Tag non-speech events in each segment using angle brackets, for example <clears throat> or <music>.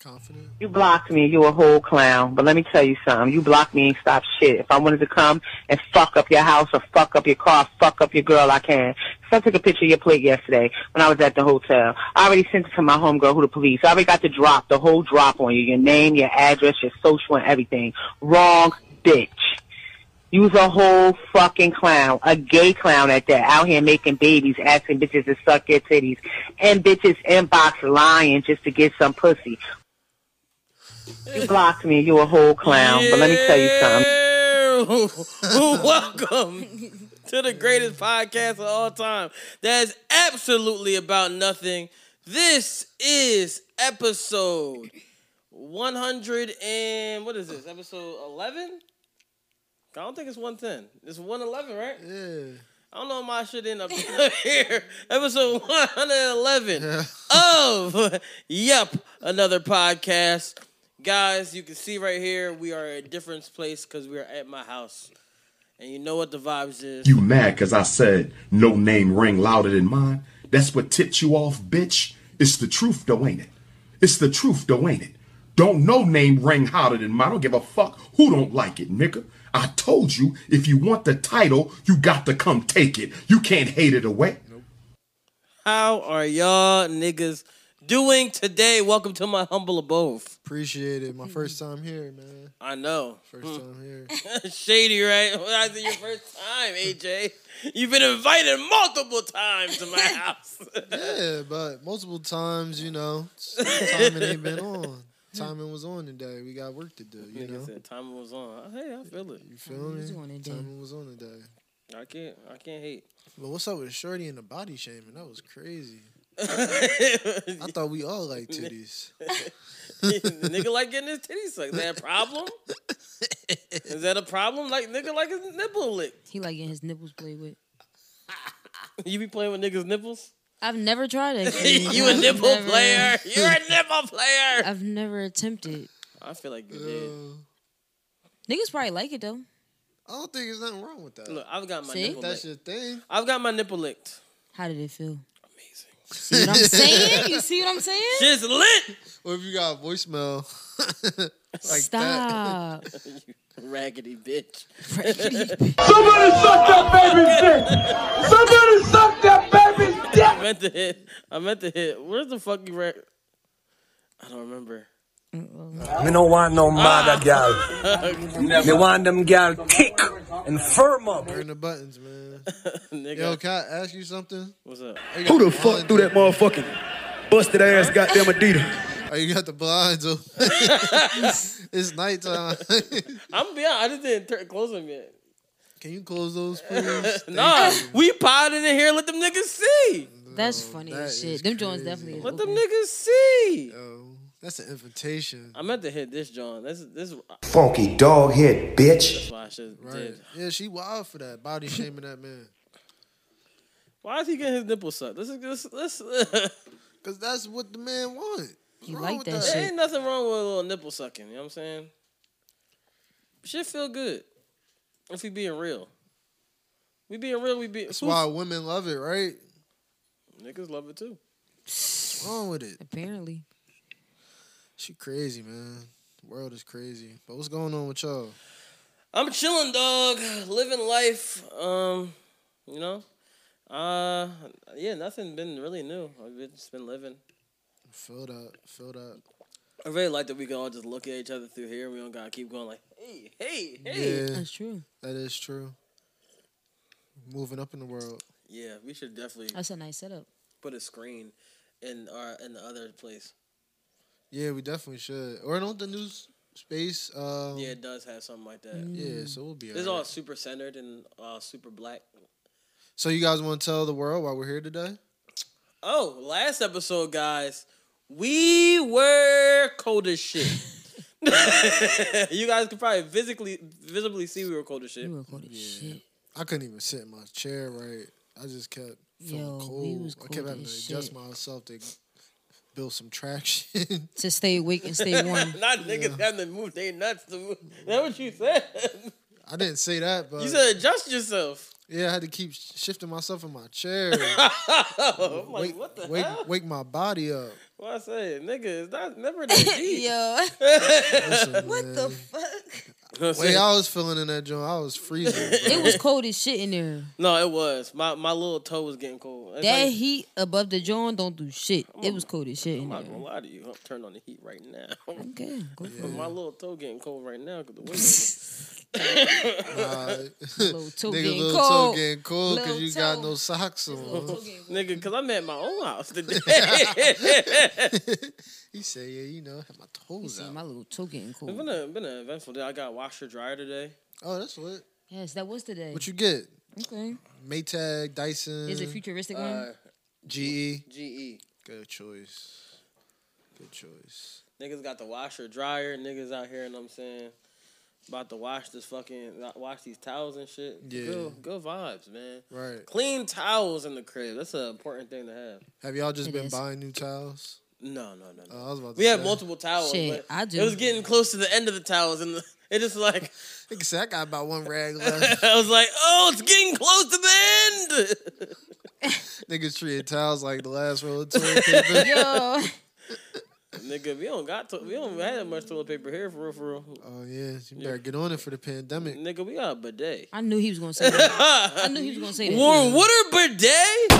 Confident. You blocked me. You a whole clown. But let me tell you something. You blocked me and stop shit. If I wanted to come and fuck up your house or fuck up your car, fuck up your girl, I can. So I took a picture of your plate yesterday when I was at the hotel. I already sent it to my homegirl who the police. I already got the drop, the whole drop on you. Your name, your address, your social and everything. Wrong bitch. You was a whole fucking clown. A gay clown at that. Out here making babies, asking bitches to suck their titties. And bitches inbox lying just to get some pussy. <laughs> You blocked me. You a whole clown. But let me tell you something. <laughs> something. Welcome to the greatest podcast of all time. That is absolutely about nothing. This is episode 100 and what is this? Episode 11? I don't think it's 110. It's 111, right? Yeah. I don't know if my shit end up here. <laughs> Episode 111 Yeah. of Yep, another podcast. Guys, you can see right here, we are at a different place because we are at my house. And you know what the vibes is. You mad cause I said no name ring louder than mine? That's what tipped you off, bitch. It's the truth though, ain't it? It's the truth though, ain't it? Don't no name ring hotter than mine. I don't give a fuck who don't like it, nigga. I told you if you want the title, you got to come take it. You can't hate it away. How are y'all niggas doing today? Welcome to my humble abode. Appreciate it. My first time here, man. I know. Hmm. First time <laughs> here. Shady, right? I said your first time, AJ. You've been invited multiple times <laughs> to my house. <laughs> Yeah, but multiple times, <laughs> you know, timing ain't been on. Timing was on today. We got work to do, you Nigga know. said time was on. Hey, I feel it. You feel Timing me? was on today. Timing was on today. I can't. I can't hate. But what's up with Shorty and the body shaming? That was <laughs> crazy. I thought we all liked titties. nigga like getting his titties sucked. Is that a problem? Is that a problem? Like nigga like his nipple licked. He like getting his nipples played with. You be playing with niggas' nipples? <laughs> I've <laughs> never tried it. you a nipple player. <laughs> You're a nipple player. I've never attempted. I feel like you did. Uh, Niggas probably like it though. I don't think there's nothing wrong with that. Look, I've got my See? nipple That's licked. your thing. I've got my nipple licked. How did it feel? Amazing. See what I'm saying? You see what I'm saying? Shit's lit. What if you got a voicemail? <laughs> like that. <laughs> Stop. <laughs> you raggedy bitch. Somebody suck that baby's dick! Somebody suck that baby's dick! I meant to hit. I meant to hit. Where's the fuck you? Ra- I don't remember. Me no want no mother gal. Me want them gal thick and firm up. Turn the buttons, man. <laughs> Nigga, Yo, can I ask you something? what's up? Who the fuck threw that motherfucking busted ass goddamn Adidas? Oh, you got the blinds <laughs> open. <laughs> it's nighttime. <laughs> I'm gonna be honest. I just didn't turn, close them yet. Can you <laughs> close those, please? Nah, we potted in here. Let them niggas see. That's funny that as is shit. Them joints crazy. definitely is Let them open. niggas see. Yo, that's an invitation. I meant to hit this John. This this Funky dog head, bitch. that's why I should Right. did. Yeah, she wild for that. Body shaming that man. Why is he getting his nipple sucked? This is this this. <laughs> Because that's what the man want. What's He wrong like with that there shit. ain't nothing wrong with a little nipple sucking. You know what I'm saying? Shit feel good. If we being real, we being real. We be That's who- why women love it, right? niggas love it too. What's wrong with it? Apparently. She crazy, man. The world is crazy. But what's going on with y'all? I'm chilling, dog. Living life. Um, you know. Uh, yeah, nothing been really new. I've been- just been living. Filled up, filled up. I really like that we can all just look at each other through here. We don't gotta keep going like, hey, hey, hey. Yeah, Yeah, That's true. that is true. Moving up in the world. we should definitely That's a nice setup. put a screen in our in the other place. Yeah, we definitely should. Or don't the new s- space? Um, Yeah, it does have something like that. yeah. So we'll be. This is alright. all super centered and uh, super black. So you guys want to tell the world why we're here today? Oh, last episode, guys, we were cold as shit. you guys could probably physically visibly see we were cold as shit. You recorded shit. I couldn't even sit in my chair right. I just kept feeling Yo, we cold. was I kept cold having to as adjust shit. myself to build some traction. <laughs> <laughs> To stay awake <laughs> and stay warm. Not niggas having to move their nuts to move. That's what you said. I didn't say that, but you said adjust yourself. <laughs> Yeah, I had to keep sh- shifting myself in my chair. Oh, I'm like, wake, what the wake, hell? wake my body <laughs> up. Well, I say, nigga, it's not never that deep. <laughs> Yo, Listen, what man. the fuck? way I was feeling in that joint, I was freezing. <laughs> <laughs> bro. It was cold as shit in there. no, it was. My my little toe was getting cold. It's That like- heat above the joint don't do shit. It was cold as shit in I'm there. not gonna lie to you. I'm turning on the heat right now. <laughs> Okay, go for it. My little toe getting cold right now because <laughs> the wind. Nah, Little toe <laughs> nigga, getting little cold. toe getting cold because Little you got toe. no socks on. Nigga, because I'm at my own <laughs> house <laughs> today. <laughs> he said, "Yeah, you know, I had my You toes see, out." my little toe getting it's cold. been, a, been an eventful day. I got washer dryer today. oh, that's what. Yes, that was today. What you get? Okay. Maytag, Dyson, Is it futuristic Uh, <laughs> one? GE. GE. E? Good choice. Good choice. Niggas got the washer dryer. Niggas out here, and I'm saying, about to wash this fucking, wash these towels and shit. Yeah. Good, good vibes, man. Right. Clean towels in the crib. That's an important thing to have. Have y'all just It been is. buying new towels? No, no, no, no. Uh, I was about to we have say. multiple towels. Shit, but I do. It was getting close to the end of the towels, and the, <laughs> it just like Nigga said I got about <laughs> one rag left. I was like, oh, it's getting close to the end. <laughs> Niggas treated towels like the <laughs> last roll of toilet paper. Yo, Nigga, we don't got to, we don't have that much toilet paper here for real, for real. Oh yeah, you better get on it for the pandemic. Nigga, we got a bidet. I knew he was gonna say <laughs> that. I knew he was gonna say that. Warm water bidet?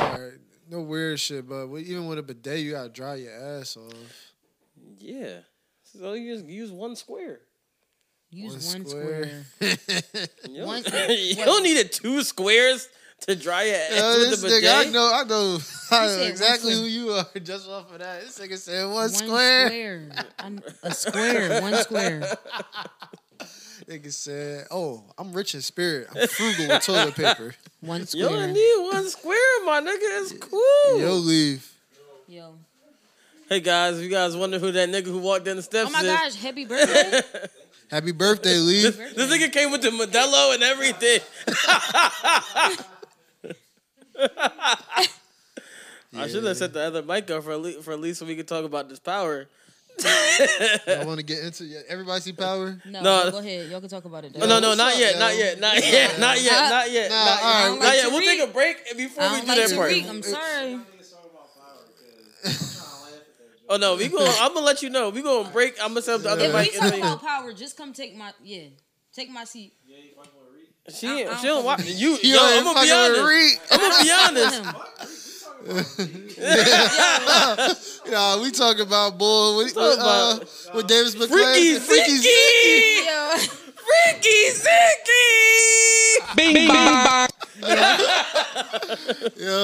All right. No weird shit, but with- even with a bidet, you gotta dry your ass off. Yeah. So you just use one square. Use One one square. square. <laughs> You don't, One- <laughs> you don't need a two squares to dry your ass Yo, Eh, with this the nigga, bidet. I know, <laughs> I know, I said know one exactly square. who you are just off of that. This nigga said one, One square. square. I- A square. One <laughs> square. Nigga said, "Oh, I'm rich in spirit. I'm frugal with toilet paper. <laughs> One You don't square. need one square, my nigga. It's cool. Yo, leave." Yo. Hey guys, if you guys wonder who that nigga who walked down the steps Oh my is, gosh! Happy birthday. Happy birthday, leave. this nigga came with the Modelo and everything. <laughs> I should have set the other mic up for at least, for at least so we could talk about this <laughs> power. <laughs> I want to get into yeah, everybody see power. <laughs> No, No. <laughs> go ahead. Y'all can talk about it. Oh, no, though. no, what's not up, yet, yo? not <laughs> yet, not yet, not yet, not yet, Nah, not all yet. right. Not like yet. We'll Tariq. take a break before I we don't do like that part. Tariq. I'm sorry. Oh no, we going I'm gonna let you know. We gonna break. I'm gonna set up the other If Yeah. mic. we and talk then- about power, just come take my yeah, take my seat. She, I- I ain't- don't she don't fucking watch. with You, yo, I'm gonna be honest. I'm gonna be honest. Him. <laughs> Nah, we talking about boy. What, Talk what, uh, what Davis McClain? Freaky, freaky, <laughs> freaky, Yo, freaky. Bing, bong. <laughs> Yo,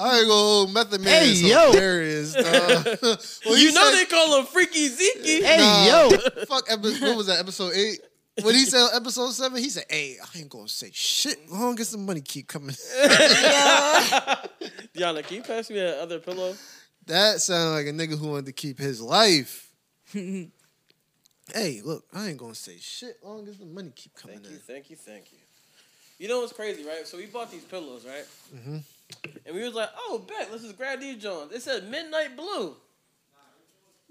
I ain't gonna hold Method Man. Hey, yo. Hilarious, dog. well, You know they call him Freaky Zeke. yo. Fuck, epi- what was that, episode 8? When he said episode 7, he said, hey, I ain't gonna say shit long as the money keep coming. <laughs> Diana, can you pass me that other pillow? That sounded like a nigga who wanted to keep his life. hey, look, I ain't gonna say shit long as the money keep coming Thank you, in. thank you, thank you. You know what's crazy, right? So we bought these pillows, right? And we was like, oh, bet, let's just grab these Jones. It said midnight blue.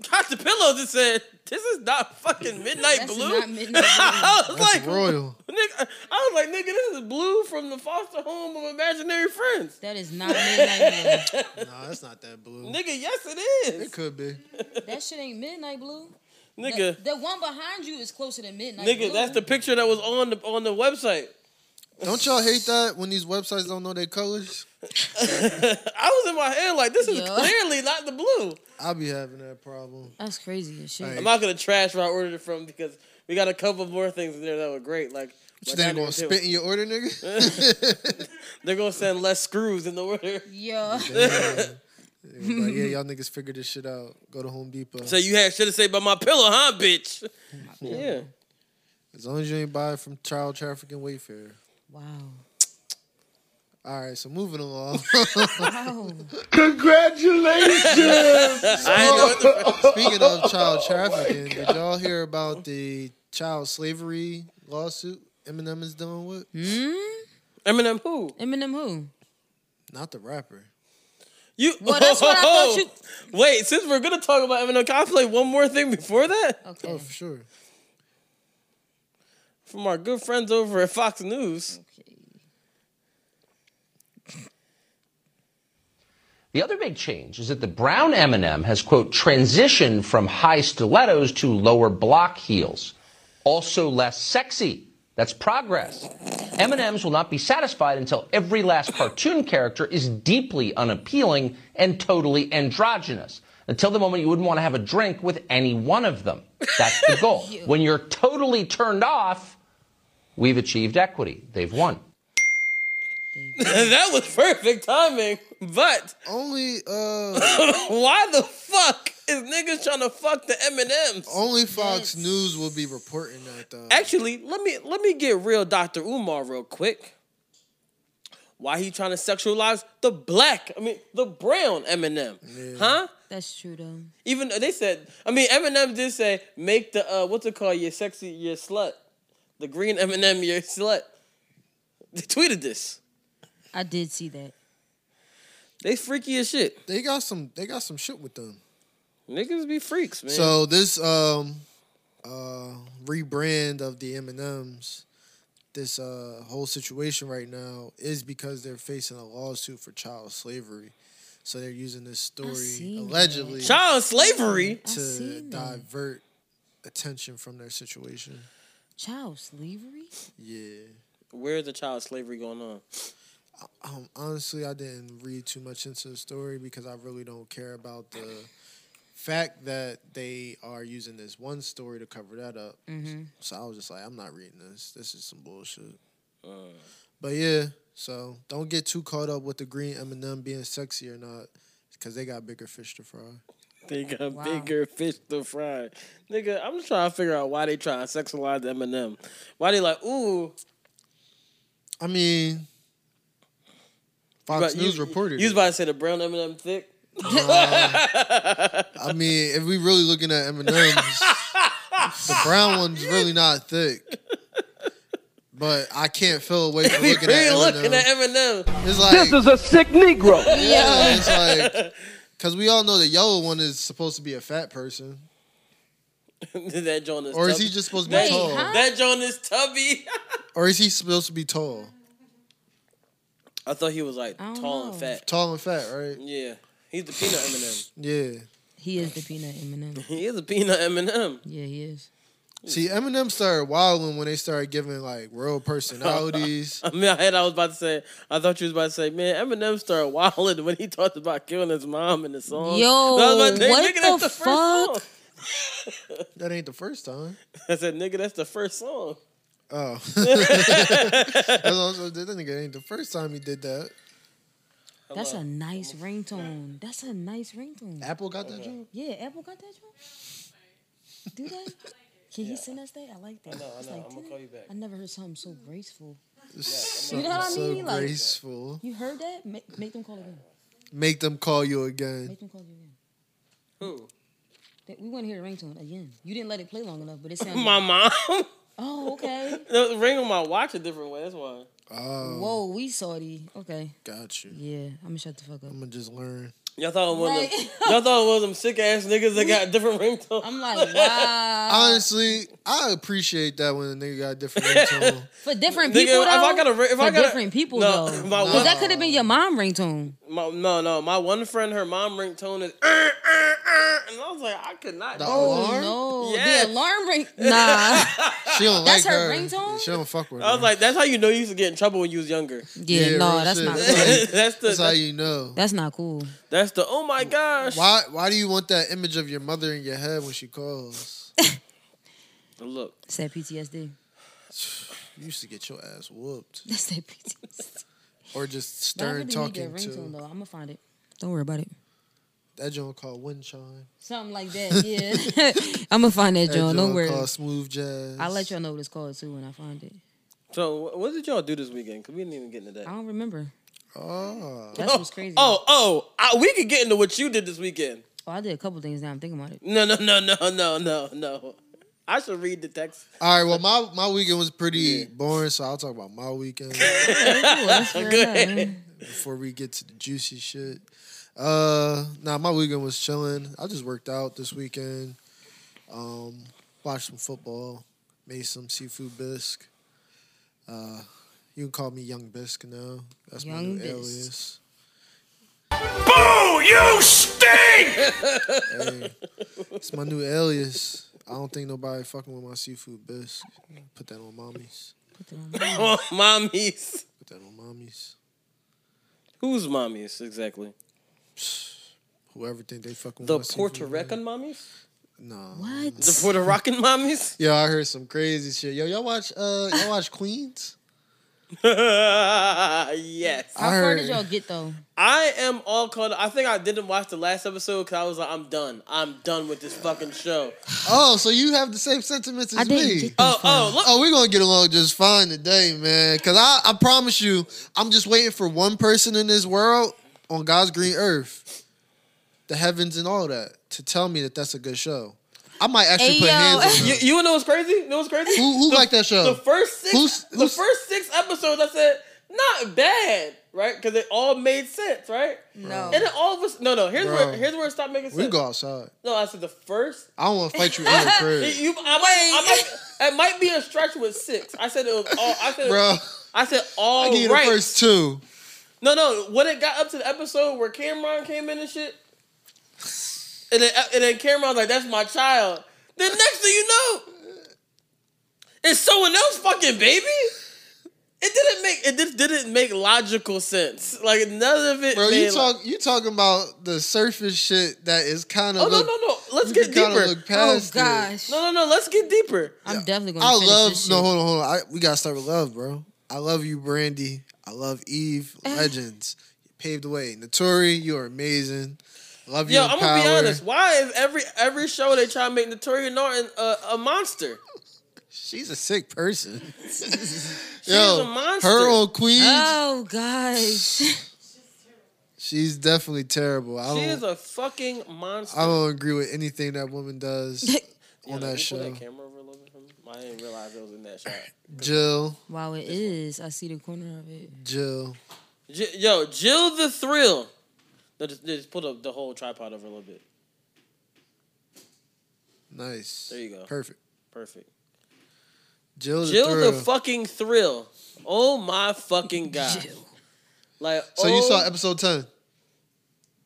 <laughs> Got the pillows and said, this is not fucking midnight that's blue. not midnight. <laughs> I was That's like, royal. nigga, I was like, nigga, this is blue from the foster home of imaginary friends. That is not <laughs> midnight <laughs> Nah, that's not that blue. Nigga, yes, it It is. could be. blue. That shit ain't midnight blue. Nigga, The, the one behind you is closer to midnight. nigga, blue. that's the picture that was on the on the website. Don't y'all hate that when these websites don't know their colors? <laughs> I was in my head like, this is Yeah. clearly not the blue. I'll be having that problem. That's crazy as shit. Hey. I'm not gonna trash where I ordered it from because we got a couple more things in there that were great. Like You my think dad they gonna even spit said- in your order, nigga? <laughs> They're gonna send less screws in the order. <laughs> Yo, They was like, yeah, y'all niggas figured this shit out. Go to Home Depot. So you had shit to say about my pillow, huh, bitch? Yeah. As long as you ain't buy it from child trafficking Wayfair. wow, All right, so moving along. <laughs> wow. Congratulations. I ain't know what the Speaking of child trafficking, did y'all hear about the child slavery lawsuit Eminem is dealing with? Eminem who? Eminem who? Not the rapper. You Well, that's what I <laughs> thought you. Wait, since we're gonna talk about Eminem, can I play one more thing before that? Okay. Oh, for sure. from our good friends over at Fox News. The other big change is that the brown M&M has, quote, transitioned from high stilettos to lower block heels. Also less sexy. That's progress. M&Ms will not be satisfied until every last cartoon character is deeply unappealing and totally androgynous. Until the moment you wouldn't want to have a drink with any one of them. That's <laughs> the goal. when you're totally turned off, we've achieved equity. They've won. <laughs> that was perfect timing. But Only uh <laughs> why the fuck is niggas trying to fuck the M&Ms? only Fox Yes. News will be reporting that though. Actually, let me let me get real Dr. Umar real quick. Why he trying to sexualize the black, I mean the brown Eminem. Huh? That's true though. Even they said, I mean Eminem did say make the uh what's it called your sexy your slut. The green Eminem your slut. They tweeted this. I did see that. They freaky as shit. They got some they got some shit with them. Niggas be freaks, man. So this um uh rebrand of the M and M's, this uh whole situation right now is because they're facing a lawsuit for child slavery. So they're using this story seen allegedly Child slavery. I to seen that. divert attention from their situation. Child slavery? Yeah. Where's the child slavery going on? Um, honestly, I didn't read too much into the story because I really don't care about the fact that they are using this one story to cover that up. So I was just like, I'm not reading this. This is some bullshit. Uh, But yeah, so don't get too caught up with the green M&M being sexy or not because they got bigger fish to fry. They got Wow. bigger fish to fry. Nigga, I'm just trying to figure out why they trying to sexualize Eminem. Why they like, ooh, I mean, Fox but you- News reported. You was it. about to say the brown Eminem thick? <laughs> I mean, if we really looking at M and M's, the brown one's really not thick. But I can't feel away from We looking at really M looking at and Eminem. <laughs> It's like, is a sick Negro. yeah, it's like, <laughs> because we all know the yellow one is supposed to be a fat person, that joint is or is tubby. he just supposed to be Wait, tall, huh? That joint is tubby. <laughs> or is he supposed to be tall, I thought he was like I don't tall and know. fat. tall and fat, right? Yeah. He's the peanut Eminem. Yeah. He is the peanut Eminem. He is a peanut Eminem. Yeah, he is. See, Eminem started wilding when they started giving like <laughs> real personalities. I mean, I had I was about to say, I thought you was about to say, man, Eminem started wilding when he talked about killing his mom in the song. Yo, And I was about to say, Oh, what nigga, that's the first song. fuck? that ain't the first time. I said, nigga, that's the first song. <laughs> Oh. <laughs> That's also, that nigga ain't the first time he did that. That's a nice ringtone. That's a nice ringtone. Apple got that joke? Yeah, Apple got that joint. Do they? Can he send us that? I like that. I I know. I'm gonna call you <laughs> back. I never heard something so graceful. So, You know what I so mean? Like- graceful. You heard that? Make, make them call again. Make them call you again. Make them call you again. Who? That- We want to hear the ringtone again. You didn't let it play long enough, <laughs> but it sounded. My mom. <laughs> Oh, okay. the ring on my watch a different way. That's why. Oh, Whoa, we salty. Okay. got you. Yeah, I'm gonna shut the fuck up. I'm gonna just learn. Y'all thought it was Like- them, Oh, <laughs> y'all thought it was them sick ass niggas that got different ringtones. I'm like, wow. Honestly, I appreciate that when a nigga got <laughs> a different ringtone. <laughs> For different Nigga, people, if though. I got a ri- if for I got a- different people, No, though. my Because one- that could have been your mom ringtone. <laughs> My, no, no. My one friend, her mom ringtone is, <laughs> "Uh, uh, uh," and I was like, I could not. The do alarm? Oh, no. Yes. The alarm <laughs> ring. Nah. <laughs> She don't That's like her her. ringtone? She don't fuck with I was her. like, that's how you know you used to get in trouble when you was younger. Yeah, Yeah, no, real that's shit. not That's cool. <laughs> Hey, that's the That's that's, how you know. That's not cool. the oh my gosh. Why why do you want that image of your mother in your head when she calls? <laughs> Look, It's that PTSD. <sighs> You used to get your ass <laughs> whooped. That's that PTSD. Or just But I really stern need talking that ringtone, to though. I'm gonna find it. Don't worry about it. that joint called wind chime. Something like <laughs> that. Yeah. <laughs> I'm gonna find that, That John. Don't joint worry. called smooth jazz. I'll let y'all know what it's called too when I find it. so wh- what did y'all do this weekend? Cause we didn't even get into I that. don't remember. Oh, That's <laughs> what's crazy. Oh, oh, I, we could get into what you did this weekend. Oh, I did a couple things now. I'm thinking about it. No, no, no, no, no, no, no. I should read the text. all right. Well, my my weekend was pretty boring, so I'll talk about my Ooh, <laughs> weekend. <laughs> that's fair enough. before we get to the juicy shit. Uh, nah, my weekend was chilling. I just worked out this weekend. Um, watched some football. Made some seafood bisque. Uh, you can call me Young Bisque now. That's my Young new Bisque. alias. Boo! <laughs> You stink! It's my new alias. I don't think nobody fucking with my seafood bisque. Put that on mommies. Put that on there. Oh, <laughs> mommies. Put that on mommies. Who's mommies exactly? Whoever think they fucking The with my Puerto seafood Rican mommies? bisque. Nah. What? The Puerto Rican mommies? Yo, I heard some crazy shit. Yo, y'all watch uh y'all <laughs> watch Queens? yes. How I far heard- did y'all get though? I am all caught up. I think I didn't watch the last episode because I was like, I'm done. I'm done with this fucking show. Oh, so you have the same sentiments as I me. didn't get that Oh, far. oh, look. Oh, we're gonna get along just fine today, man. Cause I, I promise you, I'm just waiting for one person in this world on God's green earth, the heavens and all that, to tell me that that's a good show. I might actually Hey, put yo. hands <laughs> on You, them. you know what's crazy? You know what's crazy? Who, who liked that show? The first six, Who's- the who's- first six episodes, I said not bad, right? Because it all made sense, right? No. And then all of us, no, no. Here's Bro. where here's where it stopped making sense. we go outside. No, I said the first. I don't want to fight you <laughs> in your crib, You, I might, I might, it might be a stretch with six. I said it was all. I said, bro. I said all I give you right. the first two. No, no. When it got up to the episode where Cameron came in and shit, and then, and then Cameron was like, "That's my child." Then next thing you know, it's someone else fucking baby. It didn't make it just didn't make logical sense. Like none of it. Bro, made, you like- talk you talking about the surface shit that is kind of oh no no no! Let's you get can kinda deeper. look Oh past it. gosh. No no no! Let's get deeper. I'm definitely gonna I finish love this shit. no hold on hold on. I, we gotta start with love, bro. I love you, Brandy. I love Eve. Eh. Legends. You paved the way. Notori, you are amazing. Love you. Yo, in I'm power. gonna be honest. Why is every every show they try to make Notorious Norton a, a monster? She's a sick <laughs> person. She's a monster. her on Queens, Oh gosh. <laughs> she's definitely terrible. I she is don't, I a fucking monster. <laughs> I don't agree with anything that woman does on Yeah, that can you show. pull camera over a little bit for me? I didn't realize it was in that shot. Jill, wow, it is. I see the corner of it. Jill. J- Yo, Jill the Thrill. No, just, just pull the, the whole tripod over a little bit. Nice. There you go. Perfect. Perfect. Jill, Jill the, the thrill. fucking thrill. Oh my fucking god. Like, So you saw oh- episode ten,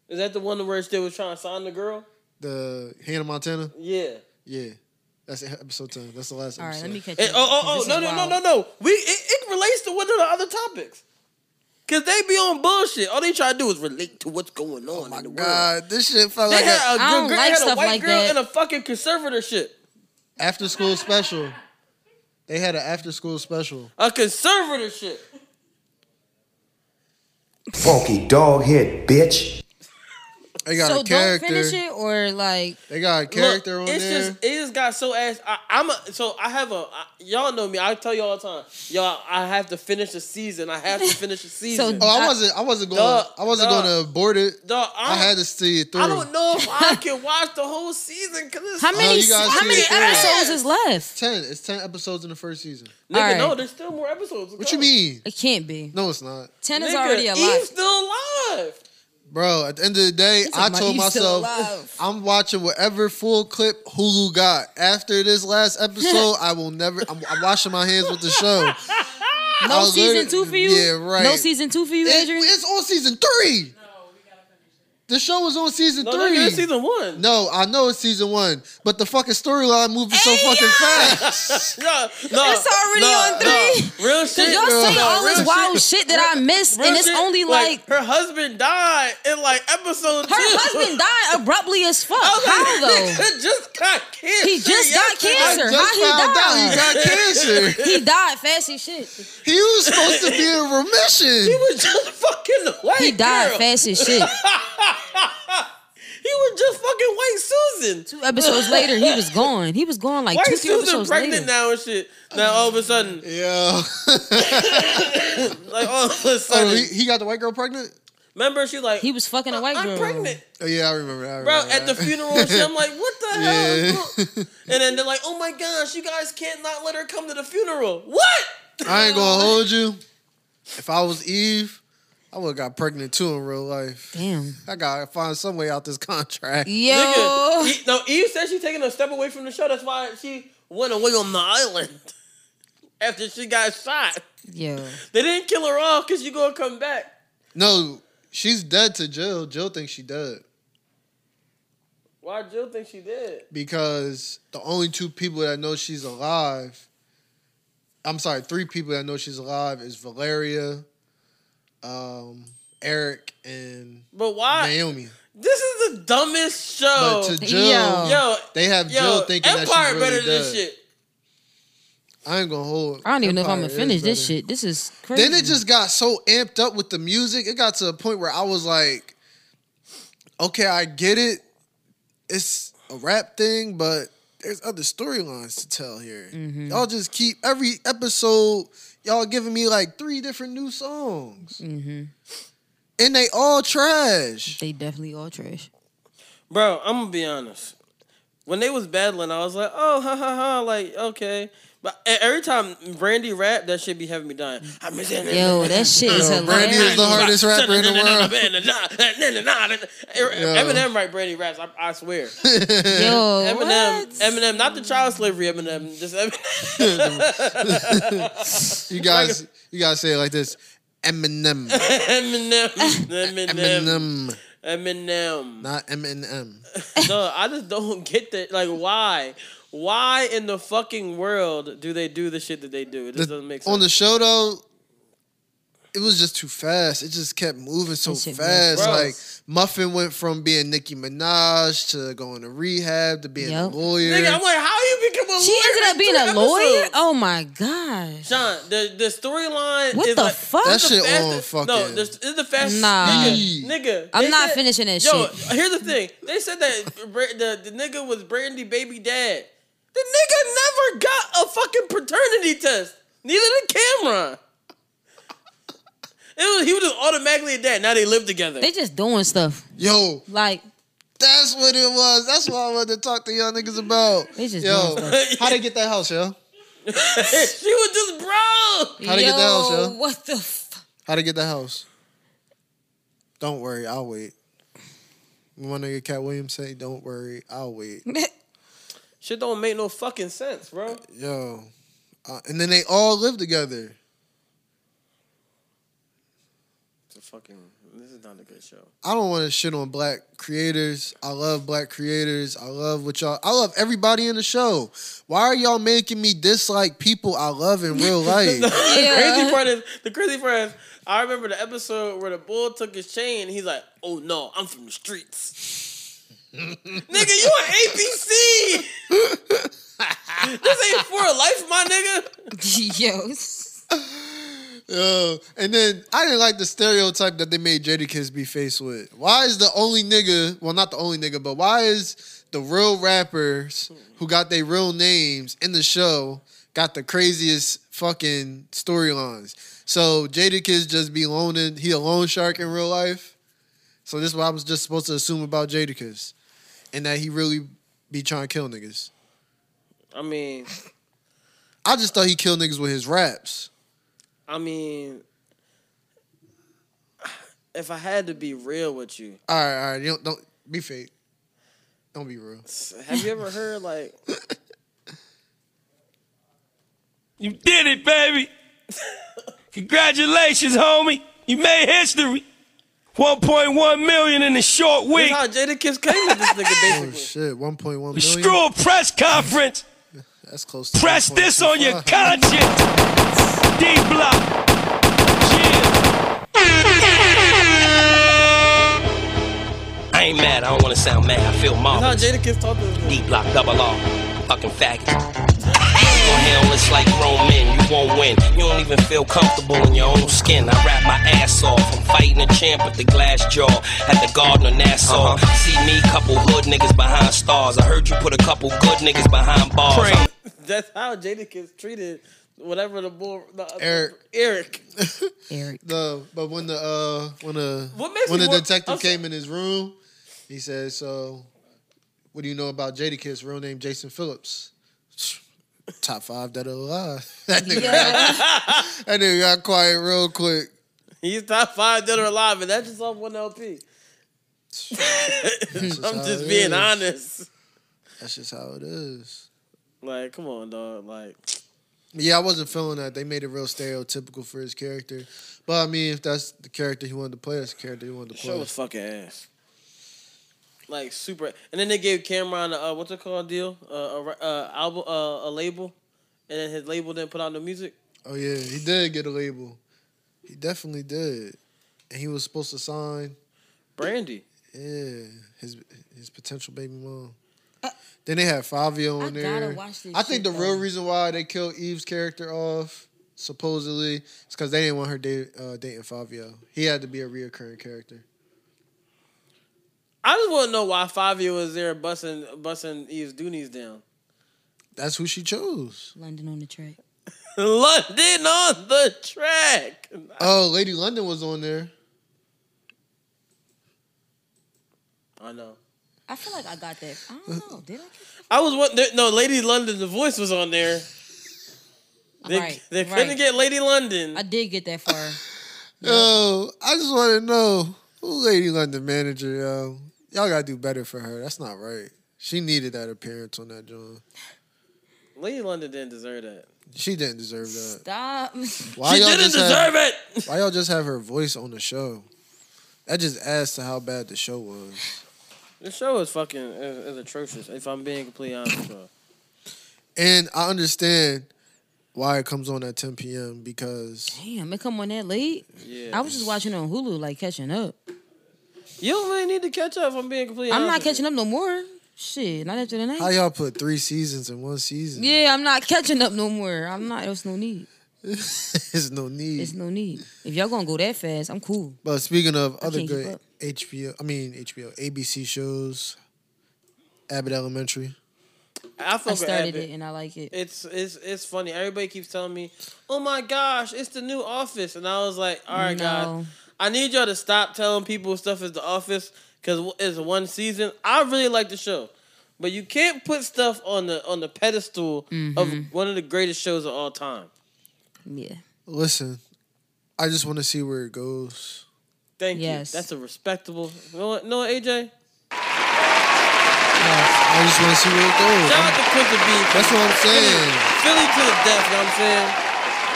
is that the one where they was trying to sign the girl? the Hannah Montana. Yeah. Yeah, that's episode ten. That's the last. All right, episode. let me catch And- up, oh, 'cause oh, oh, this no, is no, no, wild. no, no. We it, it relates to one of the other topics. Cause they be on bullshit. All they try to do is relate to what's going on in the world. Oh God, this shit felt They like had a an good don't girl, they like had a stuff white like girl that. and a fucking conservatorship. after school special. They had an after school special. A conservatorship. Funky dog head bitch. They got so a character. don't finish it or like They got a character Look, on it's there. just it just got so ass. I, I'm a, so I have a I, y'all know me. I tell you all the time, y'all. I have to finish the season. <laughs> I have to finish the season. oh, I I- wasn't. I wasn't going. Duh, I wasn't duh. going to abort it. Dog, I I, had to see it through. Oh, I don't know if <laughs> I can watch the whole season because it's how many you guys how see many it there. episodes is left? Ten. It's ten episodes in the first season. nigga. Alright. No, there's still more episodes. to What go. you mean? It can't be. No, it's not, Ten Nigga, is already a lot. Eve's still alive. bro. At the end of the day, He's I talking about told he's still myself alive. I'm watching whatever full clip Hulu got. After this last <laughs> episode, I will never. I'm, I'm washing my hands with the show. I No was season literally- two for you. Yeah, right. No season two for you, It- Adrian. it's on season three. The show was on season No, three. nigga, it's season one. No, I know it's season one, but the fucking storyline moving so fucking <laughs> fast. No, no, It's already no, on three. No. Real Cause shit. y'all no, say all real this shit. wild shit that I missed, Real and it's shit. only like her husband died in like her episode two. <laughs> husband died abruptly as fuck. I was <laughs> like, How though? Nigga just got cancer. He just got yesterday. I cancer. just How he found out he died? got cancer. <laughs> He died fast as shit. He was supposed to be <laughs> He in remission. was just fucking white. He died girl. fast as shit. <laughs> He was just fucking white Susan. Two <laughs> episodes later, he was gone. He was gone like White two, three Susan episodes pregnant later. now and shit. Now all of a sudden, <laughs> Yeah. like all of a oh, sudden, he, he got the white girl pregnant. remember she like He was fucking a white I'm girl. pregnant, Oh, yeah, I remember. that, I bro. remember At the that. funeral, and <laughs> shit. I'm like, <laughs> what the hell? is Yeah. going-" And then they're like, oh my gosh, you guys can't not let her come to the funeral. What? I ain't gonna hold you. If I was Eve, I would have got pregnant too in real life. Damn. I gotta find some way out this <laughs> contract. Yo. Nigga, E- no, Eve said she's taking a step away from the show. That's why she went away on the island <laughs> after she got shot. Yo. They didn't kill her off because you gonna come back. No, she's dead to Jill. Jill thinks she dead Why Jill think she did? because the only two people that know she's alive, I'm sorry, three people that know she's alive is Valeria, um, Eric, and But why? Naomi. This is the dumbest show. But to Jill, Yo. yo, they have yo, Jill thinking Empire that she's really better than dead. this shit. I ain't gonna hold. I don't even know if I'm Empire gonna finish is this better. shit. This is crazy. Then it just got so amped up with the music. It got to a point where I was like, okay, I get it. It's a rap thing, but there's other storylines to tell here. Mm-hmm. Y'all just keep every episode, y'all giving me like three different new songs. And they all trash. Mm-hmm. they definitely all trash. Bro, I'm gonna be honest. When they was battling, I was like, oh, ha ha ha, like okay. But e- every time Brandy rap, that shit be having me dying. I'm missing Yo, that shit is Yo, Brandy is hilarious. the hardest rapper in the world. E, Eminem right Brandy raps, I, I <laughs> swear. Yo, Eminem, what? Eminem, not the child slavery Eminem, just Eminem. <laughs> <laughs> <laughs> You guys, you guys say it like this. Eminem, Eminem, Eminem, Eminem, Eminem. not Eminem. No, I just don't get that. Like, why? Why in the fucking world do they do the shit that they do? It just doesn't make sense. On the show though, it was just too fast. It just kept moving so That shit was fast. gross. Like Muffin went from being Nicki Minaj to going to rehab to being Yep. a lawyer. Nigga, I'm like, how you become a she lawyer? ended up in being three a lawyer. episodes? Oh my gosh. Sean, the the storyline What is the like, fuck? this That is the shit on fastest- fucking- No, this this is the fastest. Nah. nigga. nigga, I'm they not finishing that yo, shit. here's the thing. They said that Bra- the the nigga was Brandy baby dad. The nigga never got a fucking paternity test. Neither did Cameron. It was, he was just automatically a dad. Now they live together. They just doing stuff. Yo, Like that's what it was. That's what I wanted to talk to y'all niggas about. They just yo, doing <laughs> how they get that house, yo? she was just broke. How'd it get down, yo, Shell? what the fuck? How to get that house? Don't worry, I'll wait. One nigga Cat Williams say, "Don't worry, I'll wait." <laughs> Shit don't make no fucking sense, bro. Yo, uh, and then they all live together. It's a fucking. This is not a good show. I don't want to shit on black creators. I love black creators. I love what y'all. I love everybody in the show. Why are y'all making me dislike people I love <laughs> in real life? The crazy Yeah. part is the crazy part is I remember the episode where the bull took his chain. and He's like, "Oh no, I'm from the streets." <laughs> nigga, you on ABC? this ain't for a life, my <laughs> nigga. Yo, Yo, and then I didn't like the stereotype that they made Jadakiss be faced with. Why is the only nigga? Well, not the only nigga, but why is the real rappers who got their real names in the show got the craziest fucking storylines? So Jadakiss just be loaning. He a loan shark in real life. So this is what I was just supposed to assume about Jadakiss, and that he really be trying to kill niggas. I mean, I just thought he killed niggas with his raps. I mean, if I had to be real with you, All right, all right, you don't, don't be fake. Don't be real. have you ever heard like You did it, baby. Congratulations, homie. You made history. 1.1 million in a short this week. how Jadakiss came to this nigga Oh basically? <laughs> shit, 1.1 million. <laughs> Screw a press conference. That's close to Press this on your 1.25. conscience. D block. Yeah. I ain't mad. I don't want to sound mad. I feel This how mom. Jadakiss talked to this nigga. D block double R. Fucking faggots. Your hairless like grown men, you won't win. You don't even feel comfortable in your own skin. I rap my ass off. I'm fighting a champ with the glass jaw at the Garden of Nassau. See me, couple hood niggas behind stars. I heard you put a couple good niggas behind bars. I'm That's how Jadakiss treated whatever the bull the, Eric. Eric. Eric. The- but when the uh when the What makes when me the more- detective I'm so- came in his room, he said, "So, what do you know about Jadakiss? Real name Jason Phillips. <laughs> Top five that are alive. <laughs> That nigga, got, <laughs> that nigga got quiet real quick. He's top five dead or alive, and that's just off one <laughs> LP. That's I'm how just it being is. honest. That's just how it is. Like, come on, dog. Like, Yeah, I wasn't feeling that. They made it real stereotypical for his character. But I mean, if that's the character he wanted to play, that's the character he wanted to play. show his fucking ass. Like super, and then they gave Cameron a, uh, what's it called deal, uh, a, re- uh, album, uh, a label, and then his label didn't put out no music. Oh yeah, he did get a label. He definitely did, and he was supposed to sign. Brandy. Yeah, his his potential baby mom. then they had Fabio I on there. gotta watch this I think shit, the real though. reason why they killed Eve's character off supposedly is because they didn't want her date, uh, dating Fabio. He had to be a reoccurring character. I just want to know why Fabio was there busting busting Eve's Doonies down. <laughs> That's who she chose. London on the track. London on the track. Oh, Lady London was on there. I know. I feel like I got that. I don't know. Did I? I was one. there- No, Lady London. The voice was on there. They, Right, they right. couldn't get Lady London. I did get that far. Yo, I just want to know who Lady London manager, yo. Y'all gotta do better for her. That's not right. She needed that appearance on that joint. Lady London didn't deserve that. She didn't deserve that. Stop. She didn't have, <laughs> deserve it. Why y'all just have her voice on the show? That just adds to how bad the show was. The show is fucking is, is atrocious. If I'm being completely honest, bro. And I understand why it comes on at 10 p.m. because Damn, it come on that late. Yeah. I was just watching on Hulu, like catching up. You don't really need to catch up. If I'm being completely. I'm not honest with catching up no more. Shit, not after the how night. y'all put three seasons in one season? Yeah, I'm not catching up no more. I'm not. There's no <laughs> need. There's no need. There's no need. If y'all gonna go that fast, I'm cool. But speaking of I other can't keep good up. HBO, I mean HBO, ABC shows, Abbott Elementary. you. I, fuck I with started Abbott. it and I like it. It's it's it's funny. Everybody keeps telling me, "Oh my gosh, it's the new Office," and I was like, "All right, guys, No. I need y'all to stop telling people stuff is the Office because it's one season. I really like the show, but you can't put stuff on the on the pedestal of Mm-hmm. one of the greatest shows of all time." Yeah. Listen, I just want to see where it goes. Thank Yes. you. That's a respectable. You know what, you know what, AJ? I just want to see where it goes. Shout out I'm- to Quinta B. that's what I'm saying. Philly to the death. You know what I'm saying?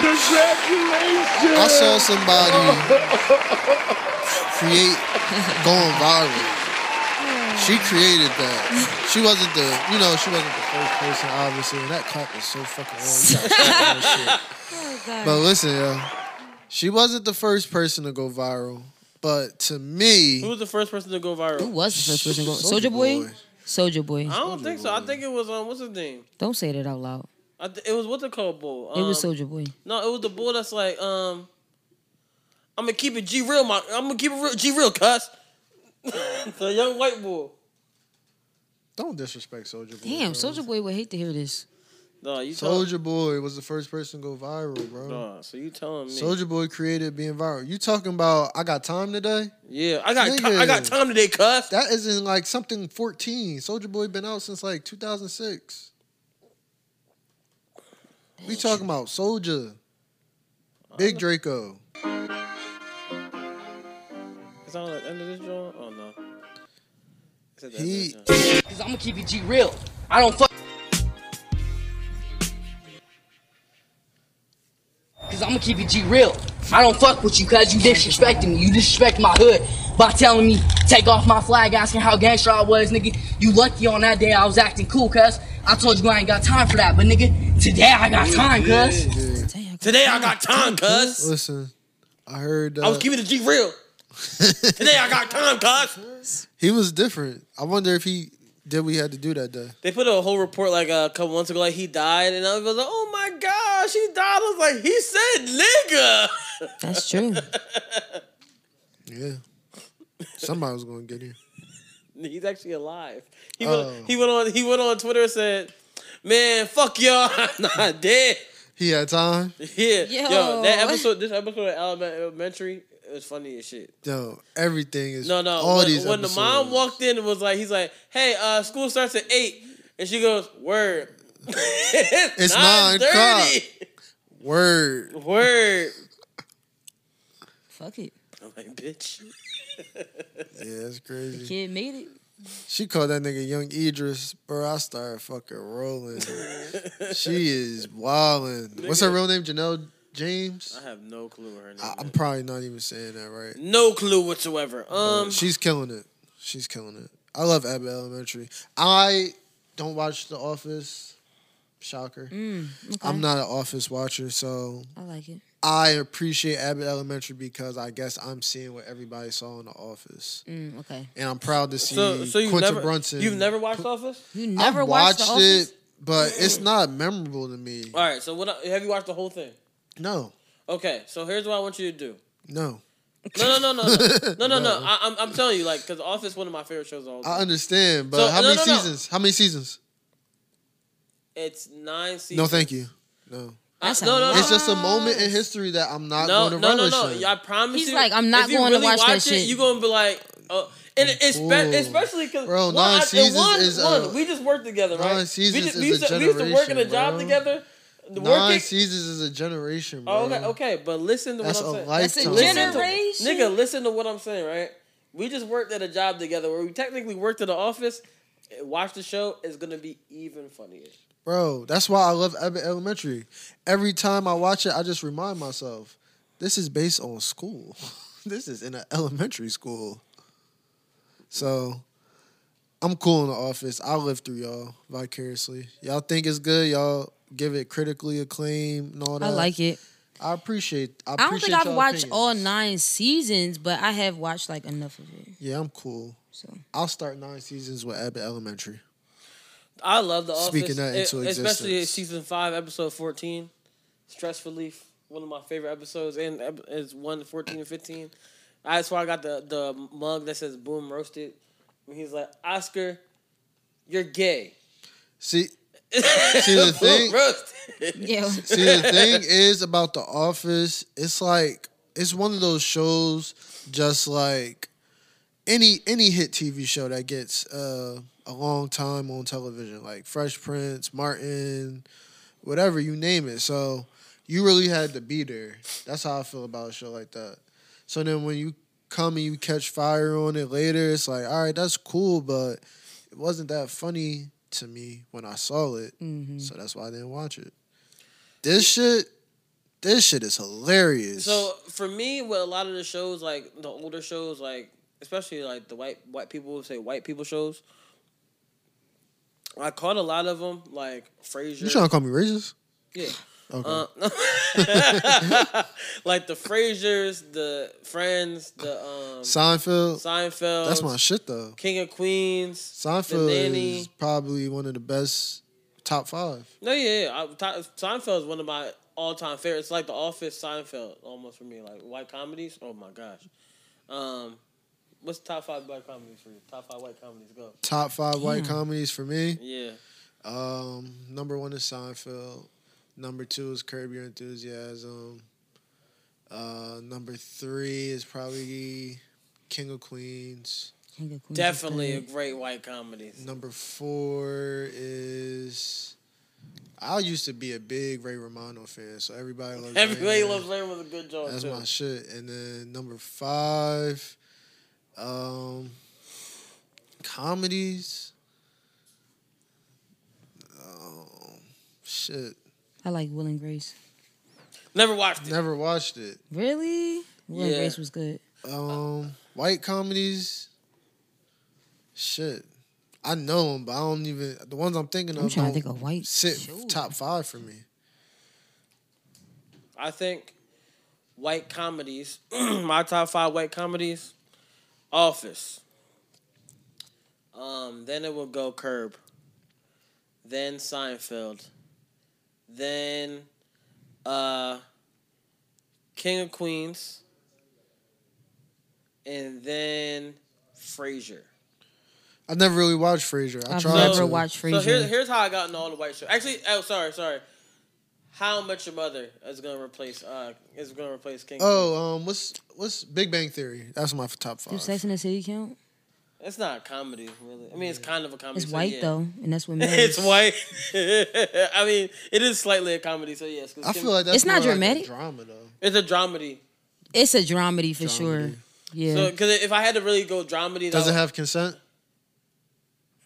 Congratulations! I saw somebody <laughs> create going viral. She created that. She wasn't the, you know, she wasn't the first person, obviously. And that clap was so <laughs> fucking wrong. You gotta stop that shit. Oh, But listen, yo, she wasn't the first person to go viral. But to me, Who was the first person to go viral? Who was the first person going? Soulja Soldier Boy. Boy. Soldier Boy. I don't think so. I think it was um, what's his name? Don't say that out loud. I th- it was what they call bull. it was Um, Soldier Boy. No, it was the bull that's like, um, I'm gonna keep it G real, my, I'm gonna keep it real, G real, cuss. <laughs> the young white bull. don't disrespect Soldier Boy. Damn, Soldier Boy would hate to hear this. No, you told Soldier Boy was the first person to go viral, bro. Nah, so you telling me? Soldier Boy created being viral. You talking about I got time today? yeah, I got, Nigga. I got time today, cuss. That isn't like something 14. Soldier Boy been out since like 2006. We talking about Soldier, Big Draco. Is that on the end of this joint? Oh no. Is it the end of He- this joint? Cause I'm gonna keep it G real. I don't fuck. Cause I'm gonna keep it G real. I don't fuck with you cause you disrespecting me. You disrespect my hood by telling me take off my flag, asking how gangster I was, nigga. You lucky on that day I was acting cool, cuz. I told you I ain't got time for that, but nigga, today I got time, cuz. Damn, Today I got time, cuss. Listen, I heard uh, I was keeping the G real. Today I got time, cuss. he was different. I wonder if he did. We had to do that day. They put a whole report like a couple months ago, like he died, and I was like, "Oh my gosh, he died!" I was like, "He said nigga." that's true. <laughs> Yeah, somebody was gonna get here. <laughs> He's actually alive. He Oh. went, he went on he went on Twitter and said, "Man, fuck y'all, <laughs> I'm not dead." He had time. Yeah, yo. Yo. that episode, this episode of Alabama Elementary is funny as shit. Yo, everything is No, no, All Uh, when, these when the mom episodes. walked in and was like, he's like, "Hey, uh, school starts at 8. and she goes, "Word." <laughs> it's nine o'clock. 9:30. Word. Word. Fuck it. I'm like, bitch. <laughs> Yeah, that's crazy. Kid made it. She called that nigga Young Idris, bro. I started <laughs> fucking rolling. she is wildin'. What's her Nigga. real name? Janelle James. I have no clue what her name. I, I'm probably Mm, not even saying that right. No clue whatsoever. But Um, she's killing it. She's killing it. I love Abbott Elementary. I don't watch The Office. Shocker. Mm, okay. I'm not an Office watcher, so I like it. I appreciate Abbott Elementary because I guess I'm seeing what everybody saw in The Office. Mm, okay. And I'm proud to see so so you've Quentin never Brunson. you've never watched Office. You I've watched, it, but it's not memorable to me. All right. So what I- have you watched the whole thing? No, Okay. So here's what I want you to do. no. No, no, <laughs> no, no, no, no, no. no. I, I'm, I'm telling you, like, because Office one of my favorite shows. Of all time. I understand, but So- how no, many no, no. seasons? How many seasons? It's nine seasons. No, thank you. No. That's no, no, no. It's just a moment in history that I'm not no, going to no, no, relish. no. in. I promise He's you. like, I'm not if you going to really watch that it, shit. You're gonna be like, oh, and it's Ooh. especially because Bro, nine seasons is a- one. We just worked together, right? Nine seasons we, just, is we, used a to, we used to work in a generation, job bro. together. The Nine working. seasons is a generation, bro. Oh, okay, okay, but listen to That's what a I'm saying. lifetime. Listen to- Generation? nigga, listen to what I'm saying, right? We just worked at a job together where we technically worked at the office. Watch the show; it's gonna be even funnier. Bro, that's why I love Abbott Elementary. Every time I watch it, I just remind myself, this is based on school. <laughs> this is in an elementary school. So I'm cool in the office. I live through y'all vicariously. Y'all think it's good, y'all give it critically acclaim and all that. I like it. I appreciate I, I don't think appreciate I've y'all watched opinions. all nine seasons, but I have watched like enough of it. Yeah, I'm cool. So I'll start nine seasons with Abbott Elementary. I love the Speaking Office, that e- into especially existence. season five, episode fourteen, stress relief. One of my favorite episodes, and ep- is one 14 and fifteen. That's why I got the the mug that says "Boom Roasted." When he's like, "Oscar, you're gay." See, see the thing. <laughs> Boom roasted. yeah, <laughs> See, <laughs> the thing is about The Office, it's like it's one of those shows, just like any any hit TV show that gets uh, a long time on television, like Fresh Prince, Martin, whatever you name it. So you really had to be there. That's how I feel about a show like that. So then when you come and you catch fire on it later, it's like, all right, that's cool, but it wasn't that funny to me when I saw it. So that's why I didn't watch it. This shit, this shit is hilarious. So for me, with a lot of the shows, like the older shows, like especially like the white white people say white people shows, I caught a lot of them, like Frasier. you trying to call me racist? Yeah. Okay. Uh, <laughs> like the Frasers, the Friends, the um, Seinfeld. Seinfeld. That's my shit though. King of Queens. The Seinfeld Nanny. is probably one of the best top five. No, yeah, yeah. I, t- Seinfeld is one of my all-time favorites. It's like The Office, Seinfeld, almost for me. Like white comedies. Oh my gosh. Um, what's top five black comedies for you? Top five white comedies. Go. Top five white comedies for me. Yeah. Um, number one is Seinfeld. Number two is Curb Your Enthusiasm. Uh, number three is probably King of Queens. King of Queens is Definitely a good. great white comedies. Number four is. I used to be a big Ray Romano fan, so everybody <laughs> loves Everybody Ray. loves Larry was a good joke That's too. my shit. And then number five, um, comedies. Um, shit. I like Will and Grace. Never watched it. Never watched it. Really? Will and Yeah. Grace was good. Um, white comedies. Shit, I know them, but I don't even the ones I'm thinking of. I'm trying to don't think of white. sit shows. top five for me. I think white comedies, <clears throat> my top five white comedies, Office. Um, then it will go Curb. Then Seinfeld. Then uh King of Queens. And then Frasier. I never really watched Frasier. I I've tried never to. watched So here, Frasier. here's how I got into all the white shows. Actually, oh sorry, sorry. How much your mother is gonna replace uh is gonna replace King of Queens. Oh, um, what's what's Big Bang Theory? That's my top Do five. Sex and the City count? It's not a comedy, really. I mean, it's kind of a comedy. It's so white yeah. though, and <laughs> that's what matters. it's white. I mean, it is slightly a comedy, so yes. 'cause I Kim- feel like that's It's not more like a dramatic. drama though. it's a dramedy. It's a dramedy for sure. Dramedy. Yeah. So, because if I had to really go dramedy, that Does it would- have consent?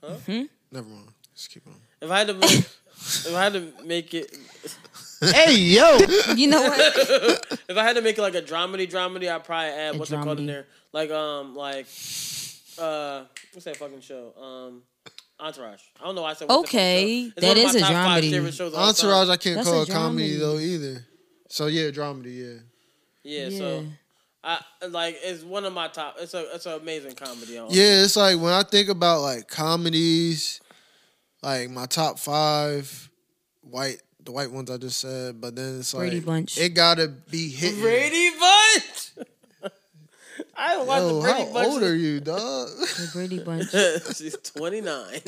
Huh? Hmm? Never mind. Just keep on. If I had to, make, <laughs> if I had to make it, <laughs> Hey, yo. <laughs> You know what? <laughs> if I had to make it like a dramedy, dramedy, I'd probably add what's it called in dramedy. there? Like um, like uh, what's that fucking show? Um, Entourage. I don't know. why I said what's Okay, that, that fucking show. is It's one of my a top five dramedy. favorite shows of all time. Entourage, I can't That's call a it comedy dramedy. though either. So yeah, dramedy, yeah. Yeah, so I like it's one of my top. It's a it's an amazing comedy. On Yeah, it's like when I think about like comedies, like my top five white the white ones I just said, but then it's like Brady Bunch. it gotta be hitting. Brady Bunch. <laughs> I watched Yo, the Brady how Bunch. old are you, dog? The Brady Bunch. <laughs> She's twenty nine.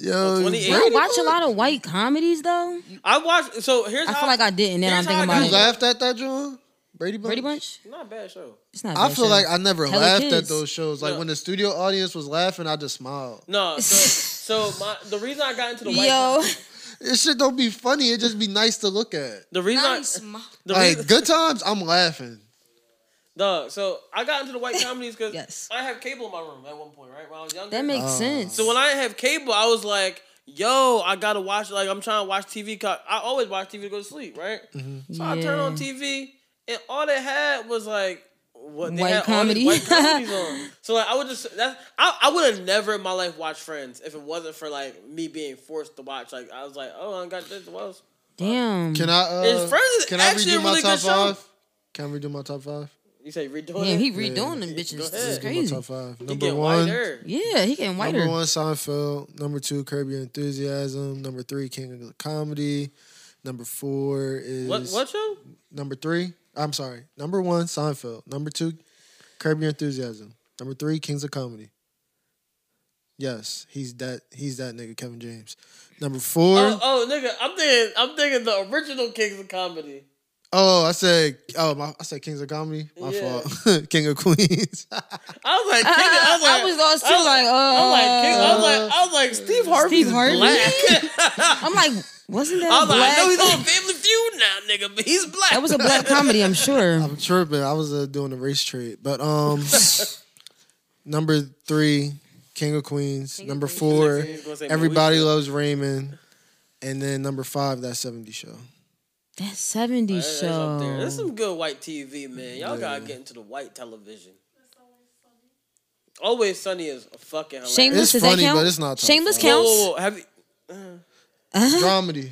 Yo, 28. You don't watch a lot of white comedies though. I watched. So here's I how feel like I didn't. Then I'm here's how thinking I about you it. laughed at that, John? <laughs> Brady Bunch. Brady Bunch. <laughs> Not a bad show. It's not. a I bad feel show. like I never Hella laughed at kids. those shows. Like No. when the studio audience was laughing, I just smiled. <laughs> No. So so my the reason I got into the white. Yo, <laughs> This shit don't be funny. It just be nice to look at. The reason I nice. mo- the reason, Like good times, I'm laughing. Dog, so I got into the white comedies because Yes. I have cable in my room at one point, right? When I was younger. That makes sense. so when I have cable, I was like, yo, I gotta watch, like, I'm trying to watch TV. 'cause I always watch TV to go to sleep, right? Mm-hmm. Mm-hmm. So I turn on TV, and all they had was like, what they White had all comedy. these white comedies on. So like I would just that's I, I would have never in my life watched Friends if it wasn't for like me being forced to watch. Like I was like, oh, I got this. What else? Damn. Can I? Uh, It's Friends is can actually I a redo my really top good show. five? Can I redo my top five? You say redoing Damn, it? he redoing them bitches. This is ahead. My crazy. top five. He Number get one. whiter. Yeah, he getting whiter. Number one, Seinfeld. Number two, Curb Your Enthusiasm. Number three, King of Comedy. Number four is What what show? number three. I'm sorry. Number one, Seinfeld. Number two, Curb Your Enthusiasm. Number three, Kings of Comedy. Yes, he's that. He's that nigga, Kevin James. Number four. Oh, Oh, oh, nigga, I'm thinking, I'm thinking the original Kings of Comedy. I said. Oh, my, I said Kings of Comedy. My Yeah. fault. <laughs> King of Queens. I was like, King, I was <laughs> like, I was lost too. Like, uh, I'm like, King, I was like, I was like, Steve Harvey's Steve Harvey? <laughs> black. <laughs> I'm like, wasn't that I a was like, I know black? he's on Family Feud now, nigga, but he's black. that was <laughs> a black comedy, I'm sure. <laughs> I'm tripping. I was uh, doing a race trade, <laughs> but um, number three, King of Queens. number four, He was gonna say, "Man, we Everybody Loves Raymond, and then number five, That 70 Show. That 70s That's up there. There's show. <laughs> some good white TV, man. Y'all gotta get into the white television. Always Sunny is fucking hilarious. Shameless It's does that funny, count? but it's not top Shameless five. Whoa, counts. whoa, whoa. Have you, uh, Dramedy.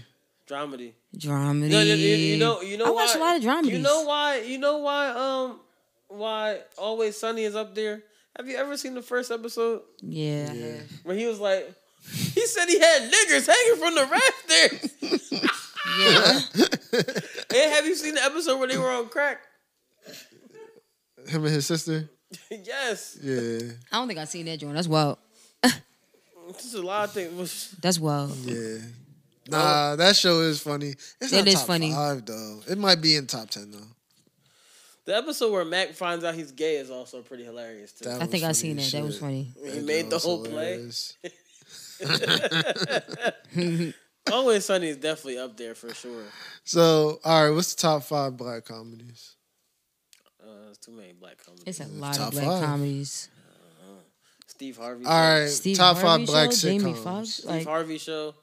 dramedy. Dramedy. No, no, you, you know, you know. I why, watch a lot of dramedies. You know why? You know why? Um, why Always Sunny is up there? Have you ever seen the first episode Yeah. where he was like, he said he had niggers hanging from the rafters. Yeah. and have you seen the episode where they were on crack? <laughs> Him and his sister. yes, Yeah, I don't think I've seen that joint. That's wild. this is a lot of things. That's wild. yeah. Nah, that show is funny. It's It not is top funny. Five though. It might be in top ten though. The episode where Mac finds out he's gay is also pretty hilarious too. That I think was I've funny seen that. as That was shit. funny. he made the was whole play. hilarious. <laughs> <laughs> Always Sunny is definitely up there for sure. So, all right, what's the top five black comedies? Uh, there's too many black comedies. Uh-huh. It's a lot Top of black five. comedies. Steve Harvey. All right, Steve top Harvey five black show, Jamie sitcoms. Foxx. Steve Like, Harvey show.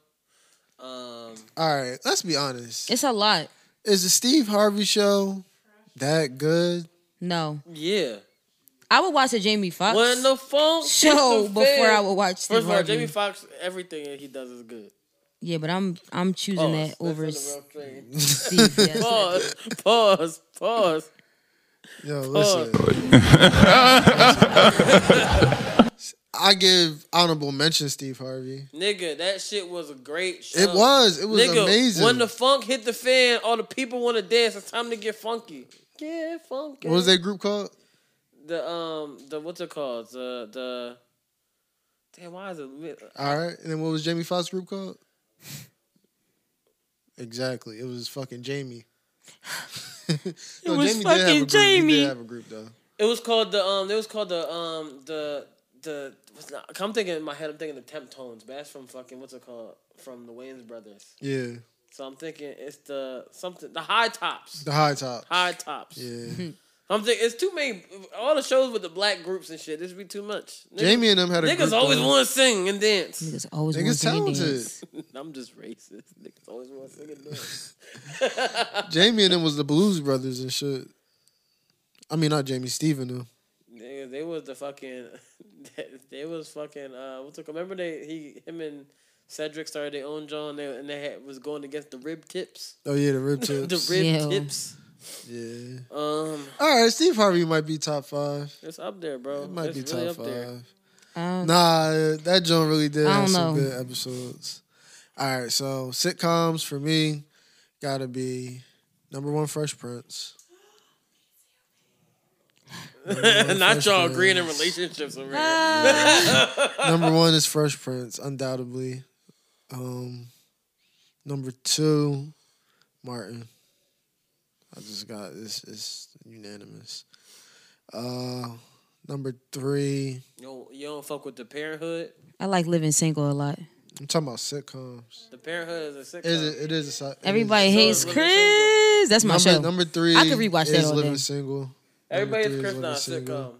Um, Uh, All right, let's be honest. it's a lot. Is the Steve Harvey show that good? No, yeah. I would watch a Jamie Foxx When the phone hits show the before fan- I would watch Steve First of all, Harvey. Jamie Foxx, everything that he does is good. yeah, but I'm I'm choosing that that's over in the Steve. rough train. <laughs> yes. <laughs> Pause. Pause. Pause. Yo, listen. <laughs> I give honorable mention Steve Harvey. Nigga, that shit was a great show. It was, it was Nigga, amazing. when the funk hit the fan, all the people want to dance. It's time to get funky. Get funky. what was that group called? The um, the what's it called? The the. Damn, why is it? All right, and then what was Jamie Foxx group called? Exactly, it was fucking Jamie. <laughs> no, It was did have a fucking group. He Jamie. did have a group though. It was called the um. It was called the um the the. What's not, I'm thinking in my head. I'm thinking the temp tones. But that's from fucking what's it called from the Wayans brothers. Yeah, So I'm thinking it's the something the high tops. the high top. High tops. Yeah, <laughs> I'm thinking it's too many. All the shows with the black groups and shit. This be too much. Niggas- Jamie and them had a niggas group, always though. want to sing and dance. Niggas always Niggas wanna sing and dance. <laughs> I'm just racist. Niggas always want to sing and <laughs> dance. Jamie and them was the Blues Brothers and shit. I mean, not Jamie Steven though. Nigga, they was the fucking. <laughs> They was fucking. Uh, what's it? called? Remember they he him and Cedric started their own John they, and they had, was going against the rib tips. Oh yeah, the rib tips. <laughs> the rib tips. Yeah. Um, All right, Steve Harvey might be top five. it's up there, bro. It might it's be really top up <laughs> there. five. Nah, that joint really did Um, I have don't some know. good episodes. All right, so sitcoms for me gotta be number one Fresh Prince. Not y'all agreeing in relationships over here. <laughs> <laughs> number one is Fresh Prince, undoubtedly. Um, number two, Martin. I just got this. It's unanimous. Uh, number three. You don't, you don't fuck with the Parenthood. I like living single a lot. I'm talking about sitcoms. The Parenthood is a sitcom. It is. It is. A, si- it is- Everybody So hates is Living Chris. That's my number, show. Number three. I could rewatch that is all Living day. Single. Number Everybody's three is Chris Living not a Single. sitcom.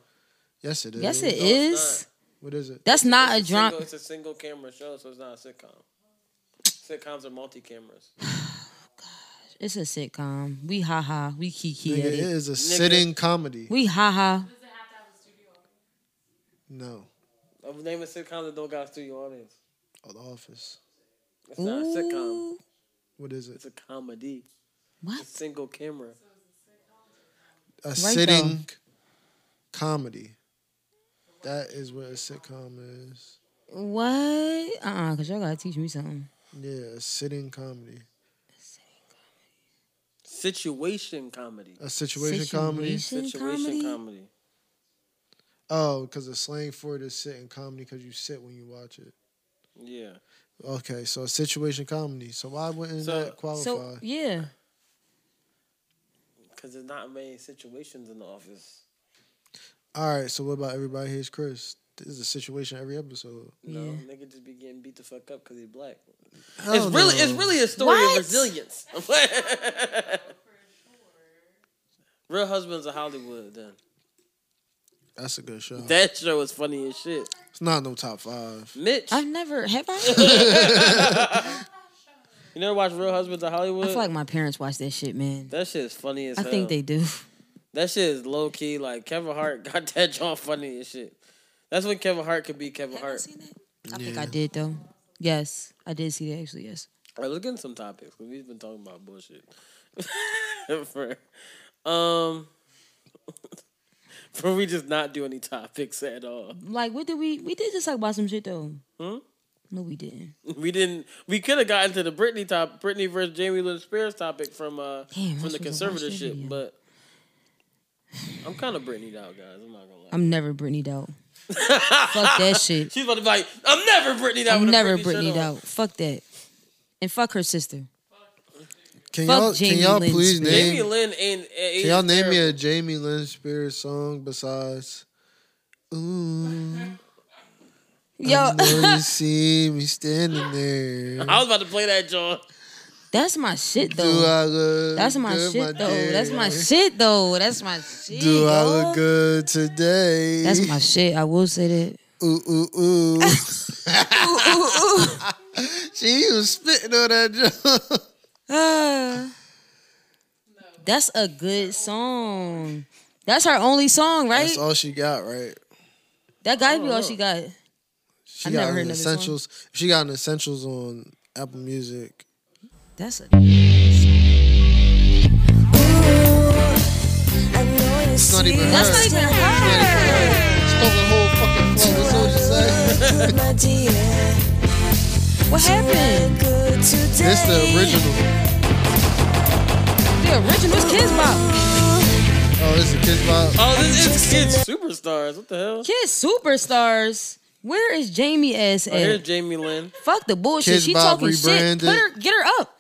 Yes, it is. Yes, it No, it's is. What is it? That's not a It's single- drama. It's a single camera show, so it's not a sitcom. Sitcoms are multi cameras. It's a sitcom. We ha ha. We kiki Nigga, at it it. is a sitting comedy. We ha ha. No, I'm naming sitcoms that don't got a studio audience. Oh, The Office. It's not a sitcom. Ooh. What is It's it? a comedy. What? It's single camera. A though. sitting comedy. That is what a sitcom is. What? Uh uh-uh, uh, because y'all gotta teach me something. Yeah, a sitting comedy. Situation comedy. A situation, comedy. Situation Situation comedy? comedy. Oh, because the slang for it is sitting comedy because you sit when you watch it. Yeah. Okay, so a situation comedy. So why wouldn't So- that qualify? So yeah. Because there's not many situations in the office. All right, so what about Everybody Hates Chris? This is a situation every episode. No, Yeah. nigga just be getting beat the fuck up because he's black. Hell it's really, no. it's really a story of What? resilience. Real Husbands of Hollywood. Then That's a good show. that show is funny as shit. it's not no top five. Mitch, I've never have I? you never watched Real Husbands of I Hollywood? feel like my parents watch that shit, man. that shit is funny as I hell. think they do. That shit is low key. Like Kevin Hart <laughs> got that John funny and shit. That's when Kevin Hart could be Kevin Have I Hart. seen that? I think I did though. Yes. I did see that actually, yes. All right, let's get into some topics because we've been talking about bullshit. <laughs> for, um, <laughs> for we just not do any topics at all. Like what did we we did just talk about some shit though. Hmm? No, we didn't. We didn't. We could have gotten to the Britney top, Britney versus Jamie Lynn Spears topic from uh Damn, from I the should've watched that conservatorship, video. but I'm kind of Britney out, guys. <laughs> I'm not gonna lie. I'm never Britney <laughs> out. Fuck that shit. She's about to be like, I'm never Britney out. I'm with never a Britney, Britney shirt on. out. Fuck that. And fuck her sister. Can Fuck y'all Jamie can y'all Lynn please Spears. name Jamie Lynn ain't. can y'all name me a Jamie Lynn Spears song besides? Ooh, <laughs> Yo, know you see me standing <laughs> there. I was about to play that, John. that's my shit Do though. I look? That's my good, shit though. dear? That's my shit though. That's my shit. Do I yo. look good today? That's my shit. I will say that. ooh ooh <laughs> ooh. Ooh, ooh, ooh. <laughs> she was spitting on that joint. Ah. <sighs> that's a good song. That's her only song, right? That's all she got, right? Oh, that gotta be all she got. She I've got never heard an another song. essentials. She got an essentials on Apple Music. That's a It's not even her. that's not even her. Stole the whole fucking flow. That's what she said. What happened? This the original. The original was Kids Bop. Oh, this is a Kids Bop. Oh, this is kids superstars. What the hell? Kids Superstars. Where is Jamie S Oh, here's at? Jamie Lynn. Fuck the bullshit. Kids She Bop talking shit. rebranded. Put her, get her up.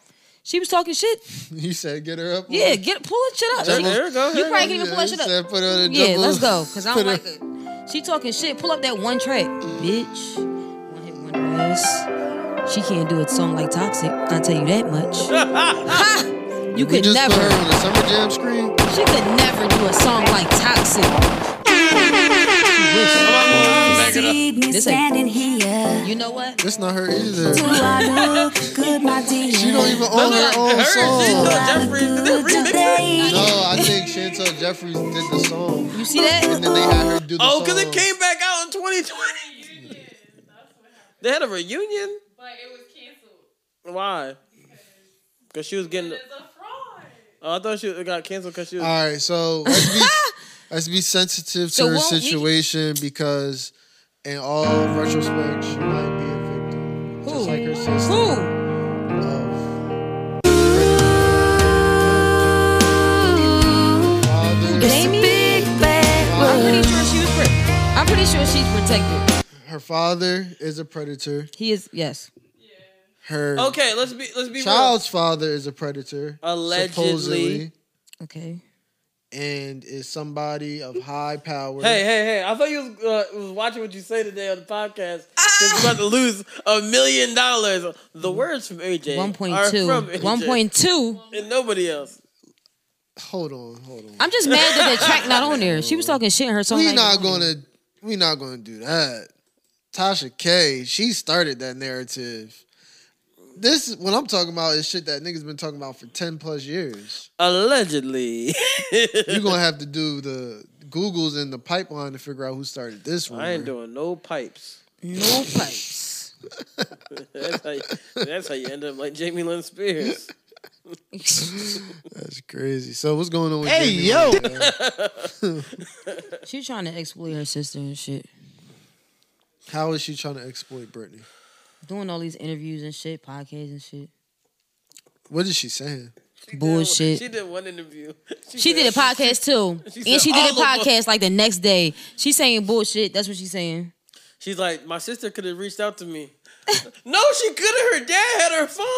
She was talking <laughs> shit. You said get her up. Yeah, get pull that shit up. There, She- there we go. you Here probably we can even pull Yeah, that he shit up. said put her in the Yeah, double. let's go. Cause I Put don't her- <laughs> like it. She talking shit. Pull up that one track, bitch. One hit one miss. She can't do a song like Toxic. I tell you that much. Ha! You could just never. put her on the Summer Jam screen. She could never do a song like Toxic. This ain't- You know what? That's not her either. Do I look good, my dear? She don't even own her own song. No, I think Chantel Jeffries did the song. You see that? And then they had her do the Oh, song. because it came back out in 2020. They had a reunion? But it was canceled. Why? Because she was getting. Oh, I thought she it got canceled because she was. All right, so let's <laughs> be, let's be sensitive to So her won't we- situation because, in all retrospect, she might be a victim, just like her sister. Jamie? Well, I'm pretty sure she was. Pre- I'm pretty sure she's protected. Her father is a predator. He is yes. Her Okay, let's be let's be child's father is a predator. Allegedly. supposedly, Okay. and is somebody of high power. Real. Hey, hey, hey! I thought you was, uh, was watching what you say today on the podcast. 'cause Ah! you about to lose a million dollars. The words from AJ. One point are two. from AJ. One point two. And nobody else. Hold on, hold on. I'm just mad that the track not on there. She was talking shit in her song. we like- not gonna we not gonna do that. Tasha K, she started that narrative. This is what I'm talking about is shit that niggas been talking about for ten plus <laughs> years. Allegedly. <laughs> You're gonna have to do the Googles and the pipeline to figure out who started this one. I ain't doing no pipes. No pipes. that's, how you, that's how you end up like Jamie <laughs> Lynn Spears. That's crazy. So what's going on with Hey, Jamie yo. Lynn, man? <laughs> She trying to exploit her sister and shit. How is she trying to exploit Britney? Doing all these interviews and shit, podcasts and shit. What is she saying? Bullshit. She did one interview. She did a podcast too, She said and she did a all of us. podcast like the next day. She's saying bullshit. That's what she's saying. She's like, my sister could have reached out to me. no, she couldn't. Her dad had her phone. <laughs>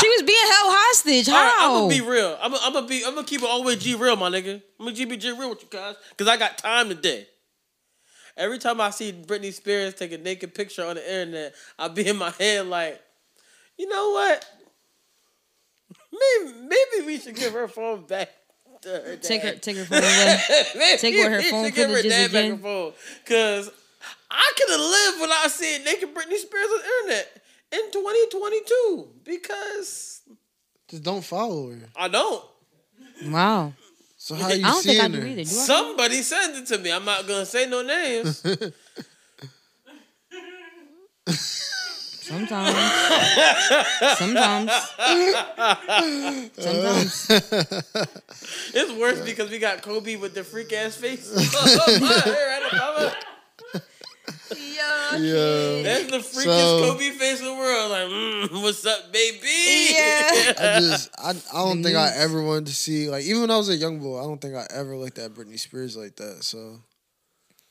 She was being held hostage. How? I'm gonna be real. I'm gonna be. I'm gonna keep it always G real, my nigga. I'm gonna keep it G real with you guys, cause I got time today. Every time I see Britney Spears take a naked picture on the internet, I be in my head like, you know what? Maybe, maybe we should give her phone back. To her dad. Take her- take her phone away. <laughs> Maybe Take away her we should phone Give her privileges dad back again. her phone, cause I could have lived without seeing naked Britney Spears on the internet in 2022 because Just don't follow her. I don't. Wow. So Is <laughs> how it- you I don't think I seeing do her? either. Do I? Somebody sent it to me. I'm not gonna say <laughs> no names. <laughs> Sometimes. Sometimes. Sometimes. <laughs> It's worse because we got Kobe with the freak ass face. <laughs> Oh, my, here, I don't- <laughs> I'm a- Yeah. That's the freakiest So- Kobe face in the world. Like, mm, what's up, baby? <laughs> I just I, I don't think I ever wanted to see like even when I was a young boy, I don't think I ever looked at Britney Spears like that. So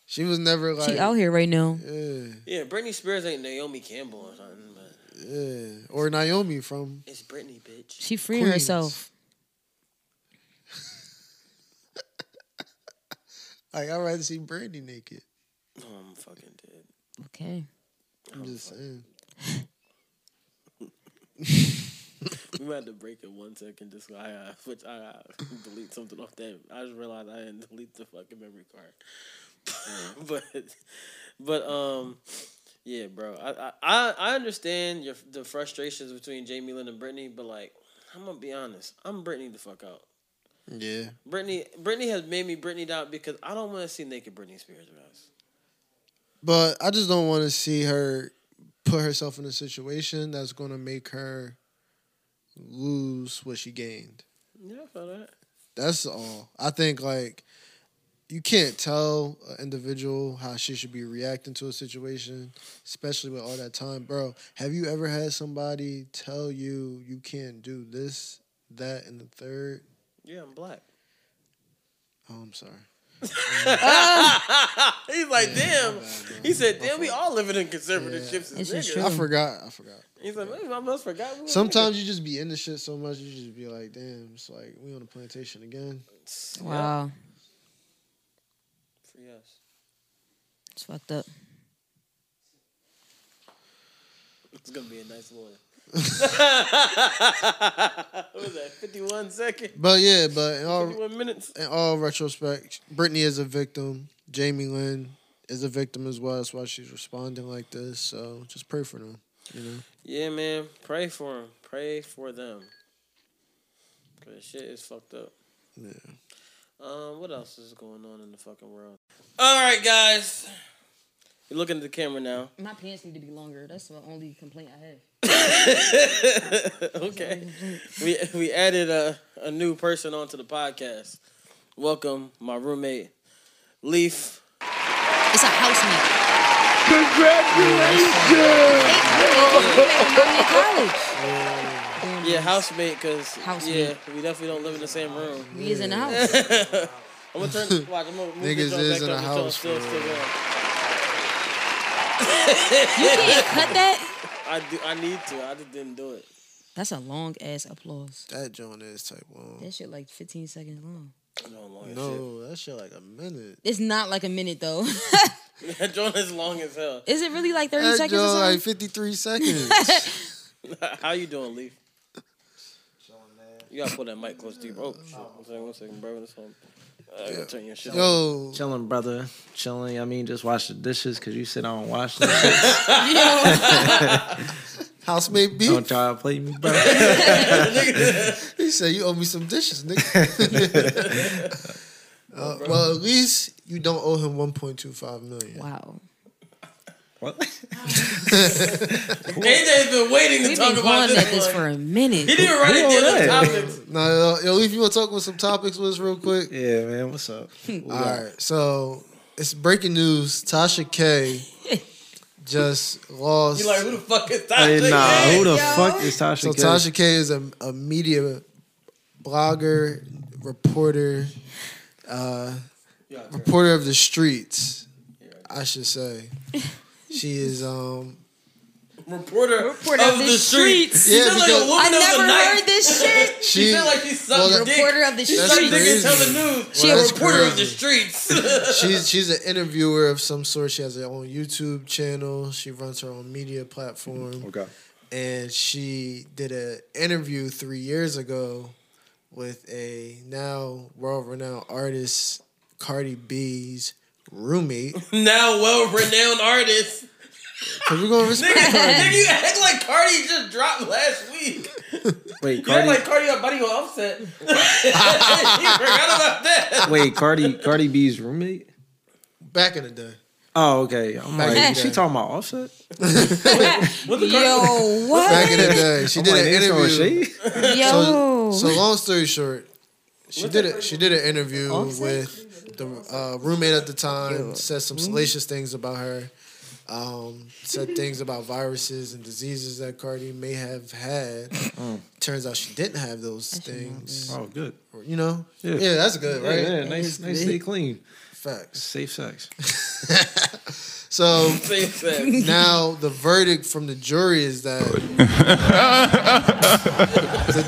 she was never like She out here right now. Yeah, <laughs> Yeah, Britney Spears ain't Naomi Campbell or something, but yeah. Or Naomi from it's Britney, bitch. She freeing Queens. herself. <laughs> Like I'd rather see Brandy naked. No, Oh, I'm fucking dead. Okay. I'm Oh, just saying. <laughs> We might have to break it one second just so I uh, which I uh, delete something off that. I just realized I didn't delete the fucking memory card. <laughs> but but um yeah, bro. I I- I, I understand your the frustrations between Jamie Lynn and Brittany, but like I'm gonna be honest, I'm Brittany the fuck out. Yeah. Brittany Brittany has made me Brittany out because I don't want to see naked Britney Spears, guys. But I just don't want to see her put herself in a situation that's gonna make her lose what she gained. Yeah, I feel that. That's all. I think like you can't tell an individual how she should be reacting to a situation, especially with all that time, bro. Have you ever had somebody tell you you can't do this, that, and the third? Yeah, I'm black. Oh, I'm sorry. <laughs> He's like, damn. He said, damn, we all living in conservative ships as niggas. I forgot. I forgot. He's like, man, I almost forgot. we were Sometimes you just be in the shit so much, you just be like, damn, it's like we on the plantation again. niggas." Wow. Yep, free us. It's fucked up. It's gonna be a nice lawyer. <laughs> what was that? Fifty-one seconds. But yeah, but in all, 51 minutes. in all retrospect, Brittany is a victim. Jamie Lynn is a victim as well. That's why she's responding like this. So just pray for them. You know. Yeah, man. Pray for them. Pray for them. Cause shit is fucked up. Yeah. Um, what else is going on in the fucking world? All right, guys. You're looking at the camera now. My pants need to be longer. That's the only complaint I have. <laughs> okay. We we added a, a new person onto the podcast. Welcome, my roommate, Leaf. It's a housemate. Yeah, housemate, because yeah, we definitely don't live in the same room. We is in the <laughs> house. I'm gonna turn. Watch, I'm gonna move Niggas this joint is back in up the this joint house, Still, still going. You can't cut that. <laughs> I do. I need to. I just didn't do it. That's a long ass applause. That joint is type long. That shit like 15 seconds long. No, that shit like a minute. It's not like a minute though. <laughs> That joint is long as hell. <laughs> is it really like 30 that seconds? joint Or something? like fifty three seconds. <laughs> How you doing, Leaf? You gotta pull that mic close to you, bro. Oh, shit. One second, one second, bro. This one. Uh, yeah. Turn your shit. off. Yo, Chilling, brother. Chilling. I mean, just wash the dishes because you sit on wash <laughs> the dishes. housemate beef. Don't try to play <laughs> <laughs> me, bro. <laughs> He said, "You owe me some dishes, <laughs> nigga." <laughs> uh, well, at least you don't owe him one point two five million. Wow. <laughs> <laughs> What? AJ's been waiting to We've talk been about going this, at this one. for a minute. He didn't write Who any other on <laughs> topics. Now, yo, Leaf, you want to talk with some topics with us real quick? Yeah, man. What's <laughs> up? All right, so it's breaking news. Tasha <laughs> K just lost. You like who the fuck is that? Hey, nah. Who the yo. fuck is Tasha? so K? Tasha K is a, a media blogger, reporter, uh, reporter of the streets, I should say. She is um reporter, Reporter of, the, streets. Yeah, she sound like a because- woman I of the never night. heard <laughs> this shit. She, she sound like she sucked well, dick. Reporter of the She sucked dick streets. and crazy. tell the news. She a Well, that's reporter of the <laughs> crazy. streets. she's she's an interviewer of some sort. She has her own YouTube channel. She runs her own media platform. Okay. and she did an interview three years ago with a now world-renowned artist, Cardi B's roommate. <laughs> now well-renowned artist. Cause we're gonna <laughs> respect Nigga, Cardi. you act like Cardi just dropped last week. Wait, You act Cardi. like Cardi got buddy who <laughs> upset. <laughs> you forgot about that. wait, Cardi. Cardi B's roommate. Back in the day, Oh, okay. I'm Back in like, the she day. talking about <laughs> offset. Yo, back in what? the day, she I'm did like, an they throwing interview. shade? Yo. <laughs> So, so long story short, she did it. She did an interview with the uh, roommate at the time. Said Mm-hmm. some salacious things about her. Um, said things about viruses and diseases that Cardi may have had. Turns out she didn't have those things. Mm. Oh, good. You know, Yeah. yeah, that's good, Yeah, right? yeah, nice, nice. Stay clean. Facts. Safe sex. <laughs> <laughs> So Same thing. now the verdict from the jury is that the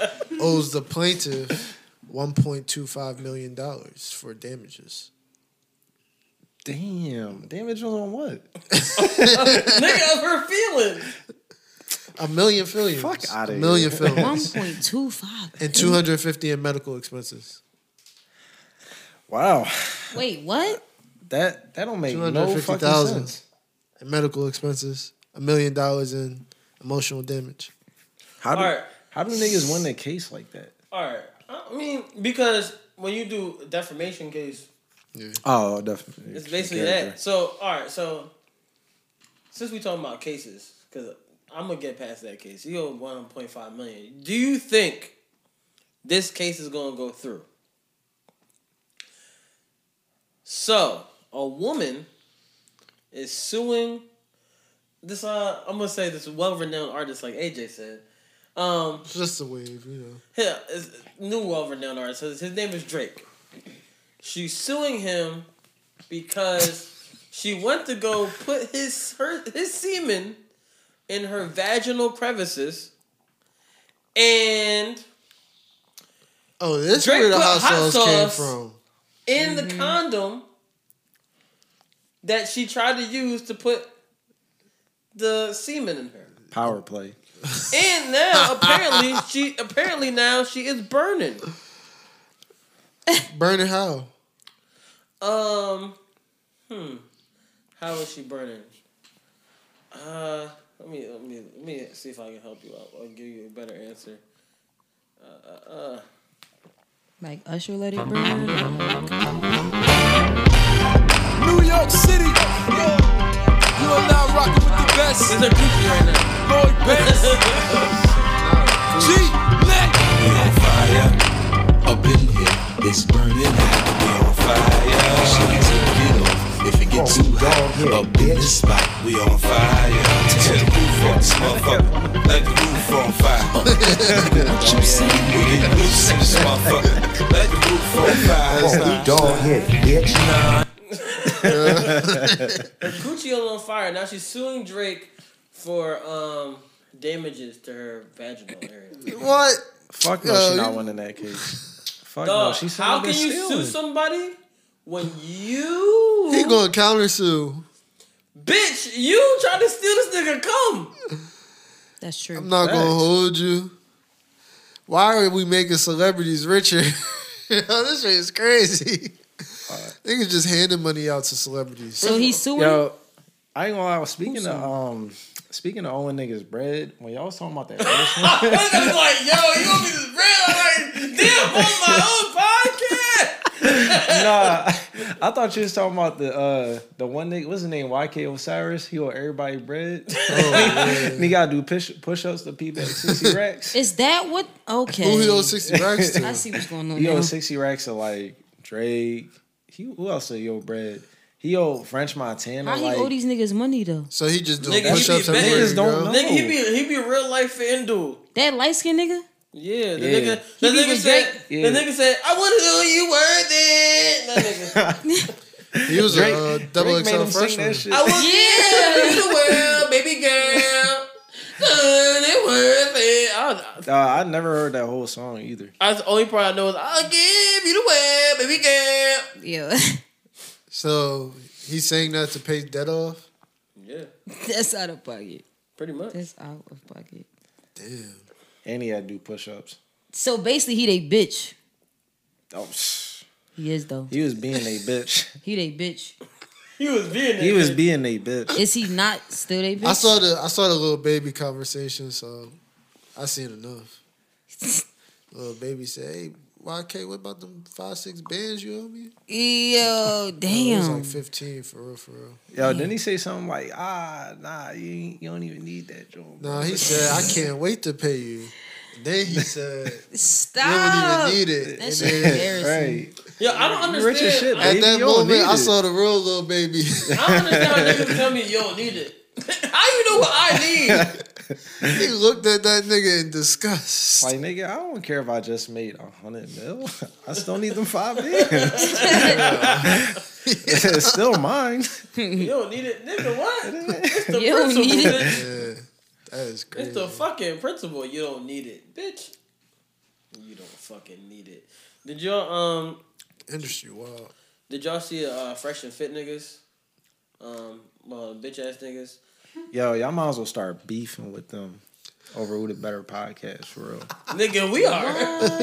defendant owes the plaintiff one point two five million dollars for damages. Damn. Damage on what? Nigga, of her feelings. A million fillions. Fuck outta A million fillions. 1.25. and two hundred fifty in medical expenses. Wow. Wait, what? That that don't make Two no hundred fifty fucking thousand sense. in medical expenses. A million dollars in emotional damage. How do Alright. how do niggas win a case like that? All right. I mean, because when you do defamation case, Oh, definitely. It's basically that. So, all right. So, since we talking about cases, because I'm gonna get past that case. You owe 1.5 million. Do you think this case is gonna go through? So, a woman is suing this. Uh, I'm gonna say this well-renowned artist, like AJ said. Um, It's just a wave, you know. yeah, it's a new well-renowned artist. His his name is Drake. She's suing him because she went to go put his her his semen in her vaginal crevices, and Oh, this Drake where the put hot hot sauce, came sauce- from. in the condom that she tried to use to put the semen in her. Power play. And now apparently she apparently now she is burning. Burning how? Um hmm. How is she burning? Uh let me let me let me see if I can help you out or give you a better answer. Uh uh uh Like Usher let it burn. New York City. Yeah. You are now rocking with the best. There's a cookie right now. Lloyd <laughs> Banks. G. Let. We on fire. Up in here. It's burning hot. We on fire. She can take it off if it gets too Oh, hot. Up in this spot. We on fire. Tear the roof off this motherfucker. Let the roof on <laughs> fire. What you see? We get loose in this motherfucker. Let the roof on <laughs> fire. Funky dog head, bitch. Gucci is on fire. Now she's suing Drake for um damages to her vaginal area. What? Fuck no, Yo, she not you- winning that case. Fuck no, Dog, she said how I've can been you stealing. sue somebody when you He going counter sue. bitch you trying to steal this nigga cum? That's true. I'm not gonna hold you. Why are we making celebrities <laughs> richer? <laughs> Yo, this shit is crazy. <laughs> <laughs> Niggas just handing money out to celebrities. Yo, I ain't gonna lie. Speaking Who's of um, speaking of owing niggas bread, when y'all was talking about <laughs> that first one, I'm like, yo, you gonna be this real? Like, damn, on my own podcast. nah, I thought you was talking about the uh the one nigga. What's his name? YK Osiris. He owe everybody bread. Oh, and <laughs> he gotta do push push ups to <laughs> people at sixty racks. Is that what? Okay. Who he owe <laughs> 60 racks to? I see what's going <laughs> on He now. owe sixty racks to like Drake. He who else did he owe bread? He owe French Montana. How he like, owe these niggas money though? So he just doing Nigga, he push-ups be every betting. day, bro. Nigga, he be he be real life fan dude. That light skinned nigga? Yeah, the Yeah. nigga, He the be nigga with said, Drake? Yeah. the nigga said, I want to know you worth it. That nigga, He was Drake- a uh, Drake double made XL him sing freshman. <laughs> that shit. I want you to <laughs> the world, baby girl. Good, it worth it. I, Nah, I never heard that whole song either. I, the only part I know is I'll give you the world, baby girl. Yeah. So he sang that to pay debt off. Yeah, That's out of pocket. Pretty much. That's out of pocket. Damn. And he had to do push ups. So basically, he they bitch. Oh, psh. He is though. he was being a bitch. He they bitch. He was being. he was being a bitch. Is he not still they bitch? I saw the I saw the little baby conversation, so I seen enough. <laughs> little baby said, "Hey, YK, what about them five six bands you owe me?" <laughs> Oh, Yo, It was damn. like fifteen for real, for real. Yo, didn't he say something like, ah, nah, you ain't- you don't even need that, Joe. No, he said, "I can't wait to pay you." Then he said, Stop. "You don't even need it." That And shit then- embarrassing. Yo, I don't You rich understand. as shit, I, At that You don't moment, need I it. saw the real little baby. I don't understand how niggas tell me you don't need it. <laughs> how you know what <laughs> I need? he looked at that nigga in disgust. Like, nigga, I don't care if I just made a hundred mil. <laughs> I still need them five <laughs> bands. it's <laughs> still mine. <laughs> you don't need it, nigga. What? It's the You don't principle. need it. bitch. Yeah, that is It's crazy. the fucking principle. You don't need it, bitch. You don't fucking need it. Did y'all um Industry wild. did y'all see uh fresh and fit niggas? Um well bitch ass <laughs> niggas. Yo, y'all might as well start beefing with them over who the better podcast for real. Nigga, we are.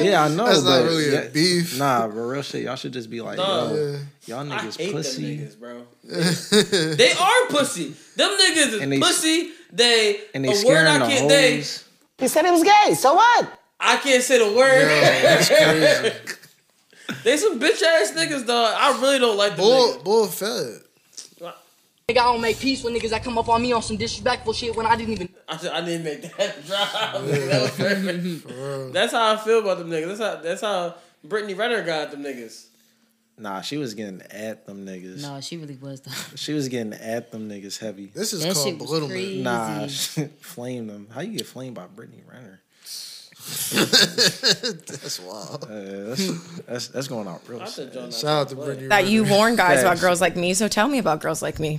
Yeah, I know. That's not but really a yeah- beef. Nah, but real shit, y'all should just be like, Nah. yo, y'all I niggas hate pussy. them niggas, <laughs> bro. They, they are pussy. Them niggas is And they- pussy. They and a they word I scaring the can't they hoes. He said it was gay, so what? I can't say the word. <laughs> they some bitch ass niggas, dog. I really don't like the Bull, bull <laughs> fed. Nigga, I don't make peace with niggas that come up on me on some disrespectful shit when I didn't even. I, said, I didn't make that <laughs> drive. that's how I feel about them niggas. That's how that's how Brittany Renner got them niggas. Nah, she was getting at them niggas. No, she really was though. <laughs> She was getting at them niggas heavy. This is That called shit was belittlement. crazy. Nah, <laughs> flame them. How you get flamed by Brittany Renner? <laughs> That's wild. Uh, that's, that's that's going out real. I said John Shout out to Brittany. that you warn guys about Facts. girls like me. So tell me about girls like me.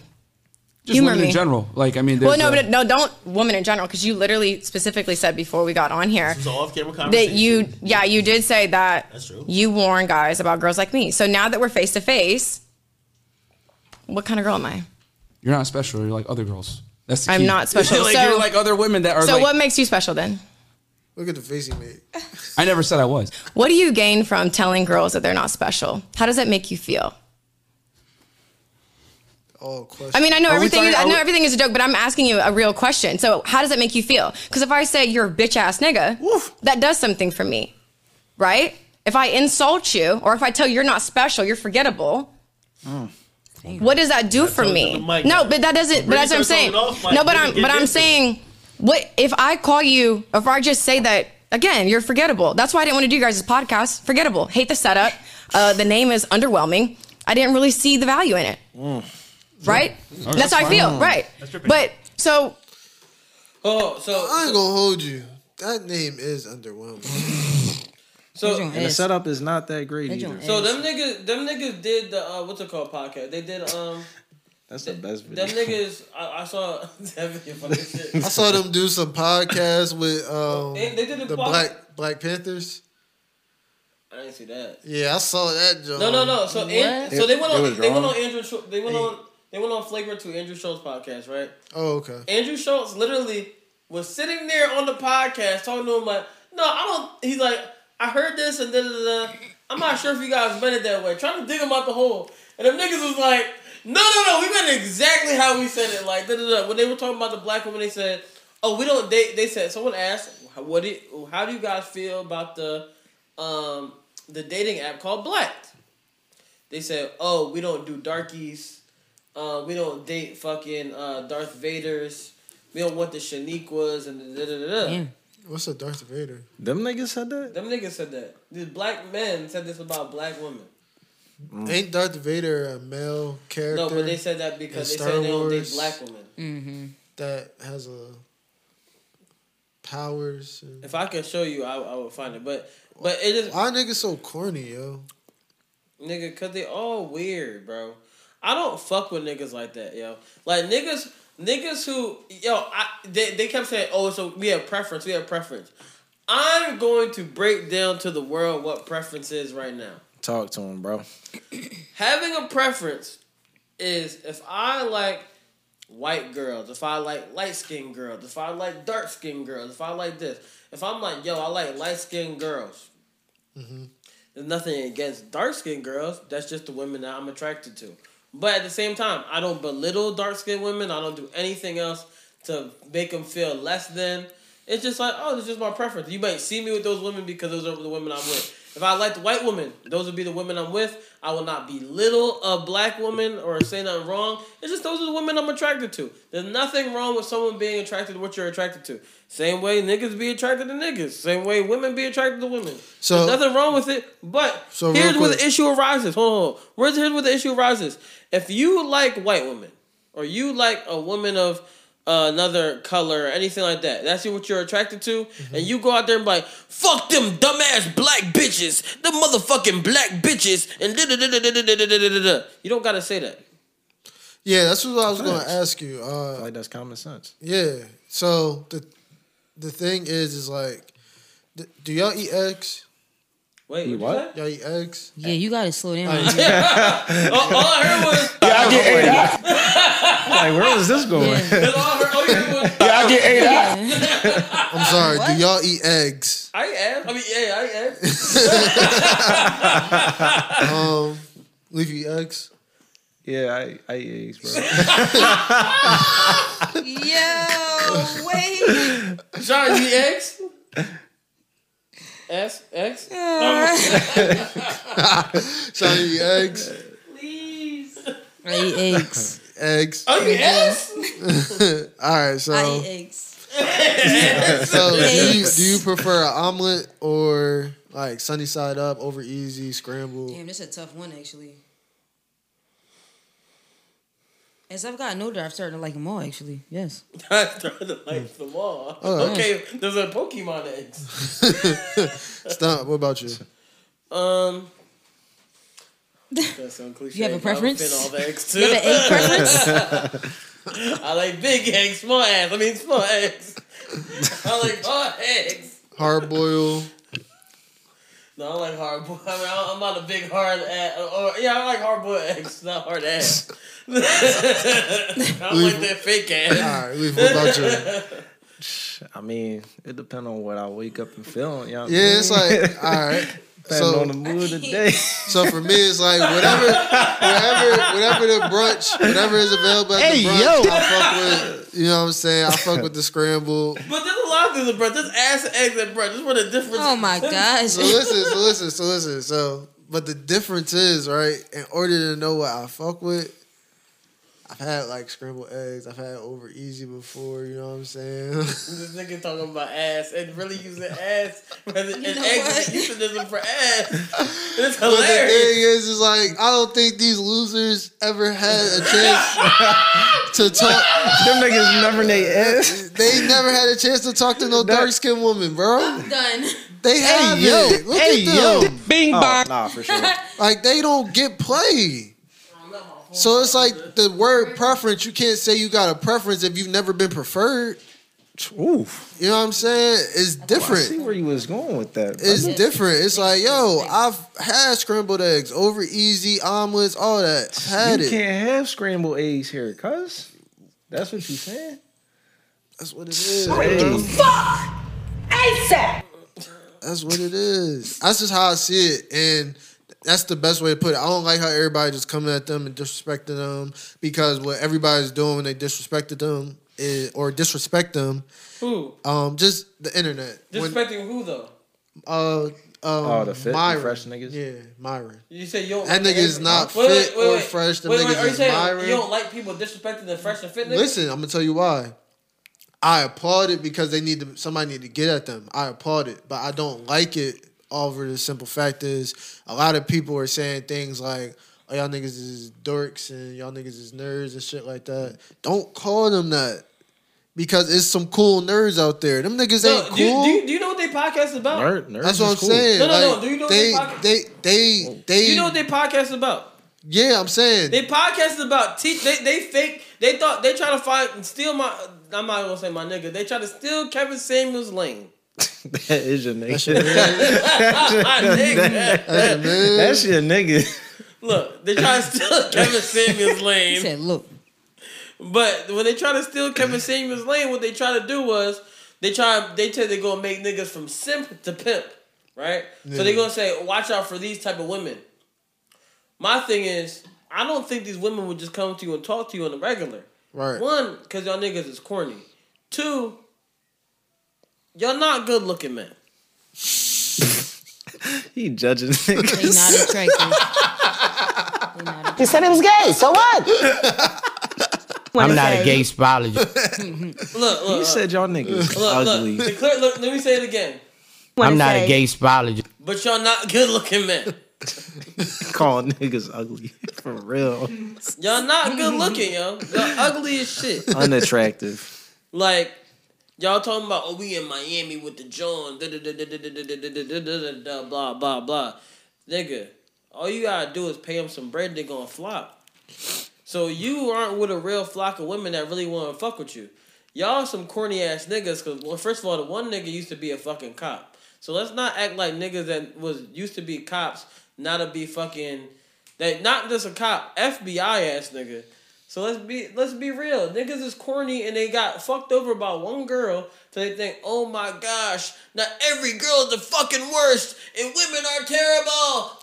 Just Humor women me. in general. Like, I mean, Well, there's, no, uh, but no, don't women in general, because you literally specifically said before we got on here This is all off-camera that conversation. you, yeah, you did say that That's true. you warn guys about girls like me. So now that we're face to face, what kind of girl am I? you're not special. You're like other girls. That's the I'm key. not <laughs> special. like, so, you're like other women that are so like. what makes you special then? Look at the face he made. I never said I was. What do you gain from telling girls that they're not special? How does that make you feel? All questions. I mean, I know Oh, Are we everything. talking- is, I are know we- everything is a joke, but I'm asking you a real question. So, how does it make you feel? Because if I say you're a bitch ass nigga, that does something for me, right? If I insult you, or if I tell you you're not special, you're forgettable. What does that do for me? the mic No, but that doesn't. But Bring that's what I'm your phone saying. off, Mike. no, but You I'm. can But get I'm into it. saying, what if I call you? If I just say that again, you're forgettable. That's why I didn't want to do you guys' podcast. Forgettable. Hate the setup. Uh, the name is underwhelming. I didn't really see the value in it. Mm. Right? Yeah. That's how I feel. Wow. Right. That's your But so Oh, so I ain't gonna hold you. That name is underwhelming. So- And the setup is not that great either. So them niggas, them niggas did the uh, what's it called podcast. They did um That's the best video. them niggas. I, I saw <laughs> Devin, you fucking shit. I saw them do some podcasts with um, They- they did a the pod- Black Black Panthers. I didn't see that. Yeah, I saw that. John. No, no, no. So and, so they went It on was they went wrong. on Andrew Schul- they went on they went on flagrant to Andrew Schultz podcast, right? Oh, okay. Andrew Schultz literally was sitting there on the podcast talking to him like, no, I don't. He's like, I heard this and da da da. I'm not sure if you guys meant it that way. Trying to dig him out the hole, and them niggas was like, no, no, no, we meant exactly how we said it. Like da da da. When they were talking about the black woman, they said, oh, we don't. They they said someone asked, what do you- how do you guys feel about the um the dating app called Black? They said, oh, we don't do darkies. Uh, we don't date fucking uh, Darth Vaders. We don't want the Shaniquas and da da da da. What's a Darth Vader? Them niggas said that. Them niggas said that. These black men said this about black women. Mm. Ain't Darth Vader a male character? No, but they said that because in they Star said they don't date Wars black women. Mm-hmm. That has a powers. And... If I could show you, I, I would find it. But but it is why niggas so corny, yo. nigga, cause they all weird, bro. I don't fuck with niggas like that, yo. Like niggas, niggas who yo, I, they they kept saying, oh, so we have preference, we have preference. I'm going to break down to the world what preference is right now. Talk to him, bro. Having a preference is if I like white girls, if I like light skinned girls, if I like dark skinned girls, if I like this, if I'm like, yo, I like light skinned girls. There's nothing against dark skinned girls. That's just the women that I'm attracted to. But at the same time, I don't belittle dark skinned women. I don't do anything else to make them feel less than. It's just like, oh, this is just my preference. You might see me with those women because those are the women I'm with. If I like the white woman, those would be the women I'm with. I will not belittle a black woman or say nothing wrong. It's just those are the women I'm attracted to. There's nothing wrong with someone being attracted to what you're attracted to. Same way niggas be attracted to niggas. Same way women be attracted to women. So- There's nothing wrong with it. But So real here's where the quick- issue arises. Hold on, hold on. Where's here's where the issue arises? If you like white women, or you like a woman of uh, another color, or anything like that, that's what you're attracted to, Mm-hmm. and you go out there and be like, "Fuck them dumbass black bitches, the motherfucking black bitches," and da da da da da da da da da. You don't gotta say that. Yeah, that's what I was going Facts. to ask you. Uh, Like that's common sense. yeah. So the the thing is, is like, th- do y'all eat eggs? Wait, Eat what'd Y'all eat eggs? Yeah, you gotta slow down. <laughs> all, all I heard was Yeah, I get ate out. <laughs> like, where is this going? oh, Yeah, I get <laughs> ate out. I'm sorry. What? Do y'all eat <laughs> eggs? I am. I mean, yeah, I am. <laughs> <laughs> um, leave you eggs. Yeah, I, I eat eggs, bro. <laughs> Yo, Oh, <laughs> wait. John, you eat eggs? S <laughs> X. So you eat eggs? I eat eggs. Eggs. Oh, you eat eggs? <laughs> All right. So I eat <laughs> eggs. so do you, Eggs. do you prefer an omelet or like sunny side up, over easy, scrambled? Damn, this is a tough one actually. As I've gotten older, I've started to like them all actually. <laughs> Yes. I started to like them all. Oh, okay, there's a Pokemon eggs. Stop. What about you? <laughs> Um. That sounds cliche. You have a but I would fit preference? All the eggs too. You have an egg preference? <laughs> I like big eggs, small eggs. I mean, small eggs. I like small eggs. Hard boil. No, I like hard boiled. <laughs> I mean, I- I'm not a big hard ass. Or, yeah, I like hard boiled eggs, not hard ass. <laughs> I don't like that fake ass. All right, leave what about you? <laughs> I mean, it depends on what I wake up and feeling. You know what I Yeah, it's mean? like all <laughs> right. Depending on the mood of the <laughs> day. So for me, it's <laughs> like whatever, whatever, whatever the brunch, whatever is available at Hey, the brunch, yo. I fuck with. You know what I'm saying? I fuck with the scramble. But there's a lot of things, bro. There's ass and eggs and bread. This is where the difference. Oh <laughs> my gosh. So listen, so listen, so listen. So, but the difference is right. In order to know what I fuck with, I've had like scrambled eggs. I've had over easy before. You know what I'm saying? <laughs> This nigga talking about ass and really using ass rather than and eggs as a euphemism for <laughs> ass. <laughs> It's But the hilarious. thing is, is like I don't think these losers ever had a <laughs> chance to talk. Them niggas never they ass. They never had a chance to talk to no dark skinned woman, bro. Done. They have yo. it. Look Hey, at them. yo. Bing Oh, bong. nah, <laughs> for sure. like they don't get play. So it's like the word preference. You can't say you got a preference if you've never been preferred. Oof. Oh, You know what I'm saying? It's I see different. where you was going with that. It's brother. different. It's like, yo, I've had scrambled eggs, over easy omelets, all that. I've had you it. can't have scrambled eggs here, cuz. That's what you saying. That's what it is. Fuck! ASAP! That's what it is. That's just how I see it, and that's the best way to put it. I don't like how everybody just coming at them and disrespecting them because what everybody's doing when they disrespected them is, or disrespect them, Who? um, just the internet. When, Disrespecting who though? uh, um, Oh, the fit- the Myron. fresh niggas? Yeah, Myron. You say you don't That like nigga is eggs. not Wait, wait, fit wait, or wait. fresh. The Wait, niggas wait, are you is saying Myron. You don't like people disrespecting the fresh and fit niggas? Listen, I'm gonna tell you why. I applaud it because they need to. Somebody need to get at them. I applaud it, but I don't like it. Over the simple fact is, a lot of people are saying things like, "Oh, y'all niggas is dorks and y'all niggas is nerds and shit like that." Don't call them that because it's some cool nerds out there. Them niggas No, ain't do, you, cool. do, you, do you know what they podcast is about? That's what I'm saying. No, no, no. Like, Do you know what they, they podcast? they, they, they, Do you know what they podcast is about? Yeah, I'm saying. They podcast is about teach. They they fake. They thought they try to find and steal my. I'm not gonna say my nigga. They try to steal Kevin Samuel's lane. That is your nigga. That's your <laughs> nigga. That's your nigga. Look, they try to <laughs> steal Kevin Samuel's lane. said, "Look." But when they try to steal Kevin Samuel's lane, what they try to do was they try they tell they gonna make niggas from simp to pimp, right? So they Yeah. gonna say, watch out for these type of women. My thing is, I don't think these women would just come to you and talk to you on the regular. Right. One, because y'all niggas is corny. Two, y'all not good looking men. <laughs> He judging niggas. They not attractive. You said it was gay, <laughs> so what? Wanna Oh, say- <laughs> <laughs> spologist. Look, look. You said y'all niggas ugly. Look, Declare- look, let me say it again. spologist. But y'all not good looking men. Call niggas ugly. <laughs> For real. Y'all not good looking, yo. Y'all ugly as shit. Unattractive. Like y'all talking about, oh, we in Miami with the John, da da da da da da da da da da da da da blah blah blah. Nigga, all you gotta do is pay them some bread, they gonna flop. So you aren't with a real flock of women that really want to fuck with you. Y'all some corny ass niggas. Cause well, first of all, the one nigga used to be a fucking cop. So let's not act like niggas that was used to be cops, now to be fucking that not just a cop, FBI ass nigga. So let's be let's be real. Niggas is corny and they got fucked over by one girl, so they think, oh my gosh, now every girl is the fucking worst and women are terrible.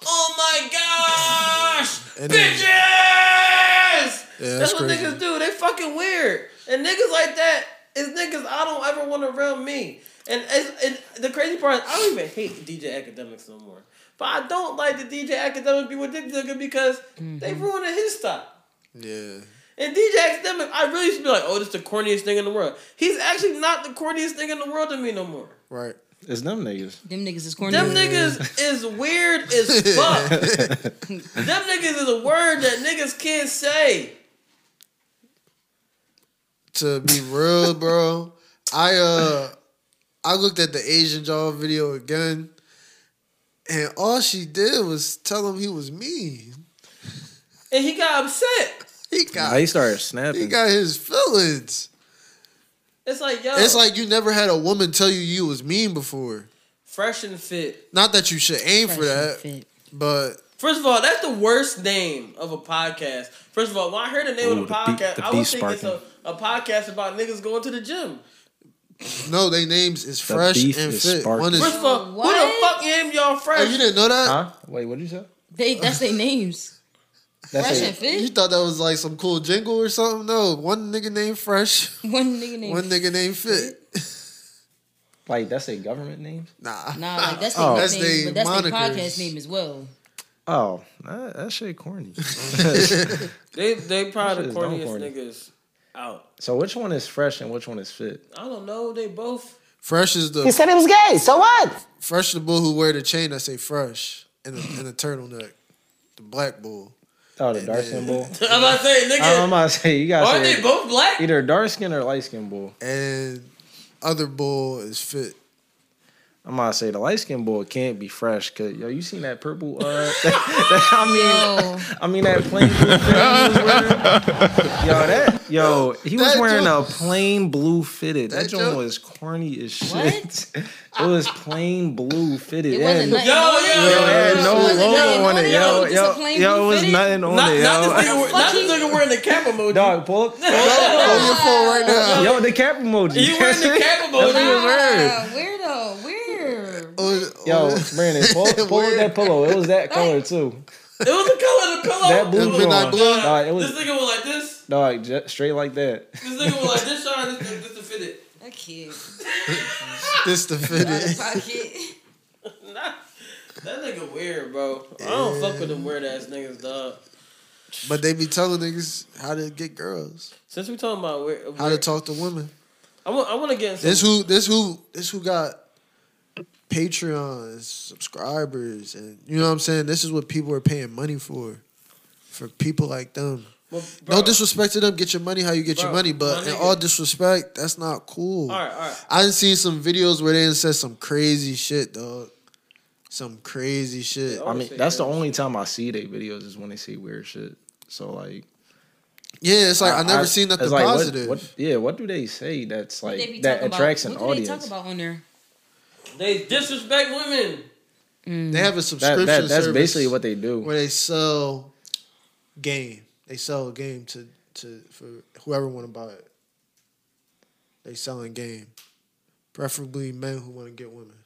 Oh my gosh, And then- bitches. Yeah, that's that's what crazy. niggas do. They fucking weird and niggas like that is niggas I don't ever want around me. And, and, and the crazy part is I don't even hate DJ Academics no more. But I don't like the DJ Academics be with this nigga because they ruined his style. yeah. And DJ Academic, I really used to be like, oh, this the corniest thing in the world. He's actually not the corniest thing in the world to me no more. Right. It's them niggas. Them niggas is corny. Them <laughs> niggas is weird as fuck. Them niggas is a word that niggas can't say. to be real, bro, I uh I looked at the Asian Jaw video again, and all she did was tell him he was mean. And he got upset. He got Nah, he started snapping. he got his feelings. It's like, yo. It's like you never had a woman tell you you was mean before. Fresh and fit. Not that you should aim for that, but First of all, that's the worst name of a podcast. First of all, when I heard the name Ooh, of the the beat- podcast, the I was beast thinking it's a, a podcast about niggas going to the gym. no, they names is The fresh beef and is fit. sparking. One is First of all, who the fuck named y'all fresh? Oh, you didn't know that? Huh? Wait, what did you say? They that's their names. <laughs> Fresh and fit. You thought that was like some cool jingle or something? No, one nigga named Fresh, One nigga name. one nigga named Fit. Like that's a government name? Nah. Nah, like that's their Oh. nickname, That's they but that's their monikers. podcast name as well. Oh, that, that shit corny. <laughs> They they probably the That shit corniest is dumb corny. niggas out. So which one is fresh and which one is fit? I don't know. Oh, They both. Fresh is the. He said he was gay. So what? Fresh the bull who wear the chain that say fresh and the, and the turtleneck, the black bull. Oh, the dark skin <laughs> bull. <laughs> I'm about to say, nigga. I'm about to say you got. Aren't they both black? Either dark skin or light skin bull. And other bull is fit. I'm about to say the light skin bull can't be fresh because yo, you seen that purple? Uh, <laughs> <laughs> I mean, I mean that plain blue fit he <laughs> was wearing. Yo, that yo, he was That wearing joint- a plain blue fitted. That, That joint joint- was corny as shit. <laughs> it was plain blue fitted. It wasn't had- nothing Yo, on it. yo, Yo, yo, it had yo, it no wasn't nothing logo on on it. it, Yo, yo, just a yo, plain yo, blue it was fitted. nothing on Not- it. not yo. this nigga <laughs> wear- Not this nigga wearing the cap emoji. Dog, pull up. pull your phone right <laughs> now. Yo, the cap emoji. You wearing the <laughs> cap emoji. That's what he was wearing. weirdo, weird. Yo, <laughs> Brandon, pull, pull up that pillow. It was that color too. It was the color of the pillow. That blue Nah, joint. Dog, it This was nigga was like this. dog ju- straight like that. This nigga was like this. Shot. This, this, this the fitted. That kid. <laughs> This <laughs> the fitted. <laughs> nah, <laughs> that nigga weird, bro. I don't fuck with them weird ass niggas, dog. But they be telling niggas how to get girls, Since we talking about weird, how to talk to women. I want. I want to get into This who this who this who got Patreons, subscribers, and you know what I'm saying? This is what people are paying money for. For people like them. Well, no disrespect to them, get your money how you get Bro, your money, but my in nigga- all disrespect, that's not cool. All right, all right. I done seen some videos where they done said some crazy shit, dog. Some crazy shit. <laughs> I mean, that's the only time I see their videos is when they say weird shit. So like, Yeah, it's like I, never seen nothing it's like, what- positive. What, yeah, what do they say that's like they be that talking attracts about, an what audience? do they talk about on there? They disrespect women. <laughs> They have a subscription that- that's service basically what they do. Where they sell game. They sell a game to to for whoever want to buy it. They selling game. Preferably men who want to get women.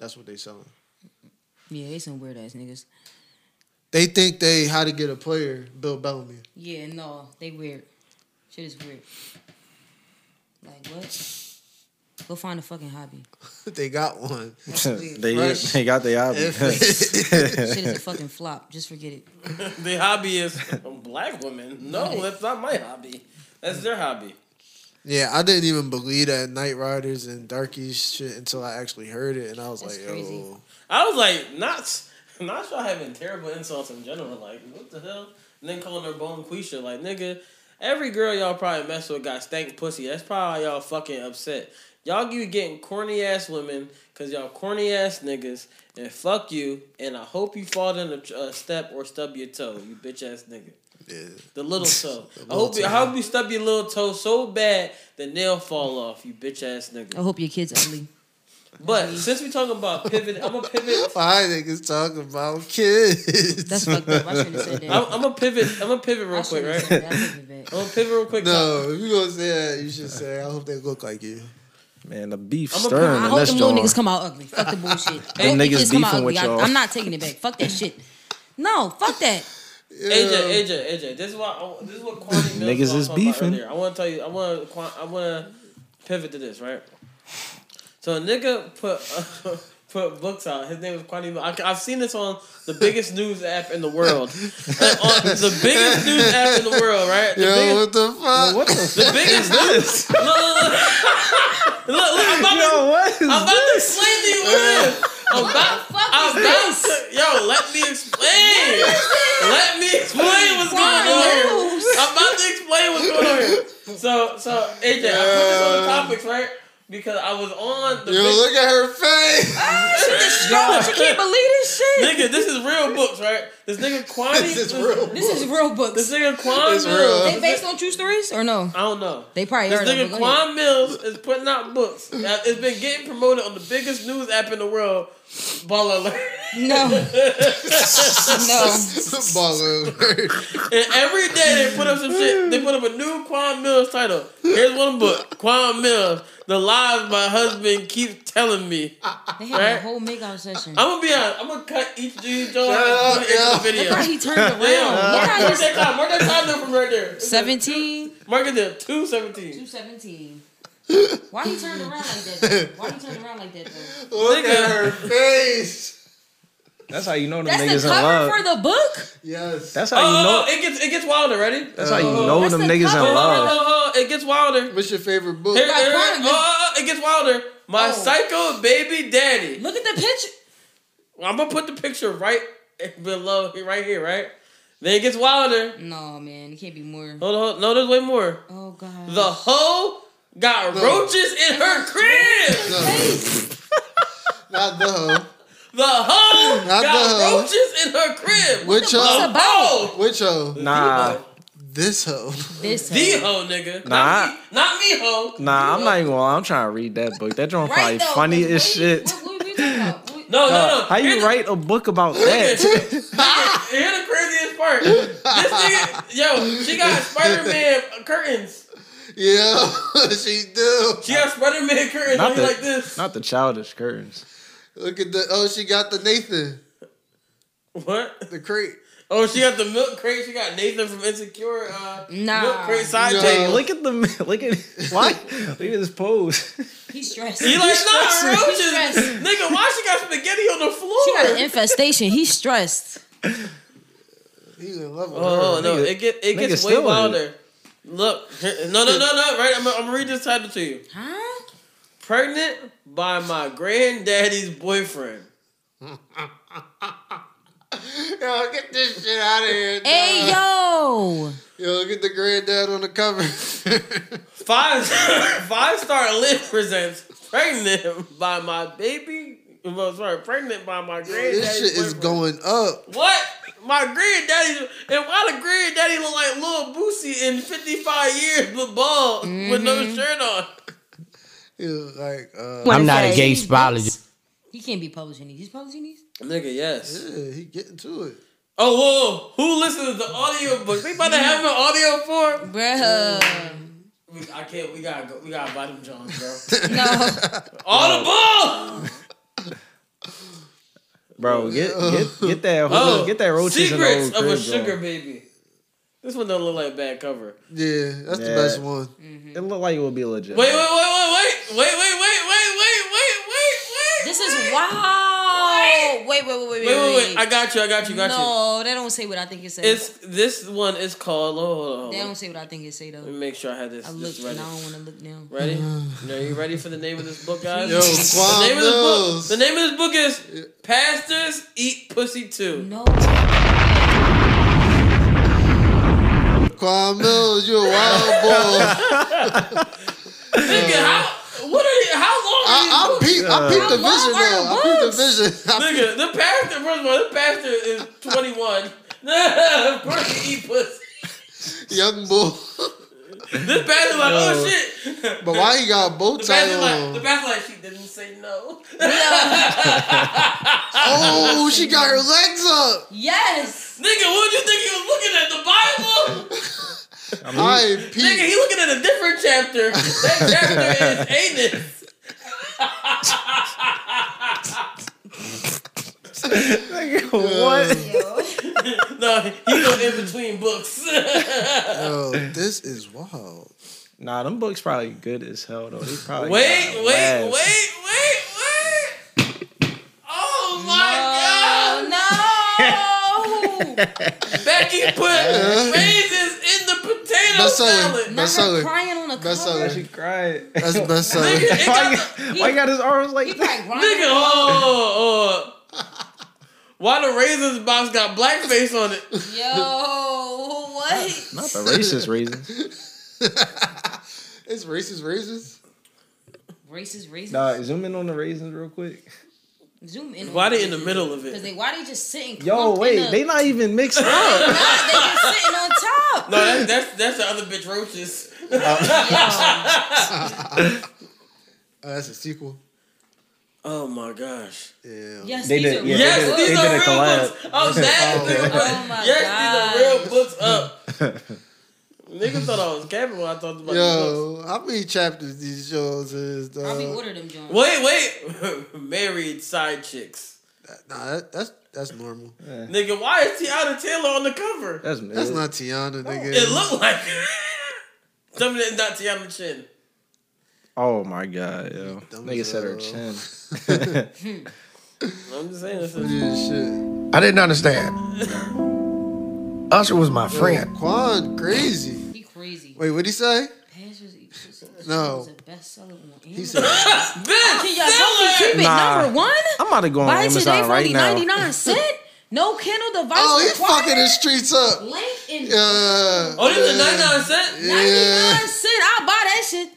That's what they selling. Yeah, they some weird ass niggas. They think they how to get a player, Bill Bellamy. Yeah, no, they weird. Shit is weird. Like what? Go find a fucking hobby. <laughs> they got one. <laughs> they, they got their <laughs> Shit is a obvious. fucking flop. Just forget it. the hobby is <laughs> black women. No, that's not my hobby. That's their hobby. Yeah, I didn't even believe that Night Riders and Darkies shit until I actually heard it, and I was like, yo. I was like, not not y'all having terrible insults in general. Like, what the hell? And then calling her bone quisha. Like, nigga, every girl y'all probably mess with got stank pussy. That's probably why y'all fucking upset. Y'all you getting corny ass women because y'all corny ass niggas and fuck you. And I hope you fall down a uh, step or stub your toe, you bitch ass nigga. Yeah. The <laughs> little toe. The I hope little you, I toe. hope you stub your little toe so bad the nail fall off, you bitch ass nigga. Oh, I hope your kids ugly. But since we talking about pivot, I'm gonna pivot. Why niggas talking about kids? That's fucked up. I shouldn't have said that. I'm, I'm gonna pivot. I'm gonna pivot real quick, right? I'm gonna pivot real quick. No, if you gonna say that, you should say, I hope they look like you. Man, the beef I'm stirring I in hope this them little joint. niggas come out ugly. Fuck the bullshit. Them Hope the niggas kids come out beefing with ugly. I- y'all. I'm not taking it back. Fuck that shit. No, fuck <laughs> that. AJ, AJ, AJ. This is why. I- This is <laughs> what corny Niggas niggas is is beefing. beefing. I want to tell you. I want to. I want to pivot to this, right? So a nigga put <laughs> put books out. His name was Kwame. Mil- I, I've seen this on the biggest news app in the <laughs> world. Like, on the biggest news app in the world, right? The Yo, biggest, what the fuck? What the <laughs> the biggest news. Look, look, look, look, look, I'm about Yo, to, what is I'm about to this? explain to you what it <laughs> is. I'm about, I'm about to, yo, let me explain. Let me explain what's going on here. I'm about to explain what's going on here. So, so AJ, I put this on the topics, right? Because I was on the. You look at her face. Ah, she's distraught. She can't believe this shit. Nigga, this is real books, right? This nigga Kwame. This is real This is real books. This nigga Kwame. They based on true stories or no? I don't know. They probably This heard nigga of it. Go ahead. Quan Mills is putting out books. Now, It's been getting promoted on the biggest news app in the world Ball alert. <laughs> No. <laughs> Ball alert. And every day they put up some shit. They put up a new Quan Mills title. Here's one book. Quan Mills. The lies my husband keeps telling me. They had Right? a whole makeout session. I'm gonna be honest. I'm gonna cut each of these joints Shut and put it into up, the video. yo. Look how he turned around. Yeah, Look Mark, how mark he- that time. Mark that time down from right there. 17. Mark it there. Two seventeen. <laughs> 217. Why you turned around like that? though? Why you turned around like that though? Look at <laughs> her face. That's how you know them That's niggas the in cover love. for the book? Yes. That's how you know. Uh, Oh, it gets it gets wilder. Ready? Uh, That's how you know them niggas in love. Oh, it gets wilder. What's your favorite book? Here, here, oh, it gets wilder. My psycho baby daddy. Oh. Look at the picture. I'm gonna put the picture right below here, right here, right. Then it gets wilder. No, man, it can't be more. Hold on, hold- no, there's way more. Oh god. The hoe got No. roaches in <laughs> her crib. Not the hoe. The hoe Not got the hoe. roaches in her crib. Which The hoe? hoe. Which hoe? Nah, This hoe. <laughs> This The hoe, nigga. Nah. Not me, not me hoe. nah. I'm not even. gonna lie. I'm trying to read that book. That joint probably funny as shit. <laughs> No, no, Uh, no. How you write a book <laughs> about that? <laughs> Nigga, Here's the craziest part. This nigga, yo, she got Spider Man curtains. Yeah, <laughs> she do. She got Spider Man curtains. not Not the like this. not the childish curtains. Look at the oh, she got the Nathan. What? The crate. Oh, she got the milk crate. She got Nathan from Insecure. Uh, Nah. Milk crate side Hey, chick. look at the look at <laughs> why look at this pose. <laughs> He's stressed. He like, nah, stressing. He's roaches. stressed. Nigga, why she got spaghetti on the floor? She got an infestation. He's stressed. He's in love with Oh her. no, Nigga. it get it nigga gets way still in it. wilder. Look, no, no, no, no. Right, I'm, I'm gonna read this title to you. Huh? Pregnant by my granddaddy's boyfriend. Yo, get this shit out of here. <laughs> Hey dog. yo. <laughs> Yo, look at the granddad on the cover. <laughs> Five <laughs> five star lit presents pregnant by my baby. Well, sorry, pregnant by my granddaddy's this shit is boyfriend. going up. What? My granddaddy and why the granddaddy look like Lil Boosie in 55 years but bald with no Mm-hmm. shirt on? It was like, uh, I'm not a gay spologist. He can't be publishing these. He's publishing these? Nigga, yes. Yeah, he getting to it. Oh, whoa, whoa. Who listens to audio books? We about to have an audio form? Bruh. We, I can't. We gotta go. We gotta buy them Jones, bro. <laughs> No. Audible. Bro, get get get that Oh, get that roaches in the Secrets old of a crib, sugar bro. baby. This one don't look like a bad cover. Yeah, that's the Yeah. best one. It looked like it would be legit. Mm-hmm. Wait, wait, wait, wait, wait, wait, wait, wait, wait, wait, wait, wait, wait. This is wow. Wait, wait, wait, wait, Wait, wait, wait. I got you. I got you. Got No, they don't say what I think it you. says. It's this one is called. Oh, hold on, hold they on. don't say what I think it say though. Let me make sure I had this. I looked this ready. and I don't want to look now. Ready? Now, you ready for the name of this book, guys? Yo, Quan the name Mills. of this book. The name of this book is "Pastors Eat Pussy Too." No. Quan Mills, you <laughs> a wild boy. Nigga, how? What are you? How long? Are you I, I peeped, I peeped the vision though. I peeped the vision. I Nigga, the pastor, first of all, the pastor is <laughs> 21. of course he eat pussy. peeped- young bull. This pastor like, oh shit. <laughs> But why he got a bow The tie pastor like, on? the pastor like, she didn't say no. ah. oh, she <laughs> got her legs up. Yes. Nigga, what you think he was looking at? The Bible? I, I Nigga, he looking at a different chapter. <laughs> That <laughs> chapter is anus. Nigga, <laughs> what? no, he go in between books. <laughs> Oh. <laughs> Yo, this is wild. Nah, them books probably good as hell though. They probably wait, got wait, wait, wait, laughs. wait. Oh my Oh, No. god. <laughs> Becky put raisins in the potato salad. Not her Bestseller. crying on a cover. Bestseller. She cried. That's the Nigga, best seller. it got the- Why you got his arms like that? Nigga, oh, oh. Why the raisins box got blackface on it? Yo, what? Not the racist reasons. It's racist, racist. Racist, racist. <laughs> Nah, zoom in on the raisins real quick. Zoom in. Why they in the middle of Because it? they why they just sitting? Yo, wait, <laughs> they they not even <laughs> mixed up. they just sitting on top. No, that, that's that's the other bitch roaches. Yo. <laughs> Oh, that's a Uh, sequel. Oh my gosh. Yeah. Yes, They these did- are yeah, they real did- books. these they did are a real collab. <laughs> books. I was asking. Oh, oh my yes, these are real books up. <laughs> Niggas thought I was capping when I talked about these Yo, how many chapters these shows is? Dog? books. Wait, wait. <laughs> Married side chicks. Nah, that, that's that's normal. Nigga, why is Tiana Taylor on the cover? That's, mid. Oh. not Tiana, nigga. It looked like Tell me that's not Tiana Chin. Oh my god, yo. Nigga said her <laughs> chin. Hmm. I'm just saying this is I didn't <laughs> understand. Usher was my Yo, friend. Quan, crazy. He crazy. Wait, what'd he say? No. No. He said- <laughs> Can y'all help me keep it Nah. number one? I'm about to go on Buy it Amazon today for right only now. <laughs> 99 cent. No Kindle device. Oh, he required. fucking the streets up. Link in. Oh, this is 99 cent? 99 cent. I'll buy that shit.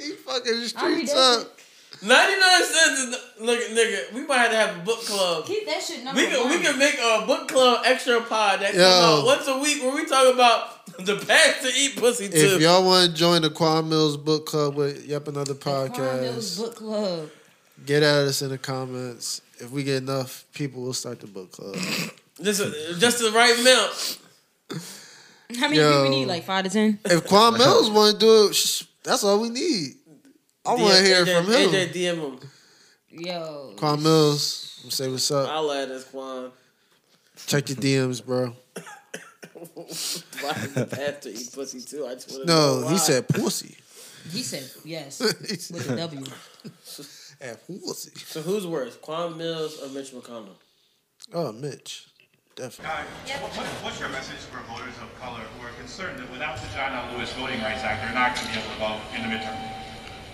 He fucking the streets up. 99 cents is look nigga, we might have to have a book club. Keep that shit number We can one. we can make a book club extra pod that comes Yo. out once a week where we talk about <laughs> the path to eat pussy If too. y'all want to join the Quan Mills Book Club with Yep Another Podcast, Book club. get at us in the comments. If we get enough people, we'll start the <laughs> book club. Just just the right milk. How many Yo. people we need? Like five to ten? if Quan Mills want to do it, sh- that's all we need. I want to DM hear AJ from him. AJ DM him. Yo. Quan Mills, I'm say what's up. I'll add us Quan. <laughs> Check your DMs, bro. Why is the path to eat pussy too? I just wanna know No, why. he said pussy. He said yes. <laughs> with He a said- <laughs> W. At pussy. So who's worse, Quan Mills or Mitch McConnell? Oh, Mitch. Definitely. What's your message for voters of color who are concerned that without the John L. Lewis Voting Rights Act, they're not going to be able to vote in the midterm?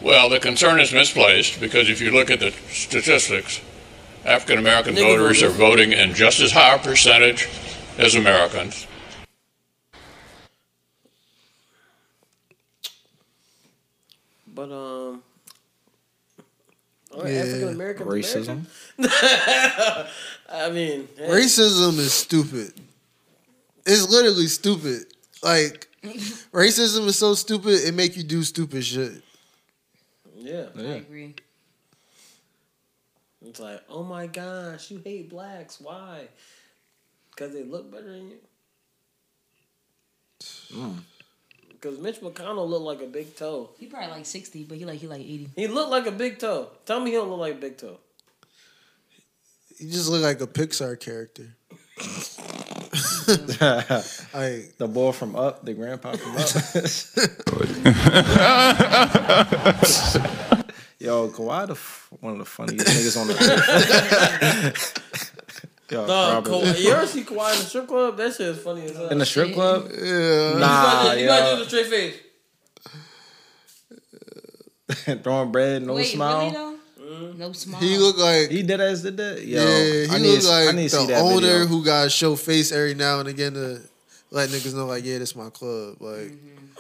Well, the concern is misplaced because if you look at the statistics, African American Nigga voters are voters. voting in just as high a percentage as Americans. But um oh, or Yeah. African American Racism. <laughs> I mean hey. Racism is stupid. It's literally stupid. <laughs> Like racism is so stupid it make you do stupid shit. Yeah. I Yeah. agree. It's like, oh my gosh, you hate blacks. Why? Because they look better than you. Mm. Because Mitch McConnell looked like a big toe. He probably like sixty, but he like he like eighty. He looked like a big toe. Tell me he don't look like a big toe. You just look like a Pixar character. the boy from Up, the grandpa from Up. <laughs> Yo, Kawhi, the f- one of the funniest niggas on the earth. <laughs> Yo, Nah, Robert. Kawhi, you <laughs> ever see Kawhi in the strip club? That shit is funny as hell. in the strip club? Yeah. You Nah, gotta, do- you gotta do yo. the straight face. <laughs> throwing bread, no Wait, smile. really Uh-huh. though? No smile. He look like he did as did that. Yo, yeah, he I need, look to- I like need to see the that owner video. who got to show face every now and again to let niggas know like yeah, this my club. Like Mm-hmm.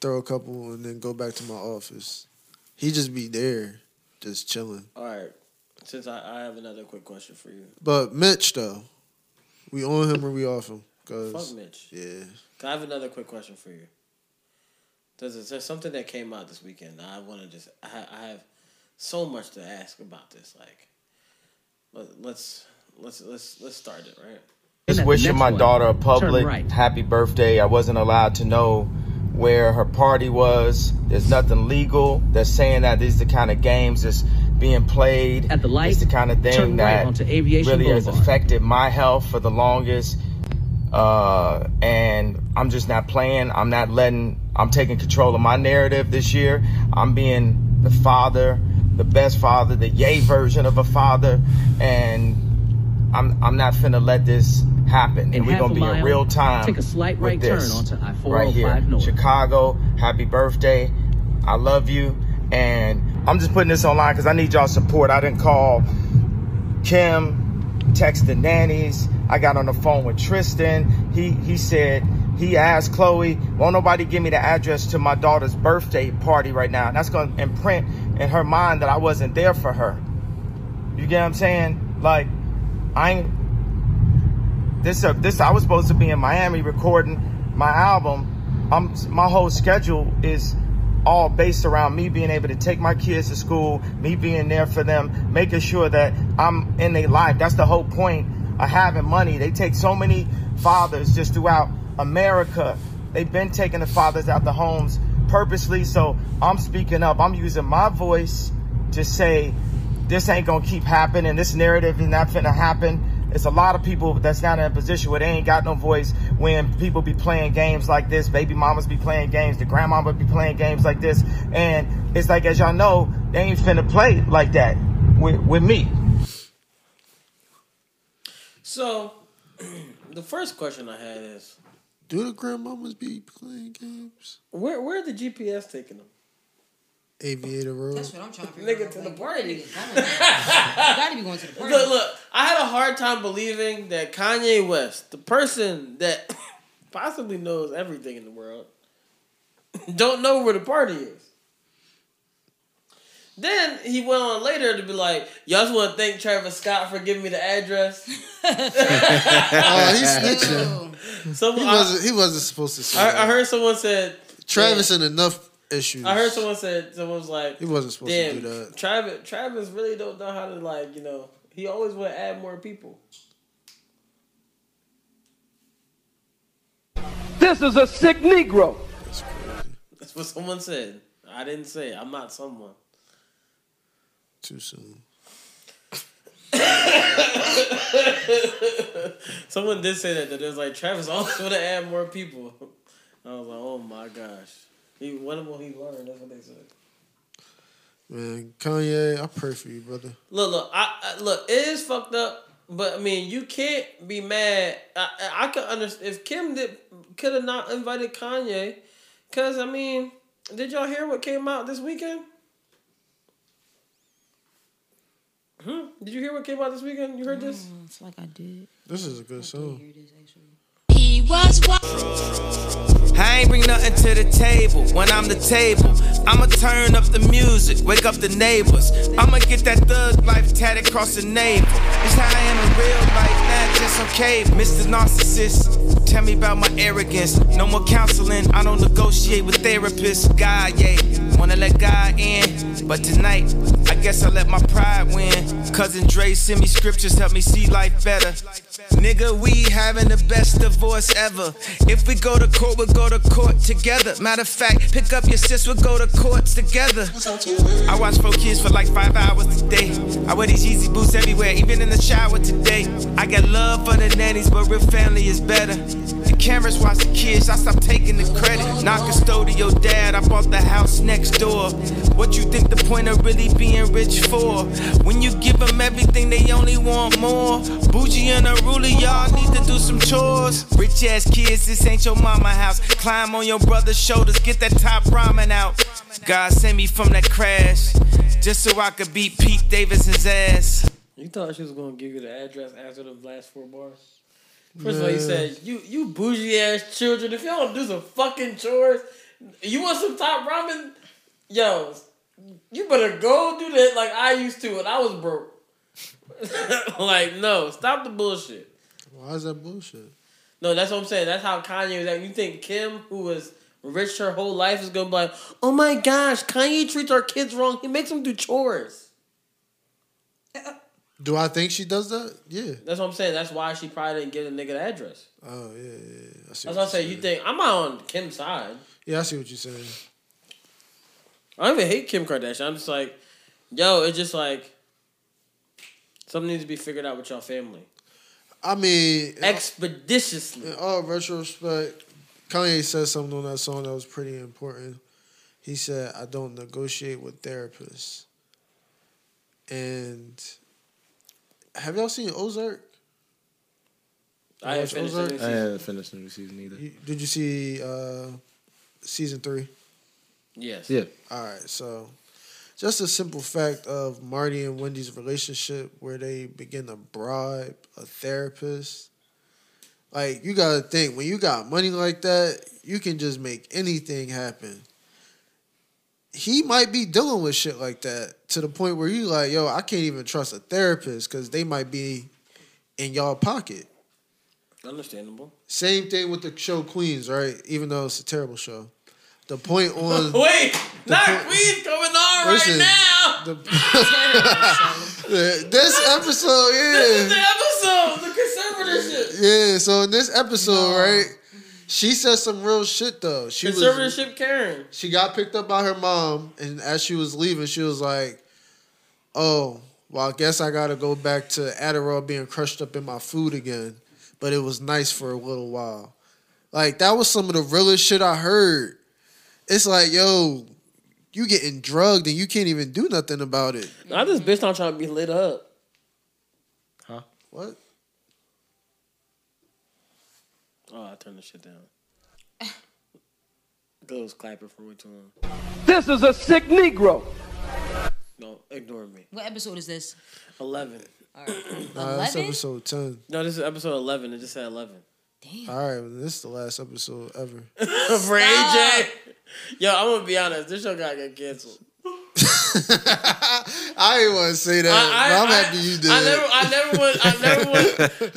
throw a couple and then go back to my office. He just be there, just chilling. All right. Since I, I have another quick question for you. But Mitch though, we on him or we off him? Cause Fuck Mitch. Yeah. I have another quick question for you. There's, there's something that came out this weekend. I want to just, I, ha- I have so much to ask about this. Like, let, let's let's let's let's start it right. Just wishing my daughter a public happy birthday. I wasn't allowed to know where her party was. There's nothing legal. They're saying that these are the kind of games that's being played. At the light, it's the kind of thing turn right that onto Aviation really has Boulevard. affected my health for the longest. Uh, and I'm just not playing. I'm not letting. I'm taking control of my narrative this year. I'm being the father, the best father, the yay version of a father, and I'm I'm not finna let this In happen. And we're half gonna a be mile, in real time. take a slight with right this, turn onto I-405 right here. North. Chicago, happy birthday. I love you. And I'm just putting this online because I need y'all support. I didn't call Kim, texted nannies. I got on the phone with Tristan. He he said he asked Chloe, "Won't nobody give me the address to my daughter's birthday party right now?" And that's gonna imprint in her mind that I wasn't there for her. You get what I'm saying? Like, I ain't this. Uh, this I was supposed to be in Miami recording my album. I'm my whole schedule is all based around me being able to take my kids to school, me being there for them, making sure that I'm in their life. That's the whole point of having money. They take so many fathers just throughout America. They've been taking the fathers out the homes purposely. So I'm speaking up. I'm using my voice to say this ain't gonna keep happening. This narrative is not finna happen. It's a lot of people that's not in a position where they ain't got no voice. When people be playing games like this, baby mamas be playing games, the grandmama be playing games like this, and it's like as y'all know, they ain't finna play like that with, with me. So, <clears throat> the first question I had is Do the grandmamas be playing games? where where the GPS taking them? Aviator Road. That's what I'm trying to figure Nigga out. to Like, the where party. niggas going? You <laughs> gotta be going to the party. Look, look, I had a hard time believing that Kanye West, the person that <coughs> possibly knows everything in the world, <coughs> don't know where the party is. Then he went on later to be like, "Y'all just want to thank Travis Scott for giving me the address." <laughs> <laughs> Oh, he's snitching. Someone, He wasn't, he wasn't supposed to say uh, I, that. I heard someone said Travis and enough issues. I heard someone said someone was like He wasn't supposed to Damn, do that." Travis Travis really don't know how to like you know he always want to add more people. This is a sick Negro. That's what someone said. I didn't say it. I'm not someone. Too soon. someone did say that that it was like Travis always want to add more people. I was like, oh my gosh, he what will he learn? That's what they said. Man, Kanye, I pray for you, brother. Look, look, I, I look. It is fucked up, but I mean, you can't be mad. I, I- I could understand if Kim did could have not invited Kanye, cause I mean, did y'all hear what came out this weekend? Hmm? Did you hear what came out this weekend? You heard this? Mm, It's like I did. <laughs> This is a good song. He was one. I ain't bring nothing to the table when I'm the table. I'ma turn up the music, wake up the neighbors. I'ma get that thug life tatted across the navel. It's how I am in real life, not just on cave. Mr. Narcissist, tell me about my arrogance. No more counseling, I don't negotiate with therapists. God, yeah, wanna let God in, but tonight, I guess I let my pride win. Cousin Dre send me scriptures, help me see life better. Nigga, we having the best divorce ever. If we go to court, we'll go to court together. Matter of fact, pick up your sis, we'll go to courts together. I watch four kids for like five hours a day. I wear these Yeezy boots everywhere, even in the shower today. I got love for the nannies, but real family is better. The cameras watch the kids, I stop taking the credit. Not custodial dad, I bought the house next door. What you think the point of really being rich for? When you give them everything, they only want more. Bougie and a ruler, y'all need to do some chores. Rich ass kids, this ain't your mama house. Climb on your brother's shoulders, get that top ramen out. God sent me from that crash, just so I could beat Pete Davidson's ass. You thought she was gonna give you the address after the last four bars. First of all, you said you you bougie ass children. If y'all don't do some fucking chores, you want some top ramen, yo, you better go do that like I used to when I was broke. <laughs> like no, stop the bullshit. Why is that bullshit? No, that's what I'm saying. That's how Kanye was. At. You think Kim, who was rich her whole life, is gonna be like, oh my gosh, Kanye treats our kids wrong. He makes them do chores. Do I think she does that? Yeah. That's what I'm saying. That's why she probably didn't give the nigga the address. Oh yeah, yeah. yeah. I see That's what what you're I'm saying. You think I'm not on Kim's side? Yeah, I see what you're saying. I don't even hate Kim Kardashian. I'm just like, yo, it's just like something needs to be figured out with y'all family. I mean, uh, expeditiously. In all retrospect, Kanye said something on that song that was pretty important. He said, "I don't negotiate with therapists." And have y'all seen Ozark? I haven't Watch finished the Ozark? new I season. haven't finished the new season either. You- did you see uh, season three? Yes. Yeah. All right, so just a simple fact of Marty and Wendy's relationship where they begin to bribe a therapist. Like you gotta think when you got money like that, you can just make anything happen. He might be dealing with shit like that to the point where you like, yo, I can't even trust a therapist because they might be in y'all pocket. Understandable. Same thing with the show Queens, right? Even though it's a terrible show. The <laughs> point on Wait, not Queen's coming on Listen, right now. this <laughs> episode, yeah. This is the episode, the conservatorship. Yeah, so in this episode, right, she said some real shit though. She was, Conservatorship Karen. she got picked up by her mom, and as she was leaving, she was like, "Oh, well, I guess I gotta go back to Adderall being crushed up in my food again." But it was nice for a little while. Like that was some of the realest shit I heard. It's like, yo, you getting drugged and you can't even do nothing about it. Now this Mm-hmm. bitch not trying to be lit up. Huh? What? Oh, I turned the shit down. <laughs> Those clapping for which one? This is a sick Negro. No, ignore me. What episode is this? Eleven. <clears throat> Nah, that's episode ten. No, this is episode eleven. It just said <laughs> eleven. All right, this is the last episode ever. <laughs> for AJ. Yo, I'm gonna be honest. This show gotta get <laughs> canceled. I didn't want to say that, I- I- but I'm happy you did. I never, I never would, I never would,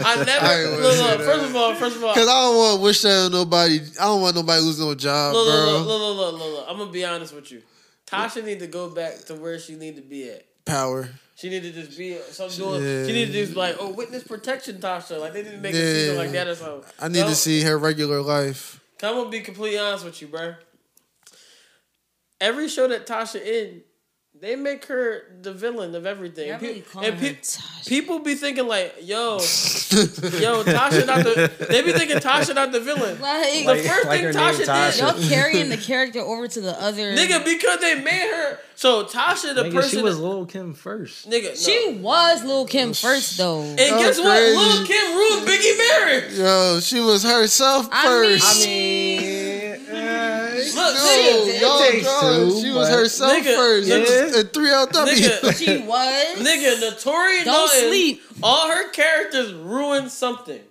I never. <laughs> I ain't wanna look, say look, that. first of all, first of all, Cause I don't want to wish that on nobody. I don't want nobody losing no job, look, bro. look, look, look, look, look, look. I'm gonna be honest with you. Tasha need to go back to where she need to be at. Power. She need to just be some doing. Yeah. She need to just like, oh, witness protection, Tasha. Like they need to make a season Yeah. like that or something. I need No. to see her regular life. I'm gonna be completely honest with you, bro. Every show that Tasha in, they make her the villain of everything. And, really pe- calling and pe- her people be thinking like, <laughs> yo, yo, Tasha not the. They be thinking Tasha not the villain. Like- the first like thing her name Tasha, Tasha. did, Y'all <laughs> <laughs> carrying the character over to the other. nigga, because they made her. So Tasha, the Nigga, person, she was Lil Kim first. nigga, no. She was Lil Kim first though. And guess what? Lil Kim ruled Biggie Mary. Yo, she was herself I first. Look, no, nigga, y'all drawing. two, she was but- herself Nigga, first. yeah. And three L W. Nigga. She was. Nigga, Notorious Don't Naughton, sleep. all her characters ruined something.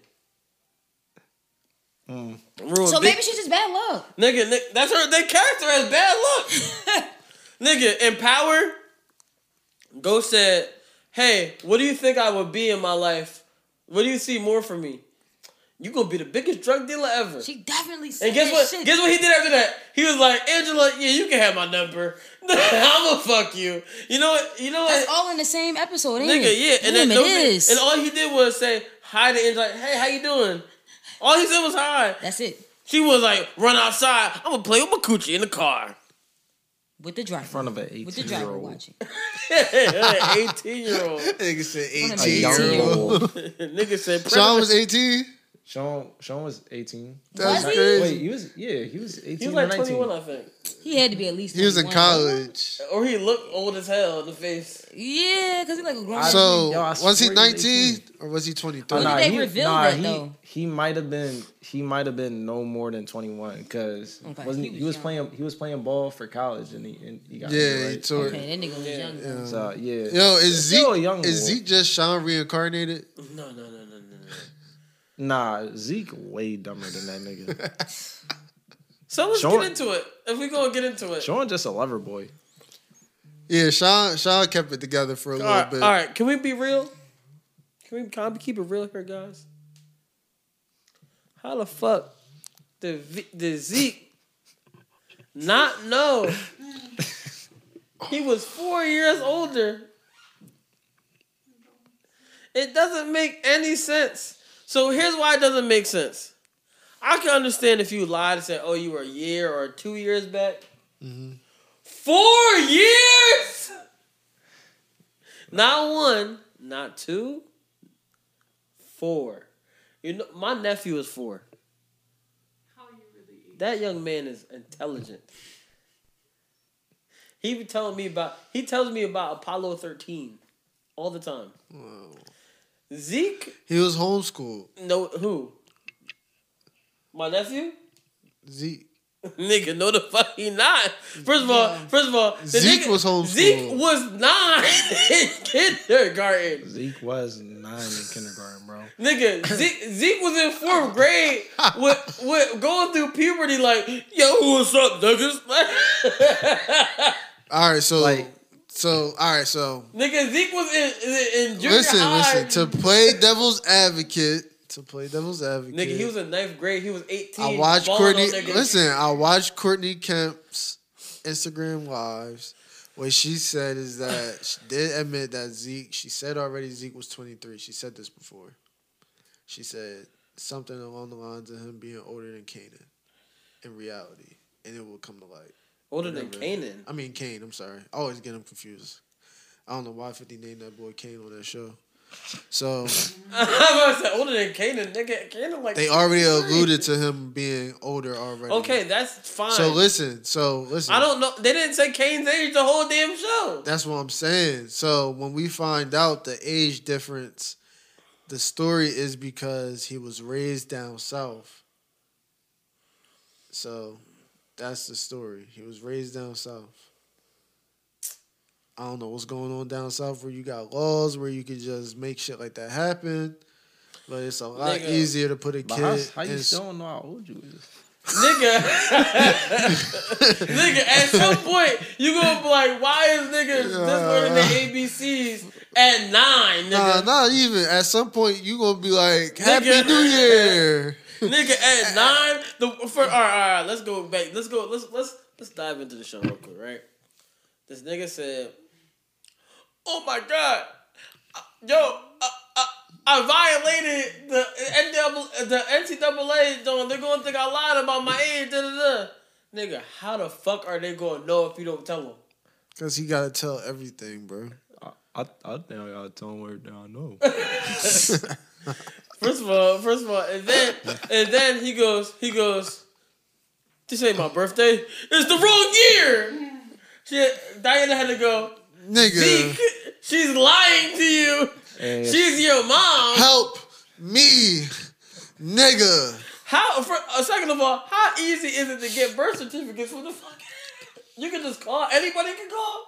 Mm. Ruined So big- maybe she's just bad luck. nigga, ni- that's her. They character as bad luck. <laughs> nigga, in Power, Ghost said, "Hey, what do you think I would be in my life? What do you see more for me? You gonna be the biggest drug dealer ever." She definitely said and guess that what? shit. Guess what he did after that? He was like, "Angela, yeah, you can have my number. <laughs> I'ma fuck you." You know what? You know what? That's all in the same episode, ain't Nigga, it? yeah, and Damn, then it nobody- is. And all he did was say hi to Angela. Like, hey, how you doing? All he said was hi. That's it. She was like, run outside. I'm gonna play with my coochie in the car. <laughs> With the driver. In front of an With the driver 18-year-old. watching. 18 year old. <laughs> Nigga said Wanna eighteen be a year teen. old. <laughs> Nigga said, Sean was eighteen. Sean Sean was 18. That's Was he? crazy. Wait, he was yeah, he was 18 he was like or 19. 21, I think. He had to be at least. He was in 21. college. Or he looked old as hell in the face. Yeah, because he like a grown. So Yo, I was he swear he was nineteen or was he twenty Oh, three? When nah, did they he, reveal nah, that, he, though? He might have been he might have been no more than 21 because Okay, wasn't he he, was he was young. playing he was playing ball for college and he and he got Yeah, he right. tore. okay, that nigga was young. Yeah. so yeah. Yo, is Zeke Still a young is boy. Zeke just Sean reincarnated? No, no, no, no, no, no. Nah, Zeke way dumber than that nigga. <laughs> So let's Sean- get into it. If we gonna get into it. Sean just a lover boy. Yeah, Sean Sean kept it together for a All little right, all bit. right, can we be real? Can we, can we keep it real here, guys? How the fuck did, V- did Zeke not know he was four years older? It doesn't make any sense. So here's why it doesn't make sense. I can understand if you lied and said, "Oh, you were a year or two years back." Mm-hmm. Four years. Not one, not two, four. You know, my nephew is four. That young man is intelligent. He be telling me about. He tells me about Apollo thirteen, all the time. Zeke, He was homeschooled. no who? My nephew, Zeke. nigga, no the fuck he not. First of all, first of all, the Zeke nigga- was homeschooled. Zeke was nine in <laughs> kindergarten. Zeke was nine in kindergarten, bro. Nigga, Zeke, Zeke was in fourth grade with, with going through puberty like, yo, what's up, <laughs> niggas? All right, so Like- so all right, so Nigga, Zeke was in, in, in junior listen, high. listen. To play devil's advocate, to play devil's advocate. Nigga, he was in ninth grade. He was 18. I watched balling Courtney. on niggas. <laughs> Listen, I watched Courtney Kemp's Instagram lives. What she said is that she did admit that Zeke. She said already Zeke was 23. She said this before. She said something along the lines of him being older than Canaan in reality, and it will come to light. Older than Whatever. Kanan? I mean Kane. I'm sorry. I always get him confused. I don't know why 50 named that boy Kane on that show. So I was older than Kanan. Nigga, Kanan like they already 23. alluded to him being older already. Okay, that's fine. So listen. So listen. I don't know. They didn't say Kane's age the whole damn show. That's what I'm saying. So when we find out the age difference, the story is because he was raised down south. So that's the story. He was raised down south. I don't know what's going on down south where you got laws where you could just make shit like that happen. But it's a lot Nigga. easier to put a But kid. how- how you in still don't know how old you <laughs> is? <laughs> <laughs> nigga, nigga, at some point you gonna be like, why is niggas just learning the ABCs at nine, Nah, nigga? not even. At some point, you gonna be like, "Happy Nigga. New Year." Nigga, at nine, the for all right, all right, let's go back. Let's go. Let's let's let's dive into the show real quick, right? This nigga said, "Oh my god, uh, yo." Uh, uh, I violated the NCAA, the NCAA zone. They're gonna think I lied about my age. Da, da, da. Nigga, how <laughs> the fuck are they gonna know if you don't tell them? Cause he gotta tell everything, bro. I I think I gotta tell him where I know. <laughs> <laughs> First of all, first of all, and then and then he goes, he goes, This ain't my birthday. It's the wrong year. She, Diana had to go, Nigga. Zeke, she's lying to you. She's your mom. Help me, nigga. How for, uh, second of all, how easy is it to get birth certificates from the fuck? You can just call. Anybody can call.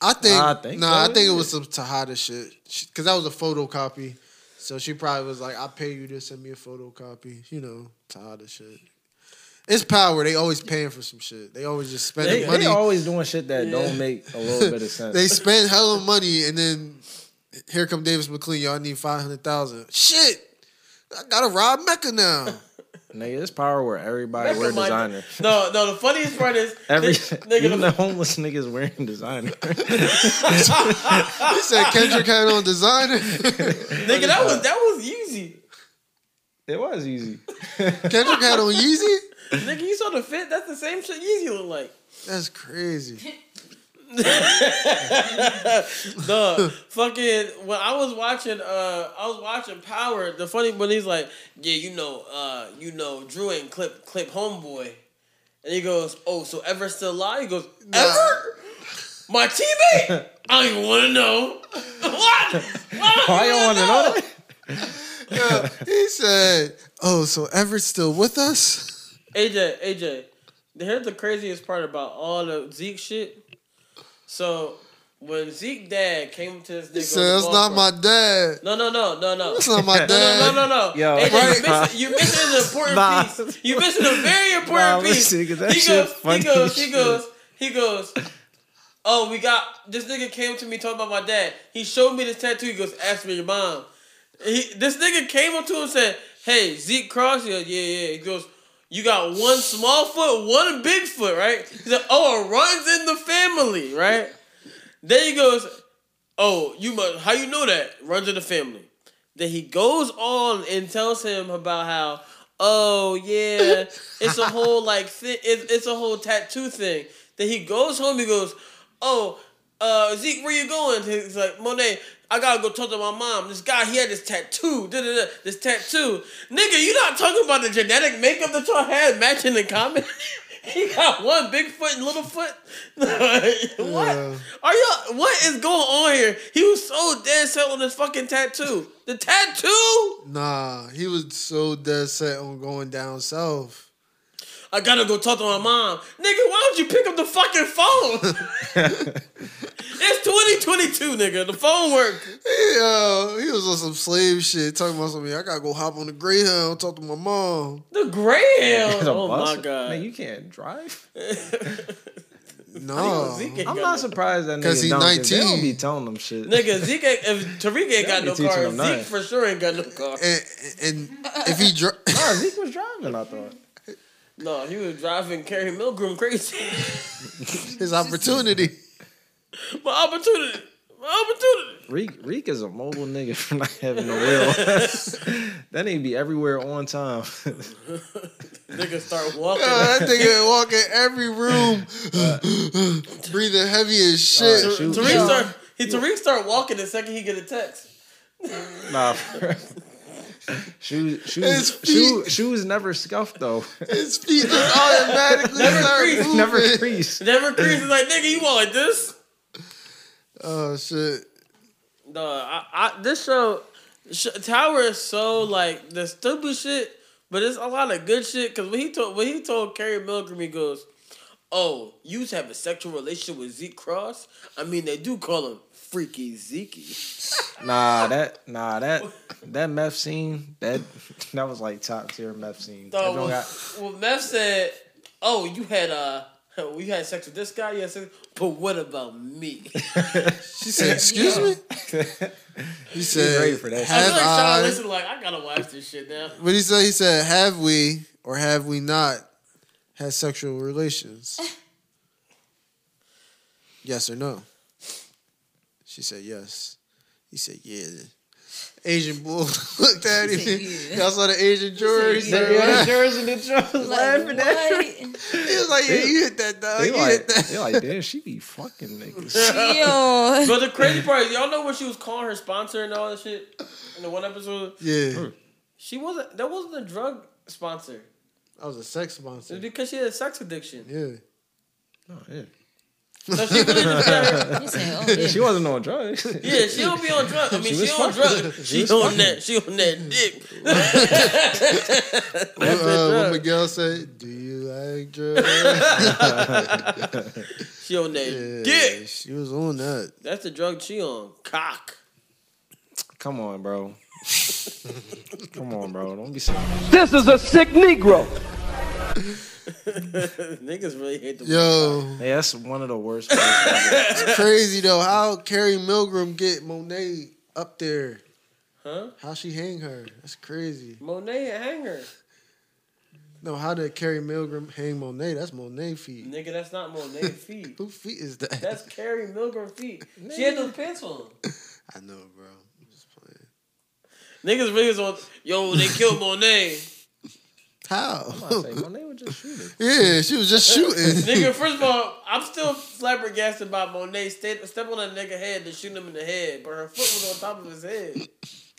I think. I Nah, think I so. think it was some Tejada shit. She- Cause that was a photocopy. So she probably was like, "I pay you to send me a photocopy." You know, Tejada shit. It's power. They always paying for some shit. They always just spending They, money. they always doing shit that don't make a little <laughs> bit of sense. they spend hella money and then here come Davis McLean. Y'all need five hundred thousand. Shit, I gotta rob Mecca now. Nigga, it's power where everybody wear Never mind. <laughs> designer. No, no. The funniest part <laughs> is Every nigga, <laughs> <laughs> even the- the homeless niggas wearing designer. <laughs> he said Kendrick had on <laughs> designer. nigga, that was that was easy. It was easy. <laughs> Kendrick had <laughs> on Yeezy. Nigga, you saw the fit. That's the same shit Yeezy look like. That's crazy. <laughs> no, <laughs> fucking. When I was watching, uh, I was watching Power. The funny, but he's like, yeah, you know, uh, you know, Drew and Clip, Clip, homeboy, and he goes, oh, so ever still alive? He goes, ever? My teammate? I don't even want to know. <laughs> what? Why you want to know? <laughs> Yeah, Oh, he said, "Oh, so Everett's still with us?" AJ, AJ, here's the craziest part about all the Zeke shit. So when Zeke dad came to this nigga, on He the said, "That's golf not course- my dad." No, no, no, no, no. That's not <laughs> my No, no, dad. no, no, no. Yo. AJ, Right. you missing, you missing an important Nah. piece. You missing a very important Nah, piece. listen, 'cause that he, shit goes, funny he goes, as he shit. goes, he goes. Oh, we got this nigga came to me talking about my dad. He showed me this tattoo. He goes, ask me your mom. He, this nigga came up to him and said, "Hey, Zeke Cross." He goes, yeah, yeah. He goes, "You got one small foot, one big foot, right?" He said, "Oh, it runs in the family, right?" Then he goes, "Oh, you must. How you know that? Runs in the family." Then he goes on and tells him about how, oh yeah, it's a whole like thi- it, it's a whole tattoo thing. Then he goes home. He goes, oh uh, Zeke, where you going? He's like Monet. I gotta go talk to my mom. This guy, he had this tattoo. Da, da, da, this tattoo, nigga. You not talking about the genetic makeup that y'all had matching in common? <laughs> he got one big foot and little foot. <laughs> what? Yeah. Are y'all? What is going on here? He was so dead set on this fucking tattoo. The tattoo. Nah, he was so dead set on going down south. I gotta go talk to my mom. Nigga, why don't you pick up the fucking phone? it's 2022, nigga. The phone work. Yo, he was on some slave shit talking about something. I gotta go hop on the Greyhound, talk to my mom. The Greyhound. It's <laughs> a Oh bus? my god. <laughs> <laughs> Man, you can't drive. No. <laughs> I'm not surprised that nigga he don't. 'cause They 19. don't be telling them shit. Nigga, Zeke, ain't- if Tariq ain't got be no teaching car, him nothing. Zeke for sure ain't got no car. And, if he dri- <laughs> Nah, Zeke was driving. I thought. no, he was driving Carrie Milgram crazy. <laughs> His opportunity. My opportunity. My opportunity. <laughs> Reek, Reek is a mobile nigga <laughs> for not having a wheel. that nigga be everywhere on time. <laughs> Nigga start walking. Uh, <laughs> that nigga walk in every room, breathing heavy as shit. Alright, shoot. Tariq start he Tariq start walking the second he get a text. nah, <laughs> for- shoes, His shoes, feet- shoes, shoes never scuffed though. His feet just automatically Never start crease. moving. never creased. Never crease is like, nigga, you want like this? Oh shit! No, I, I this show sh- Tower is so like the stupid shit, but it's a lot of good shit. Cause when he told when he told Carrie Milgram, he goes, "Oh, you have a sexual relationship with Zeke Cross? I mean, they do call him Freaky Zeke." Nah, that nah that that meth scene that that was like top tier meth scene. That No, don't well, got- well, Meth said, "Oh, you had uh, <laughs> well, you had sex with this guy, yes, but what about <laughs> me?" She said, "Excuse me." <laughs> He said, ready for that. I feel "Have like Sean I?" listening, like I gotta watch this shit now. What he said? He said, "Have we or have we not had sexual relations?" yes or no? She said yes. He said, "Yeah." Asian bull looked at He said, him. yeah. Y'all saw the Asian jury. He said, yeah, "What?" Jersey and the <laughs> Jones laughing at her. He was like, "Yeah, you hit that, dog. They You like, hit that." they like, damn, she be fucking niggas. Yo. But the crazy part is, y'all know when she was calling her sponsor and all that shit in the one episode? Yeah, She wasn't, that wasn't a drug sponsor. I was a It's sex sponsor. because she had a sex addiction. Yeah. Oh, yeah. So she really just got her. She wasn't on drugs. Yeah, she don't be on drugs. I mean, She she, was on fucking. drugs. She <laughs> She was on fucking. that. She on that dick. What, uh, what Miguel said, "Do you like <laughs> drugs?" <laughs> She on that dick. yeah, she was <laughs> on that. That's the drug she on. Cock. <laughs> Come on, bro. <laughs> Come on, bro. Don't be so. This is a sick Negro. Niggas really hate the Yo, Hey, that's one of the worst. it's crazy though. How Carrie Milgram get Monet up there? Huh? How she hang her? That's crazy. Monet and Hanger. No, how did Carrie Milgram hang Monet? That's Monet feet. Nigga, that's not <laughs> Monet feet. Who feet is that? That's Carrie Milgram feet. She had those pants on. <laughs> I know, bro. I'm just playing. Niggas really was on. Yo, they <laughs> killed Monet. How? Monet was just shooting. <laughs> yeah, she was just shooting. <laughs> nigga, first of all, I'm still flabbergasted by Monet step, step on that nigga head to shoot him in the head, but her foot was on top of his head. <laughs>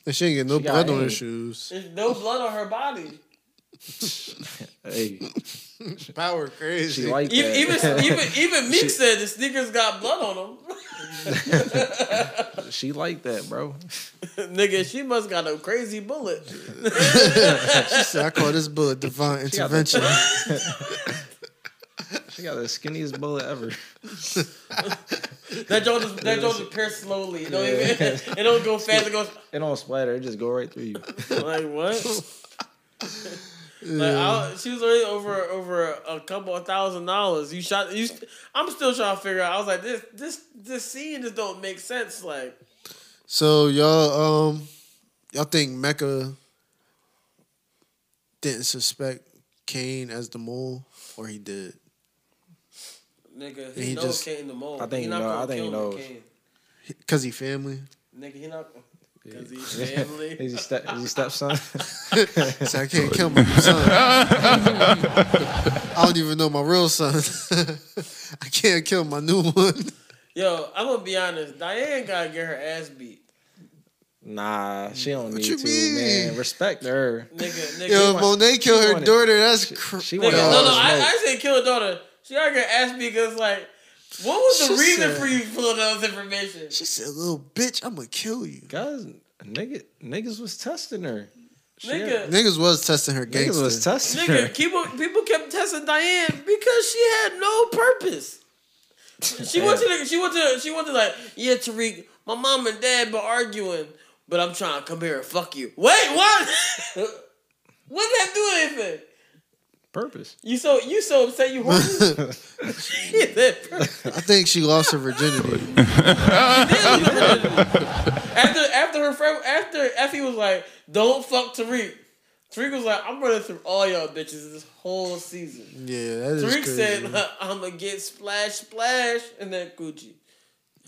and she ain't get no She got blood on her aimed. shoes. There's no blood on her body. Hey, <laughs> Power crazy. she like Even that. even <laughs> even, even Meek said the sneakers got blood on <laughs> she like that, bro. them. <laughs> nigga, she must got a crazy <laughs> bullet. she said, "I call this bullet divine She got intervention." the, <laughs> she got the skinniest bullet ever. That joint is- that joint appears slowly. You know what I mean? <laughs> It don't go fast. It goes It don't splatter. It just go right through you. like what? <laughs> Like I, she was already over over a couple of thousand dollars. You shot you. st- I'm still trying to figure out. I was like this this this scene just don't make sense. Like So y'all, um, y'all think Mecca didn't suspect Kane as the mole, or he did? nigga, He he, knows just- Kane the mole. I think he he not know- gonna I think he kill knows. Kane. Cause he family, Nigga, he not because <laughs> he's family. Is he, <laughs> step, is he stepson? so I can't kill my son. I don't even know my real son. <laughs> I can't kill my new <laughs> one. Yo, I'm gonna be honest. Diane gotta get her ass beat. Nah, she don't need you to, mean? man. Respect her. Nigga, nigga. Yo, nigga, if Monet killed her wanted- daughter. That's cr- She no, want all no, the I, smoke. I say kill her daughter. She gotta get her ass beat because like, what was the She reason said- for you pulling out this information? she said, "Little bitch, I'm gonna kill you." Guys, nigga, niggas was testing her. She- Nigga. Niggas was testing her gangster. niggas was testing her. Nigga, people people kept testing Diane because she had no purpose. She went to the, she went to she went to like yeah Tariq, my mom and dad been arguing, but I'm trying <laughs> to come here and fuck you. Wait, what? what did that do anything? Purpose. You so you so upset you <laughs> horny? <laughs> She said purpose. I think she lost her virginity. <laughs> after after her friend after Effie was like, "Don't fuck Tariq." Tariq was like, "I'm running through all y'all bitches this whole season." Yeah, that is Tariq crazy. said, <laughs> "I'm gonna get splash splash," and then Gucci.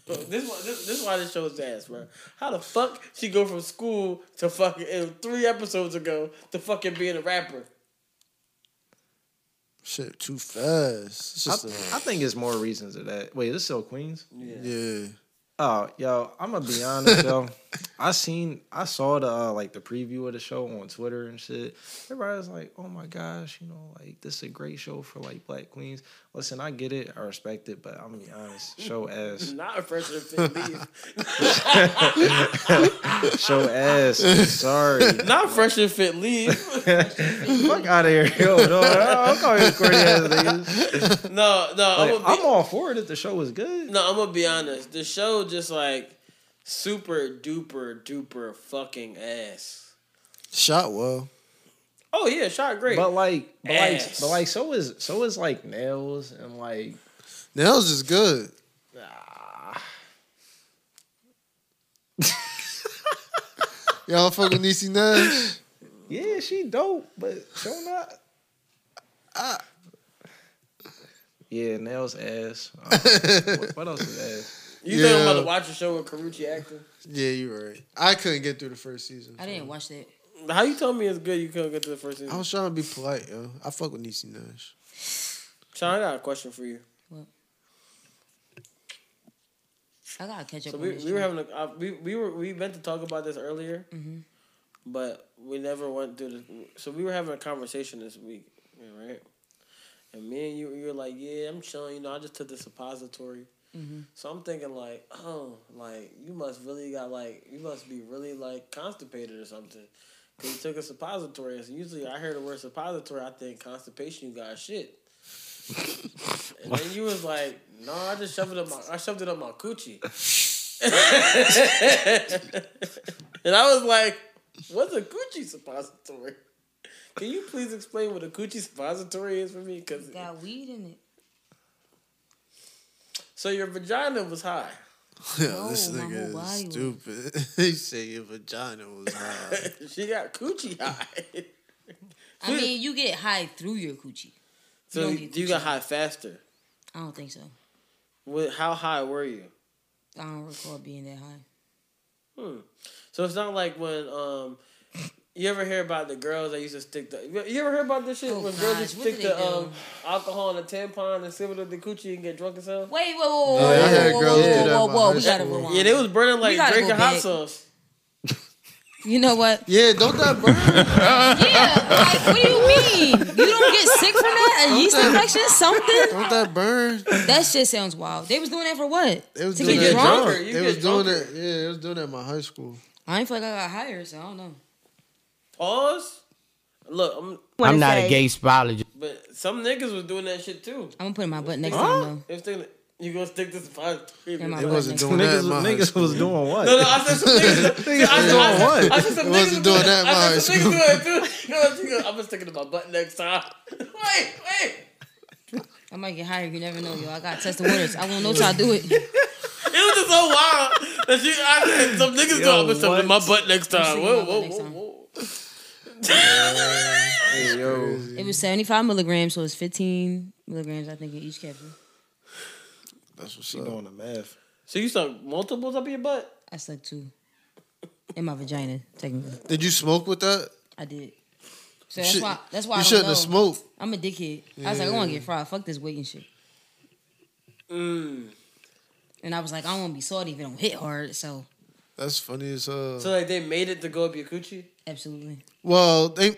Bro, This one- this this is why this show's ass, bro. How the fuck she go from school to fucking it was three episodes ago to fucking being a rapper? Shit, too fast. It's I just a- I think it's more reasons of that. Wait, this is still Queens? yeah. Oh, yo, I'm gonna be honest, <laughs> yo. I seen, I saw the uh, like the preview of the show on Twitter and shit. Everybody was like, "Oh my gosh, you know, like this is a great show for like Black Queens." Listen, I get it, I respect it, but I'm gonna be honest, <laughs> show ass, Not a freshman fit leave. <laughs> show ass. Sorry, Not freshman fit <laughs> leave. <laughs> fuck out of here, <laughs> yo. No, no, I'm calling you corny ass niggas. No, <laughs> no, I'm Like, gonna I'm, be- all for it if the show was good. No, I'm gonna be honest. The show just like super duper duper fucking ass. Shot well. Oh yeah, shot great. But like, but like, Ass. but like, so is so is like nails and like Nails is good. Ah. Y'all fuck with Niecy <laughs> Nash? Yeah, she dope, but show not. Yeah, nails ass. Uh, <laughs> what, what else is ass? you think I'm about to watch a show with Karuchi acting? Yeah, you're right. I couldn't get through the first season. I didn't watch that. How you told me it's good? You couldn't get to the first season. I was trying to be polite, yo. I fuck with Niecy Nash. <laughs> Sean, I got a question for you. I gotta catch up. So on we, this we were shit. having a uh, we we were we meant to talk about this earlier, Mhm. but we never went through the. So we were having a conversation this week, yeah, right? And me and you, you were like, "Yeah, I'm chilling. You know, I just took the suppository." Mhm. So I'm thinking like, oh, like you must really got like you must be really like constipated or something. Cause you took a suppository. So usually I hear the word suppository, I think constipation. You got shit. and then you was like, no, I just shoved it up my I shoved it up my coochie. <laughs> and I was like, what's a coochie suppository? Can you please explain what a coochie suppository is for me? Cause It's got weed in it. so your vagina <laughs> was high. Yo, No, Oh, this my whole nigga is body was- stupid. <laughs> he say your vagina was high. <laughs> she got <laughs> coochie high. I mean, you get high through your coochie. So don't you, get do you got high faster? I don't think so. What, how high were you? I don't recall being that high. Hmm. So it's not like when um you ever hear about the girls that used to stick the you- you ever hear about this shit when girls Oh, gosh, used to what stick do they the do? um alcohol in a tampon and sip it up the coochie and get drunk as hell? Wait, whoa, whoa, whoa, Yeah, I had whoa, whoa, girls do whoa, that whoa, in my whoa, high we gotta school. rewind. Yeah, they was burning We like gotta go drinking hot back. sauce. You know what? <laughs> Yeah, don't that burn? <laughs> yeah, like what do you mean? You don't get sick from that? A yeast infection? Something? Don't that burn? That shit sounds wild. They was doing that for what? They was to doing get that. drunk? You They get was doing drunker. that. Yeah, they was doing that in my high school. I ain't feel like I got hired, so I don't know. Pause. Look, I'm I'm not a gay. gay spologist. But some niggas was doing that shit too. I'm gonna put in my butt next time If they, you gonna stick this five? Yeah, my They wasn't doing that. Niggas, in my high niggas was school. doing what? No, no, I said some niggas. I <laughs> Niggas was said- doing I said- what? I said some It niggas wasn't doing that in I my said some high niggas doing it too. You know what you gonna- I'm gonna stick it in my butt next time. Wait, wait. though. I might get hired. You never know, yo. I gotta test the waters. I won't know till I do it. <laughs> It was just so wild that you. I said some niggas doing. I'm gonna stick it in my butt next time. sticking Whoa, my butt whoa, next whoa, time. whoa. Hey, yo. It was 75 milligrams, so it's 15 milligrams, I think, in each capsule. That's what's She doing the math. So you stuck multiples up your butt? I sucked two in my vagina, technically. Did you smoke with that? I did. So You that's should- why. That's why you I don't shouldn't know. have smoked. I'm a dickhead. I was like, I want to Yeah. get fried. Fuck this weight and shit. Mm. And I was like, I don't want to be salty if it don't hit hard. So That's funny as hell. So like they made it to go up your coochie. absolutely, well, they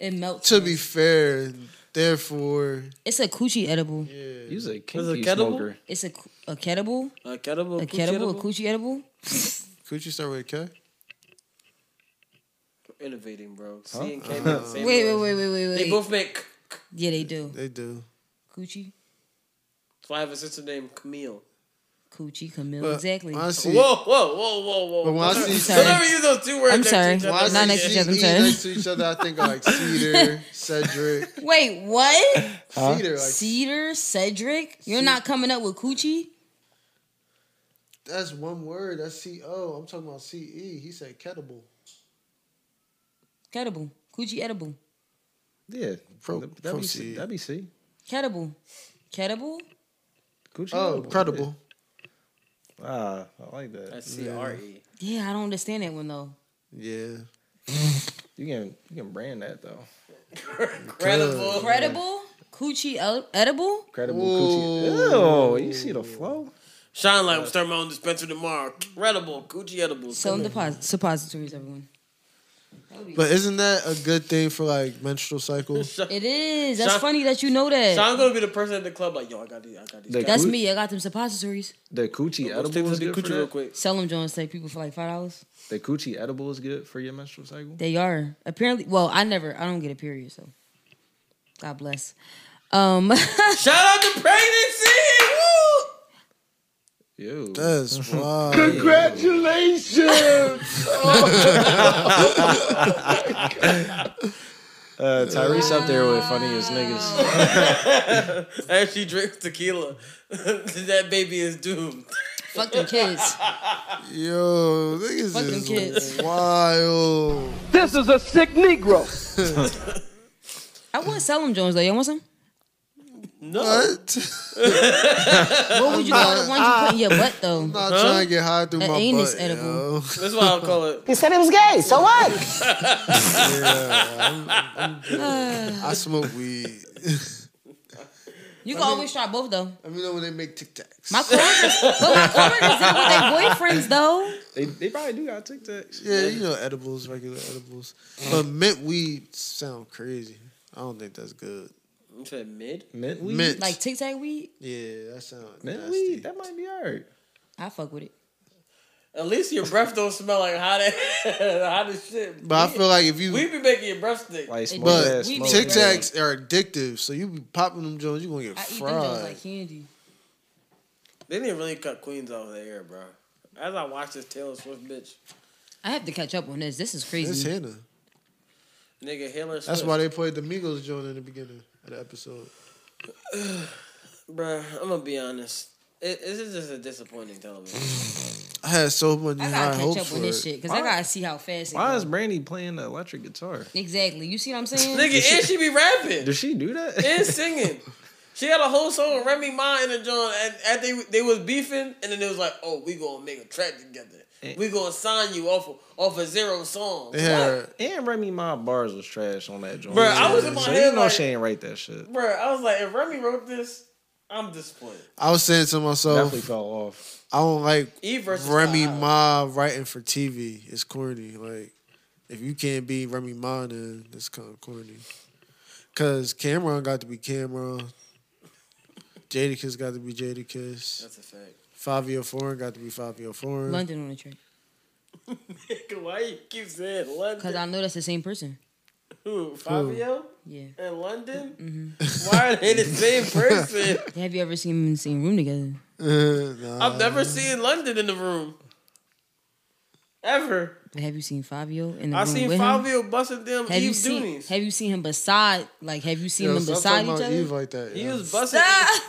it melts. to be fair, therefore, It's a coochie edible. You's a Was it kinky a kettle? smoker. It's a coo- a kettlebell, A kettlebell. a coochie kettlebell, a edible? coochie edible. could you start with a K? Innovating, bro. Huh? C and <laughs> K make the same. Wait, wait, noise. wait, wait, wait, They wait. both make. k- Yeah, they do. They do. Coochie, So I have a sister named Camille. Coochie Camille. exactly. Honestly, whoa, whoa, whoa, whoa, whoa. But when I see- Whenever you those two words, I'm next sorry. To each other, Not I'm next to each like, other. I'm E sorry. next to each other, I think of <laughs> like Cedar, Cedric. Wait, what? Huh? Cedar, like- Cedar, Cedric. You're not coming up with Coochie. That's one word. That's C O. I'm talking about C E. He said kettlebell. Edible. Coochie edible. Yeah, Pro- that'd be proceed. C. That'd be C. Ketable. Ketable? Gucci Oh, Mane. credible. Ah, I like that. That's C-R-E. Yeah, I don't understand that one though. Yeah. <laughs> You can you can brand that though. Credible. Credible? Coochie el- edible? Credible Gucci. Ew, you see the flow? Shine like start my own dispenser tomorrow. Credible Gucci edibles. Selling deposit suppositories, everyone. But isn't that a good thing for like menstrual cycle? It is. That's Sean- funny that you know that. Sean's gonna be the person at the club like, yo, I got these, I got these. The That's Coo- me. I got them suppositories. The Coochie edible is good for real that? quick. Sell them joints take people for like five dollars. The Coochie edible is good for your menstrual cycle. They are apparently. Well, I never. I don't get a period, so God bless. Um, <laughs> Shout out to pregnancy. Woo! Ew. <laughs> That's wild. Congratulations! Uh, Tyrese up there with funniest niggas. <laughs> As she drinks tequila, <laughs> that baby is doomed. Fuck them kids. Yo, niggas Fuck them is kids. wild. This is a sick Negro. <laughs> I would sell them joints though. You want some? No. <laughs> What would you call the ones you put in your butt though? I'm not trying to get high through An my anus butt. edible. Yo. That's why I call it. He said it was gay, so what? <sighs> I smoke weed. You can always try both though. Let me know when they make Tic Tacs. My coworkers, but <laughs> my coworkers did it with their boyfriends though. they, <laughs> they probably do got Tic Tacs. Yeah, you know edibles, regular edibles. Mm. But mint weed sound crazy. I don't think that's good. <laughs> You said mid. Mint weed. Mint. Like Tic Tac weed, Yeah, that sounds Mint nasty. weed. That might be alright. I fuck with it. At least your breath don't smell like hot, ass- <laughs> hot as shit. But I feel like if you we be making your breath stink. Like smoke but ass smoke. Tic Tacs are addictive, so you be popping them Jones, you gonna I get eat them joints fried. like candy. They didn't really cut Queens out of the air, bro. As I watch this Taylor Swift bitch, I have to catch up on this. This is It's crazy. Hannah. nigga, Taylor Swift. That's why they played the Migos joint in the beginning of the episode. <sighs> Bruh, I'm gonna be honest. It, this is just a disappointing <laughs> television. I had so many I high gotta catch hopes up for on this it. shit because I gotta see how fast it Why is goes. Brandy playing the electric guitar? Exactly. You see what I'm saying? nigga, and she be rapping Does she do that? and singing. She had a whole song with Remy Ma and a John, and and they they was beefing, and then it was like, oh, we gonna make a track together. Eh. We gonna sign you off of, off a zero song. They had And Remy Ma bars was trash on that joint. Bruh, I was in my so head you know like- she ain't write that shit. Bruh, I was like, if Remy wrote this, I'm disappointed. I was saying to myself, Definitely fell off. I don't like E versus Remy Kyle. Ma writing for TV. It's corny. Like if you can't be Remy Ma, then it's kind of corny. Cause Cameron got to be Cameron. Jadakiss got to be Jadakiss. That's a fact. Fabio Foreign got to be Fabio Foreign. London on the track Nigga, <laughs> why you keep saying London? because I know that's the same person. Who, Fabio Yeah. Mm-hmm. Uh, and London? Why are they the <laughs> same person? Have you ever seen them in the same room together? Uh, I've never seen London in the room. Ever. Have you seen Fabio in the I room seen with him? Fabio busting them Have you Eve seen? Doonies. Have you seen him beside? Like, have you seen Yo, them stop beside talking each about other? Eve like that. He yo. was busting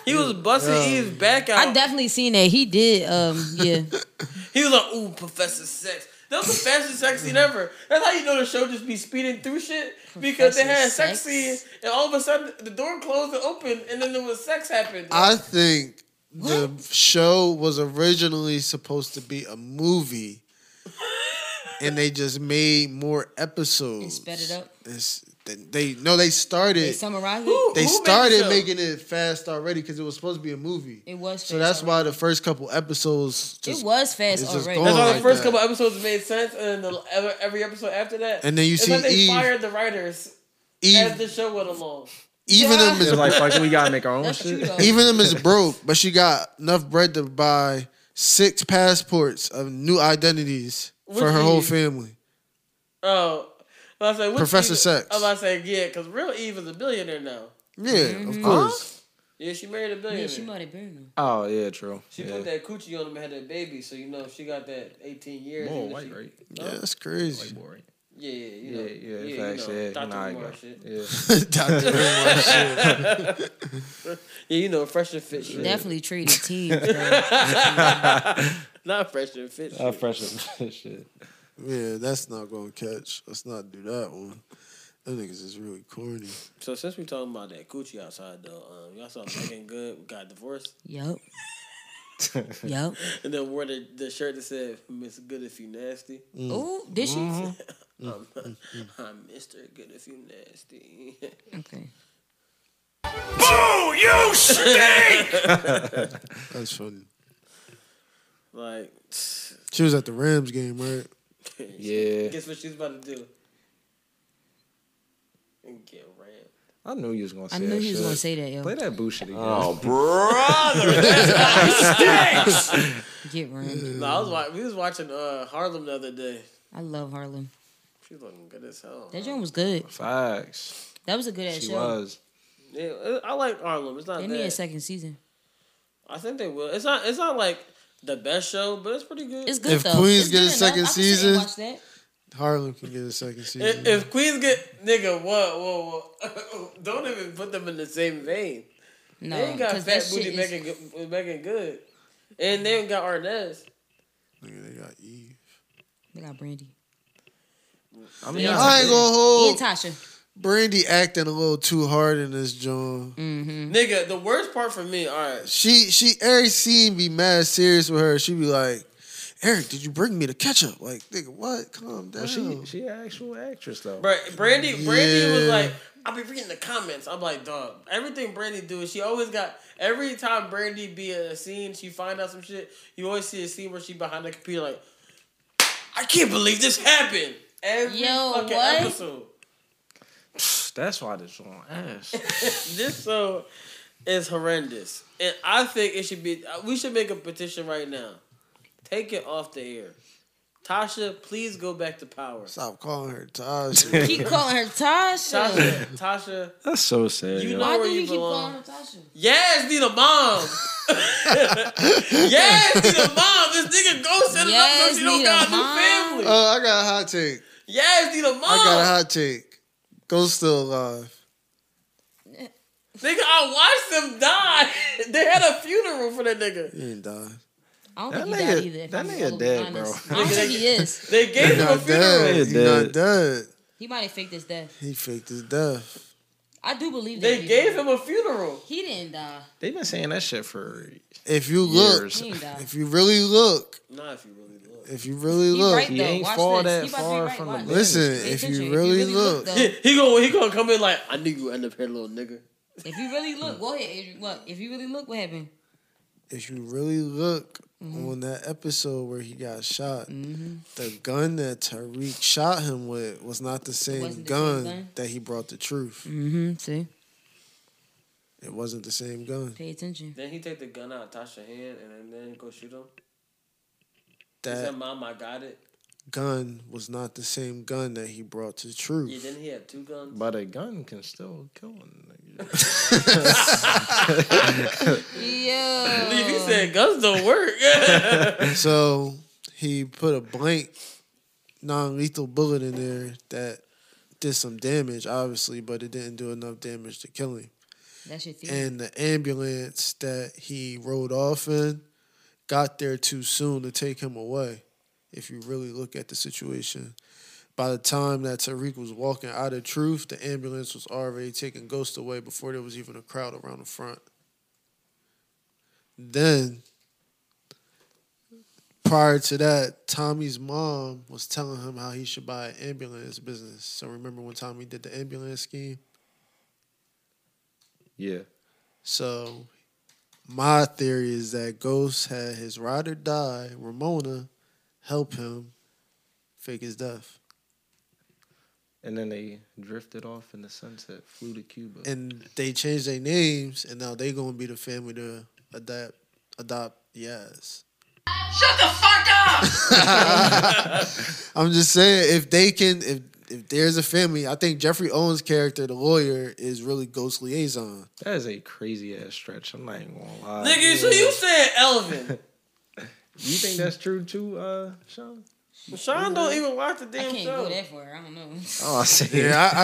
he was busting Eve's back out. I definitely seen that. He did. Um, <laughs> yeah. he was like, ooh, Professor Sex. That was the fastest sex scene ever. That's how you know the show just be speeding through shit because they Professor had sex Sex? scene and all of a sudden the door closed and opened and then there was sex happened. I think the show was originally supposed to be a movie, and they just made more episodes. And sped it up. It's- they no, they started. They summarized Who- it. they who made the started show? making it fast already because it was supposed to be a movie. It was. So that's why the first couple episodes just it was fast it's just already. gone. That's why the like first that. couple episodes made sense, and then the, every, every episode after that. And then you it's see like they Eve- fired the writers as Eve, the show went along. even them It's is like, fuck, it, we gotta make our own That's true, shit. though. even them is broke, but she got enough bread to buy six passports of new identities for Which her whole Eve? family. Oh, I was like, what's Professor Eve? Sex. I was like, yeah, because real Eve is a billionaire now. Yeah, of course. Yeah, she married a billionaire. Mm-hmm. Yeah, she married a billionaire. <laughs> Oh yeah, true. She yeah. put that coochie on him and had that baby, so you know she got that eighteen years. More even if white, she- right? Huh? Yeah, that's crazy. Yeah, yeah, you know, Yeah, yeah, yeah, facts, you know, yeah, you Dr. know how it Umar go. shit. Yeah. Dr. <laughs> Umar shit. <laughs> yeah, you know, fresh and fit shit. definitely <laughs> treated teams, bro. Not fresh and fit. Not shit. fresh and fit shit. Yeah, that's not gonna catch. Let's not do that one. Them niggas is really corny. So since we talking about that coochie outside though, um, y'all saw Megan Good got divorced. <laughs> Yup. Yup. <laughs> And then wore the, the shirt that said "Miss Good if you nasty." Mm. Ooh, did she? Mhm. <laughs> um, Mm, I'm Mister Good if you nasty. <laughs> Okay. Boo! You That's funny. <laughs> like, She was at the Rams <laughs> game, right? Yeah. guess what she's about to do? And get rammed. I knew you was gonna say I knew that he was shit. gonna say that, yo. Play that bullshit again. <laughs> Oh, brother, that stinks. Get rammed. No, I was wa- we was watching uh, Harlem the other day. I love Harlem. She's looking good as hell. That joint was good. Facts. That was a good ass She show. was. Yeah, uh, I- I like Harlem. It's not They that. need a second season. I think they will. It's not. It's not like the best show, but it's pretty good. It's good if though. Queens It's get a good enough. second I can sit and season, watch that. Harlem can get a second season. If, if Queens get nigga, what, whoa, whoa, <laughs> don't even put them in the same vein. No, they ain't got 'cause that fat shit booty making good, making good, and they ain't got Arnaz. Nigga, they got E. Eve. They got Brandy. I mean, Yeah. I ain't gonna hold. Yeah, E. Tasha. Brandy acting a little too hard in this joint. Mm-hmm. Nigga, the worst part for me. All right, She she every scene be mad serious with her. She be like, Eric, did you bring me the ketchup? Like, nigga, what? Calm down. But she she an actual actress though. Bra- Brandy, Brandy was Yeah. like, I'll be reading the comments. I'm like, dog. Everything Brandy do, she always got. Every time Brandy be in a scene, she find out some shit. You always see a scene where she behind the computer, like, I can't believe this happened. Every Yo, fucking what? episode. That's why this one <laughs> ass. this show is horrendous, and I think it should be. uh, We should make a petition right now. Take it off the air. Tasha, please go back to power. Stop calling her Taj. <laughs> Keep calling her Tasha. Tasha, Tasha, That's so sad. you yo. know where do you you keep belong. calling her Tasha? Yes, need <laughs> a mom. yes, need a mom. This nigga go set it up Yes, so she don't need got a a new family. Oh, I got a hot take. yes, need a mom. I got Oh! a hot take. Ghost still alive. nigga, I watched them die. <laughs> they had a funeral for that nigga. He ain't die. I don't That think he nigga- died either. if that I'm nigga totally dead, bro. honest. I don't think he is. They gave He him a not funeral. dead. He dead. not dead. He might have faked his death. He faked his death. I do believe that. They he gave did. him a funeral. He didn't die. They've been saying that shit for If you look, Years. He ain't die. if you really look, Nah, if you really look. if you really He look, right He though. ain't Watch fall this. that He about to be far right. from the Watch. business. listen, Pay if attention. you really look, though, He, he gonna he gonna come in like I knew you would end up here, little nigga. if you really look, go ahead, Adrian. Look, if you really look, what happened? if you really look Mm-hmm. on that episode where he got shot, the gun that Tariq shot him with was not the same wasn't the gun, same gun? that he brought the truth. Mm-hmm. See, It wasn't the same gun. pay attention. Then he take the gun out of Tasha's hand and then go shoot him. he That said, "Mom, I got it." gun was not the same gun that he brought to Yeah, truth. then he had two guns. But a gun can <laughs> still <laughs> kill a nigga. Yeah. Believe <laughs> he said guns don't <laughs> <laughs> work. so he put a blank non-lethal bullet in there that did some damage obviously but it didn't do enough damage to kill him That's your theory. and the ambulance that he rode off in got there too soon to take him away if you really look at the situation by the time that tariq was walking out of truth the ambulance was already taking ghost away before there was even a crowd around the front then prior to that, Tommy's mom was telling him how he should buy an ambulance business. So remember when Tommy did the ambulance scheme? yeah. So my theory is that Ghost had his ride or die, Ramona, help him fake his death. And then they drifted off in the sunset, flew to Cuba. And they changed their names and now they gonna be the family to adapt adopt yes. Shut the fuck up! I'm just saying if they can if if there's a family, I think Jeffrey Owens' character, the lawyer, is really Ghost liaison. That is a crazy ass stretch. I'm not even gonna lie. Nigga, so you said Elvin. <laughs> you think that's true too, uh, Sean? Well, Sean don't even watch the damn I can't show. go that far. I don't know. Oh, I see. Yeah, I I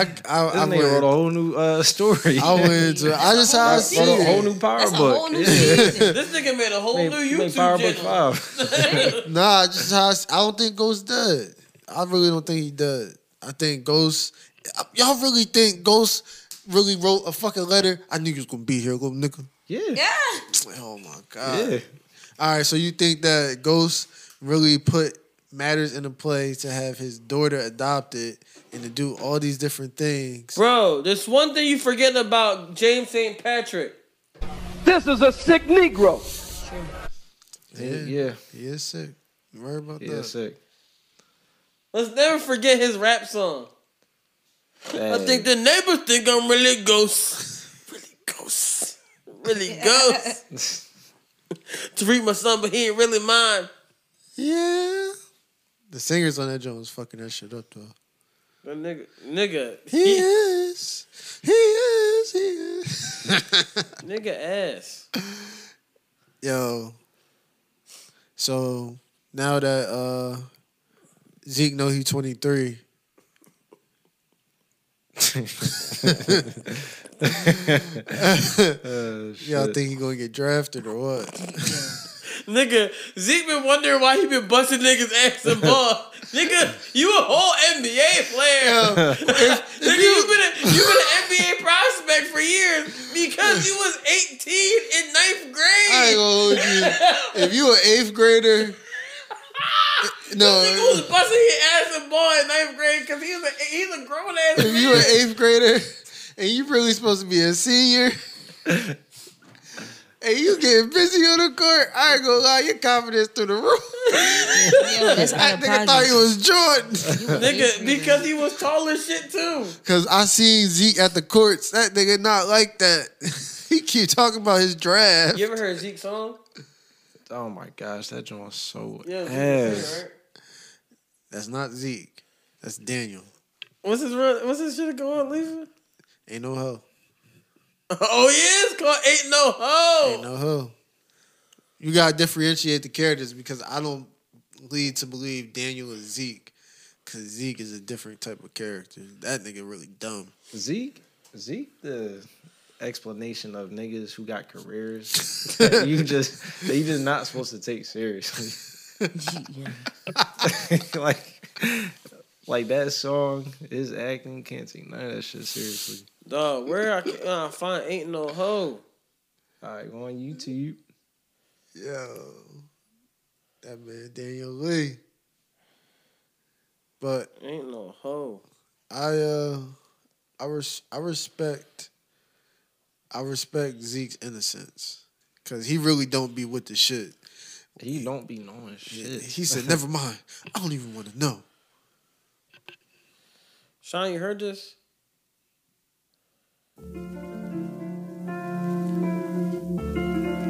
<laughs> I, This nigga I wrote went, a whole new uh, story. I went to I just how I Wrote- see wrote a it. whole new power book. <laughs> This nigga made a whole Made- new made YouTube Power Book channel. Five. nah, just how I, s- I don't think Ghost dead. I really don't think he dead. I think Ghost. y- Y'all really think Ghost really wrote a fucking letter? I knew you was gonna be here, little nigga. Yeah. Oh my god. Yeah. All right, so you think that Ghost really put matters into play to have his daughter adopted and to do all these different things? Bro, there's one thing you forgetting about James St. Patrick. This is a sick Negro. Yeah, yeah, he is sick. You worry about He that. is sick. Let's never forget his rap song. I Hey. think the neighbors think I'm really ghost. Really ghost. Really <laughs> ghost. Tariq, my son, but he ain't really mine. Yeah. The singers on that joint was fucking that shit up though. That nigga, nigga, He is. He is. He is. <laughs> nigga ass. Yo. So now that uh Zeke know he 23. Y'all shit. think he gonna get drafted or <laughs> what? Nigga, Zeke been wondering why he been busting niggas ass and <laughs> ball. nigga, you a whole NBA <laughs> player. nigga, you been a, you been an NBA prospect for years because you was 18 in ninth grade. I ain't gonna hold you. If you an eighth grader, Nigga no. was busting his ass and ball in ninth grade because he was a, he's a grown ass. If you an eighth grader and you really supposed to be a senior, and you getting busy on the court, I ain't gonna lie, your confidence through the roof. Yo, that's I out of think I thought project. he was Jordan. Nigga, because he was tall as shit too. Cause I seen Zeke at the courts. That nigga not like that. <laughs> he keep talking about his draft. You ever heard Zeke's song? Oh my gosh, that joint was so Yeah, ass. right? That's not Zeke. That's Daniel. What's his run? What's his shit going on, Lisa? Ain't no hoe. <laughs> Oh yeah, it's called Ain't No Ho. Ain't no hoe. You gotta differentiate the characters because I don't lead to believe Daniel is Zeke. Cause Zeke is a different type of character. That nigga really dumb. Zeke, Zeke, the explanation of niggas who got <laughs> careers that you just that you just not supposed to take seriously. <laughs> like, like that song, his acting can't take none of that shit seriously. Dog, where I can uh, find Ain't No Ho? All right, go on YouTube. Yo. That man Daniel Lee. But Ain't No Ho. I uh I res- I respect I respect Zeke's innocence cuz he really don't be with the shit. He don't be knowing shit. He said never mind. I don't even want to know. Sean, you heard this?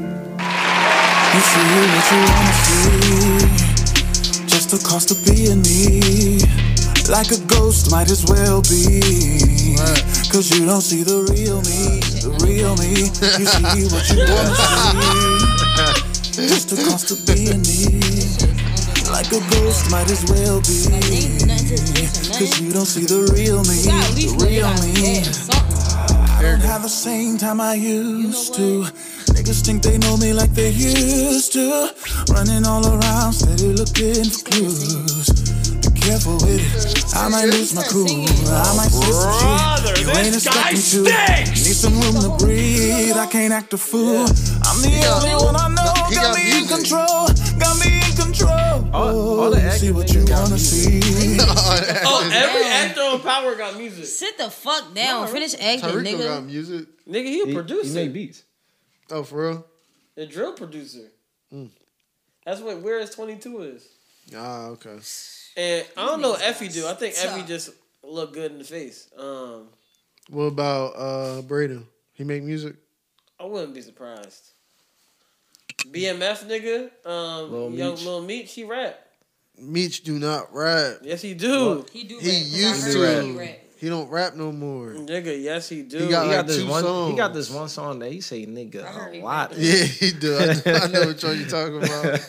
You feel what you wanna feel Just the cost of being me Like a ghost might as well be Cause you don't see the real me The real me You see what you <laughs> wanna see Just the cost of being me Like a ghost might as well be Cause you don't see the real me The real me I don't have the same time I used to. Niggas think they know me like they used to. Running all around, steady looking for clues. Be careful with it. I might lose my cool. I might say some shit. You ain't expecting to. Need some room to breathe. I can't act a fool. I'm the only one I know. Got me in control. Got me in control. Oh, all the You see what you wanna see. Oh, <laughs> every actor on Power got music. Sit the fuck down. Finish acting, Tyreek don't got nigga. music. Nigga, he a producer. He make beats. Oh, for real? A drill producer. That's what Where Is 22 is. Ah, okay. And I don't know Effie do. I think Effie just look good in the face. Um, What about uh Braden? He make music? I wouldn't be surprised. BMF nigga, um, Lil young Meech. Lil Meat, she rap. Meech do not rap. Yes, he do. He do. He used to. He, rap. he don't rap no more. Nigga, yes, he do. He got, he like got this one. Songs. He got this one song that he say nigga a lot. Yeah, <laughs> he do. I, I know what you're talking about. <laughs> <laughs>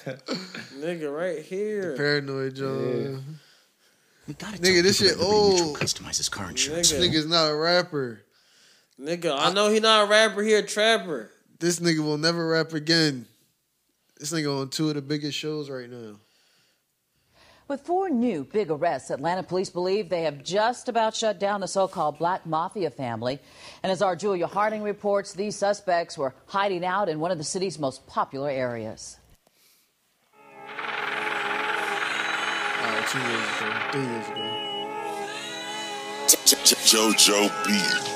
nigga, right here. The paranoid John. Yeah. We gotta nigga, this shit old. Customize his car insurance. Nigga. Nigga's not a rapper. Nigga, I know he not a rapper. He a trapper. This nigga will never rap again. This nigga on two of the biggest shows right now. <laughs> With four new big arrests, Atlanta police believe they have just about shut down the so called Black Mafia family. And as our Julia Harding reports, these suspects were hiding out in one of the city's most popular areas. Oh, Right, two years ago, three years ago. JoJo beat.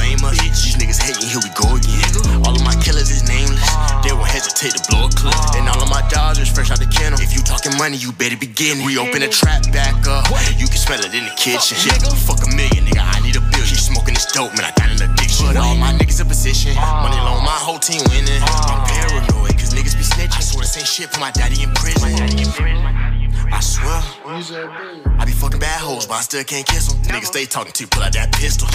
hating, here we go again. All of my killers is nameless. They won't hesitate to blow a clip. And all of my dodgers fresh out the kennel. If you talking money, you better begin. We open the trap back up. You can smell it in the kitchen. Yeah, fuck a million, nigga. I need a bill. Keep smoking this dope, man. I got an addiction. Put all my niggas in position. Money loan, my whole team winning. I'm paranoid, cause niggas be snitching. I swear the same shit for my daddy in prison. My daddy in prison. I swear. I be fucking bad hoes, but I still can't kiss them. Niggas stay talking to you, pull out that pistol.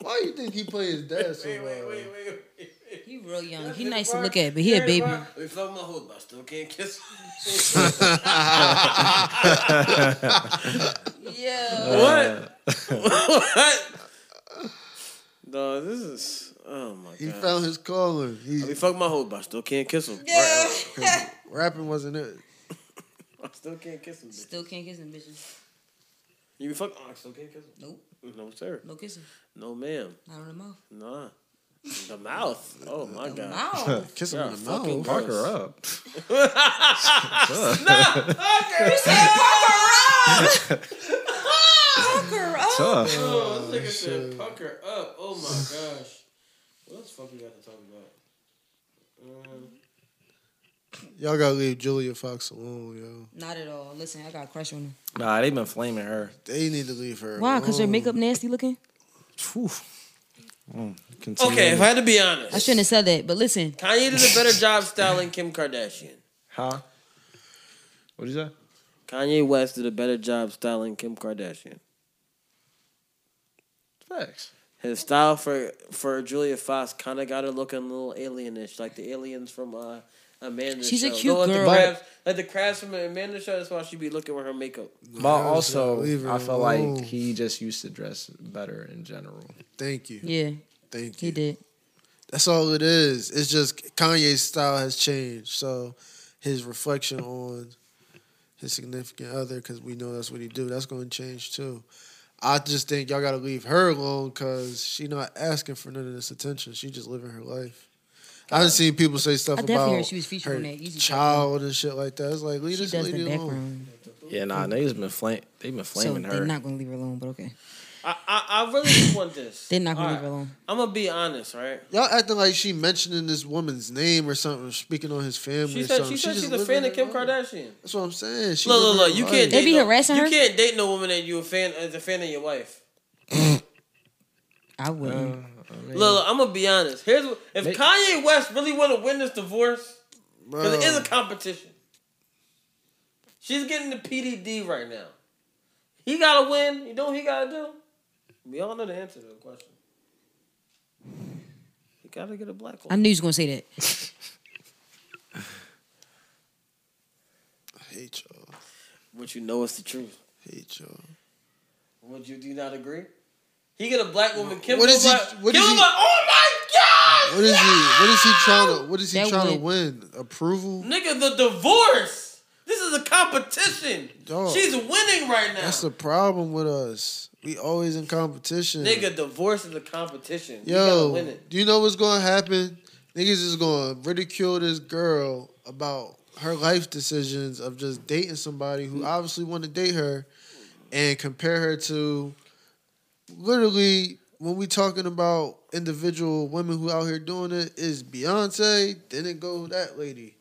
Why you think he play his dad so well? He real young. He nice to look at, but he a baby. We fuck my hoes, but I still can't <laughs> kiss yeah. What? <laughs> what? <laughs> No, this is. Oh my god. He found his calling. He I be fuck my hoes, but I still can't kiss him. Yeah. <laughs> Rapping wasn't it. I still can't kiss him. Bitches. Still can't kiss him, bitches. You be fuck. Oh, I still can't kiss him. Nope. No sir. No kissing. No ma'am. Not in the mouth. Nah. The mouth. Oh my The god. mouth. <laughs> Kiss him You're in the a fucking mouth. Fuck gross. her up. <laughs> Ah, Nah, <laughs> fucker. You said fuck her up. fuck her Ah, up. Tough. Oh, this nigga said pucker up. Oh my gosh. What else fuck we got to talk about? Um, Y'all gotta leave Julia Fox alone, yo. Not at all. Listen, I got a crush on him. Nah, they been flaming her. They need to leave her. Why? Because her alone. makeup nasty looking. Phew. Mm, continue. okay, if I had to be honest, I shouldn't have said that, but listen, Kanye did a better job styling Kim Kardashian. Huh? What is that? Kanye West did a better job styling Kim Kardashian. Facts. His style for for Julia Fox kind of got her looking a little alienish, like the aliens from uh, Amanda. She's a show. cute Like girl. The crabs, like the crabs from Amanda show. That's why she be looking with her makeup. But also, leave her I feel alone. like he just used to dress better in general. Thank you. yeah, Thank you. he did. That's all it is. It's just Kanye's style has changed. So his reflection on his significant other, because we know that's what he do. That's going to change too. I just think y'all got to leave her alone because she not asking for none of this attention. She just living her life. I've seen people say stuff I about definitely heard she was featured her on that Easy child and shit like that. It's like leave She this does lady the alone. background, Yeah, nah, they been flame. They been so flaming they're her. not gonna leave her alone. But okay, I I, I really just want this. they're not gonna leave her alone. I'm gonna be honest, right? Y'all acting like she mentioning this woman's name or something, or speaking on his family. She or said she something. said just she's a living fan of her Kim life. Kardashian. That's what I'm saying. She Look, look, living her look! You life. can't. They date be no- harassing her? You can't date no woman that you a fan as a fan of your wife. <laughs> I wouldn't. Uh, Look, look, I'm gonna be honest. Here's what, if Make- Kanye West really want to win this divorce, because it is a competition. She's getting the PDD right now. He gotta win. You know what he gotta do? We all know the answer to the question. He gotta get a black I one. knew you was gonna say that. I hate y'all. But you know it's the truth. Hate y'all. Would you do you not agree? He get a black woman. Kim What what is is he- black, what Kim is he- black- Oh my god! What is he? What is he trying to? What is he That trying would- to win? Approval? Nigga, the divorce. This is a competition. Dog. She's winning right now. That's the problem with us. We always in competition. Nigga, divorce is a competition. Yo, you gotta win yo, it. do you know what's gonna happen? Niggas is gonna ridicule this girl about her life decisions of just dating somebody who obviously want to date her, and compare her to literally when we talking about individual women who out here doing it is Beyonce. Then it go that lady.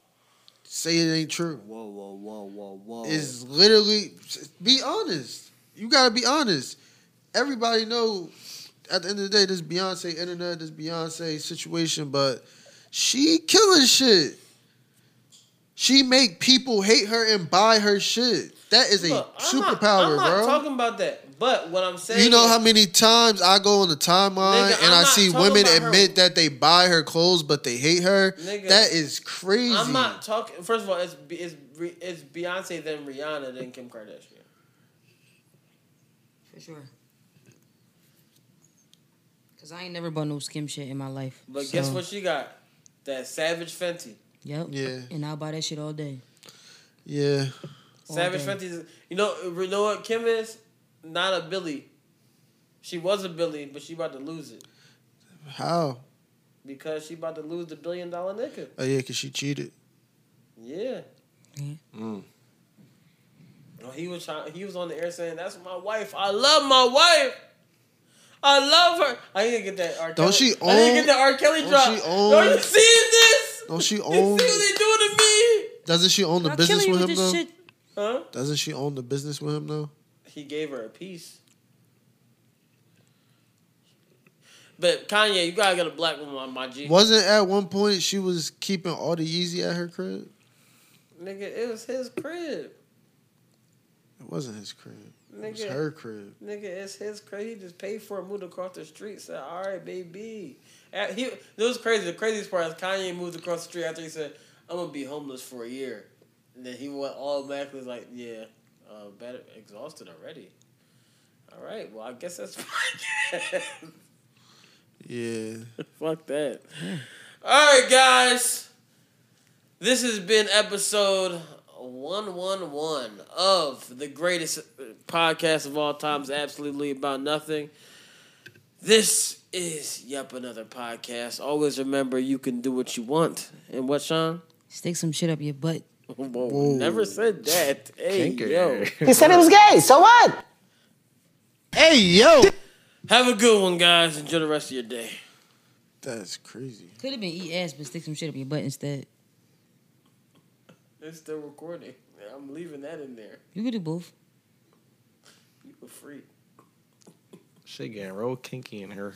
Say it ain't true. Whoa, whoa, whoa, whoa, whoa. is literally be honest. You gotta be honest. Everybody know at the end of the day, this Beyonce internet, this Beyonce situation, but she killing shit. She make people hate her and buy her shit. That is a Look, I'm not- superpower, I'm not bro. talking about that. But what I'm saying, You know is- how many times I go on the timeline Nigga, and I'm I not see talking women about her. admit that they buy her clothes but they hate her. Nigga, that is crazy. I'm not talking. First of all, it's Be- it's Re- it's Beyonce, then Rihanna, then Kim Kardashian. For sure. Cause I ain't never bought no skim shit in my life. But so- guess what she got? That Savage Fenty. Yep. Yeah. And I'll buy that shit all day. Yeah. Oh, All Savage day. Fenty. is- You know, you know what Kim is? Not a Billy. She was a Billy, but she about to lose it How? because she about to lose the billion dollar nigga. Oh yeah, cause she cheated. Yeah. Well, he was trying, he was on the air saying, "That's my wife. I love my wife. I love her. I need to get that R. Don't Kelly. she I need to own- get the R. Kelly don't drop. she own- Don't you see this? Don't she You own? see what they doing to me? Doesn't she own the I'll kill business you with with him this though? shit. Huh? Doesn't she own the business with him though? He gave her a piece. But Kanye, you gotta get a black woman on my G. Wasn't at one point she was keeping all the Yeezy at her crib? Nigga, it was his crib. It wasn't his crib. It was Nigga. her crib. Nigga, it's his crib. He just paid for it, moved across the street, said, All right, baby. And He, it was crazy. The craziest part is Kanye moved across the street after he said, I'm gonna be homeless for a year. And then he went automatically like, Yeah, uh, better exhausted already. All right, well, I guess that's <laughs> Yeah. <laughs> Fuck that. All right, guys. This has been episode 111 of the greatest podcast of all times, Absolutely About Nothing. This is, yep, another podcast. Always remember you can do what you want. And what, Sean? <laughs> Stick some shit up your butt. Whoa, never <laughs> said that. Hey, yo. He said it was gay, so what? Hey, yo. Have a good one, guys. Enjoy the rest of your day. That's crazy. Could have been eat ass, but stick some shit up your butt instead. It's still recording. I'm leaving that in there. You could do both. You a freak. Shit getting real kinky in here.